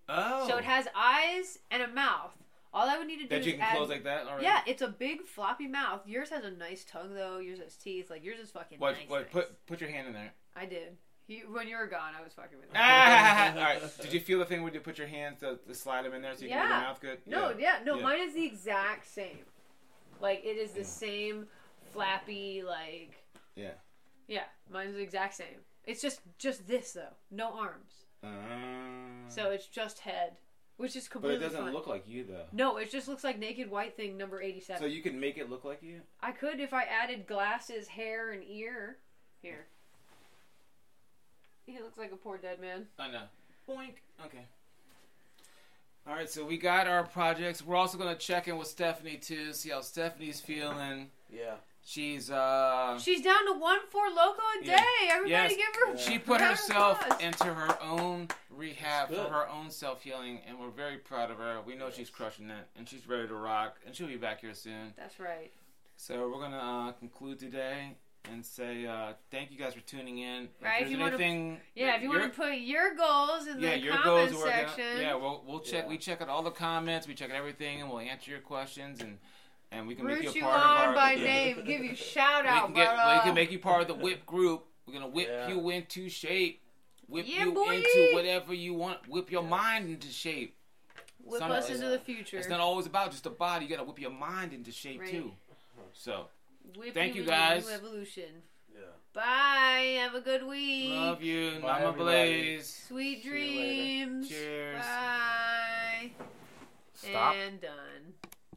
Speaker 2: Oh.
Speaker 1: so it has eyes and a mouth. All I would need to do
Speaker 2: that
Speaker 1: is
Speaker 2: you can
Speaker 1: add,
Speaker 2: close like that. All right.
Speaker 1: yeah, it's a big floppy mouth. Yours has a nice tongue though. Yours has teeth. Like yours is fucking
Speaker 2: What?
Speaker 1: nice.
Speaker 2: what?
Speaker 1: nice.
Speaker 2: Put put your hand in there.
Speaker 1: I did. He, when you were gone, I was fucking with him.
Speaker 2: Ah, all right. Did you feel the thing where you put your hands to, to slide them in there so you can get
Speaker 1: Yeah.
Speaker 2: your mouth good?
Speaker 1: No, yeah, no,
Speaker 2: Yeah. Mm.
Speaker 1: mine is the exact same. Like it is the same flappy, like
Speaker 2: Yeah.
Speaker 1: yeah, mine's the exact same. It's just just this though, no arms,
Speaker 2: Um,
Speaker 1: so it's just head, which is
Speaker 2: but
Speaker 1: completely
Speaker 2: it doesn't
Speaker 1: fine.
Speaker 2: look like you though.
Speaker 1: no, it just looks like naked white thing number eighty-seven.
Speaker 2: So you can make it look like you.
Speaker 1: I could if I added glasses, hair, and ear. Here, he looks like a poor dead man.
Speaker 2: I know. Boink. Okay. All right, so we got our projects. We're also gonna check in with Stephanie too, see how Stephanie's feeling.
Speaker 3: Yeah.
Speaker 2: She's uh.
Speaker 1: She's down to one four loco a day.
Speaker 2: Yeah.
Speaker 1: Everybody
Speaker 2: Yes.
Speaker 1: give her.
Speaker 2: She put
Speaker 1: round of
Speaker 2: herself
Speaker 1: applause.
Speaker 2: into her own rehab
Speaker 3: That's
Speaker 2: for
Speaker 3: good.
Speaker 2: her own self healing, and we're very proud of her. We know she's crushing it, and she's ready to rock, and she'll be back here soon.
Speaker 1: That's right.
Speaker 2: So we're gonna uh, conclude today and say uh, thank you guys for tuning in.
Speaker 1: Right, if
Speaker 2: If
Speaker 1: you
Speaker 2: there's
Speaker 1: wanna-
Speaker 2: anything,
Speaker 1: Yeah, if you want
Speaker 2: your-
Speaker 1: to put your goals in
Speaker 2: yeah,
Speaker 1: the
Speaker 2: your
Speaker 1: comment
Speaker 2: goals are working out.
Speaker 1: section.
Speaker 2: Yeah, we'll we'll check.
Speaker 3: Yeah.
Speaker 2: We check out all the comments. We check out everything, and we'll answer your questions, and and we can
Speaker 1: Root
Speaker 2: make
Speaker 1: you
Speaker 2: you a part of
Speaker 1: on
Speaker 2: our.
Speaker 1: by
Speaker 2: yeah.
Speaker 1: name, give you shout
Speaker 2: We
Speaker 1: out,
Speaker 2: can, get,
Speaker 1: brother.
Speaker 2: we can make you part of the whip group. We're gonna whip
Speaker 3: Yeah.
Speaker 2: you into shape. Whip
Speaker 1: Yeah,
Speaker 2: you
Speaker 1: boy.
Speaker 2: into whatever you want. Whip your mind into shape.
Speaker 1: Whip
Speaker 2: some- uh,
Speaker 1: us into the future.
Speaker 2: It's not always about just the body. You gotta whip your mind into shape
Speaker 1: Right.
Speaker 2: too. So
Speaker 1: Whip
Speaker 2: Thank you,
Speaker 1: into
Speaker 2: guys.
Speaker 1: new evolution.
Speaker 3: Yeah.
Speaker 1: Bye. Have a good week.
Speaker 2: love you,
Speaker 3: Bye,
Speaker 2: Mama
Speaker 3: everybody.
Speaker 2: Blaze.
Speaker 1: Sweet
Speaker 3: See you later.
Speaker 1: dreams.
Speaker 2: Cheers.
Speaker 1: Bye.
Speaker 2: Stop.
Speaker 1: And done.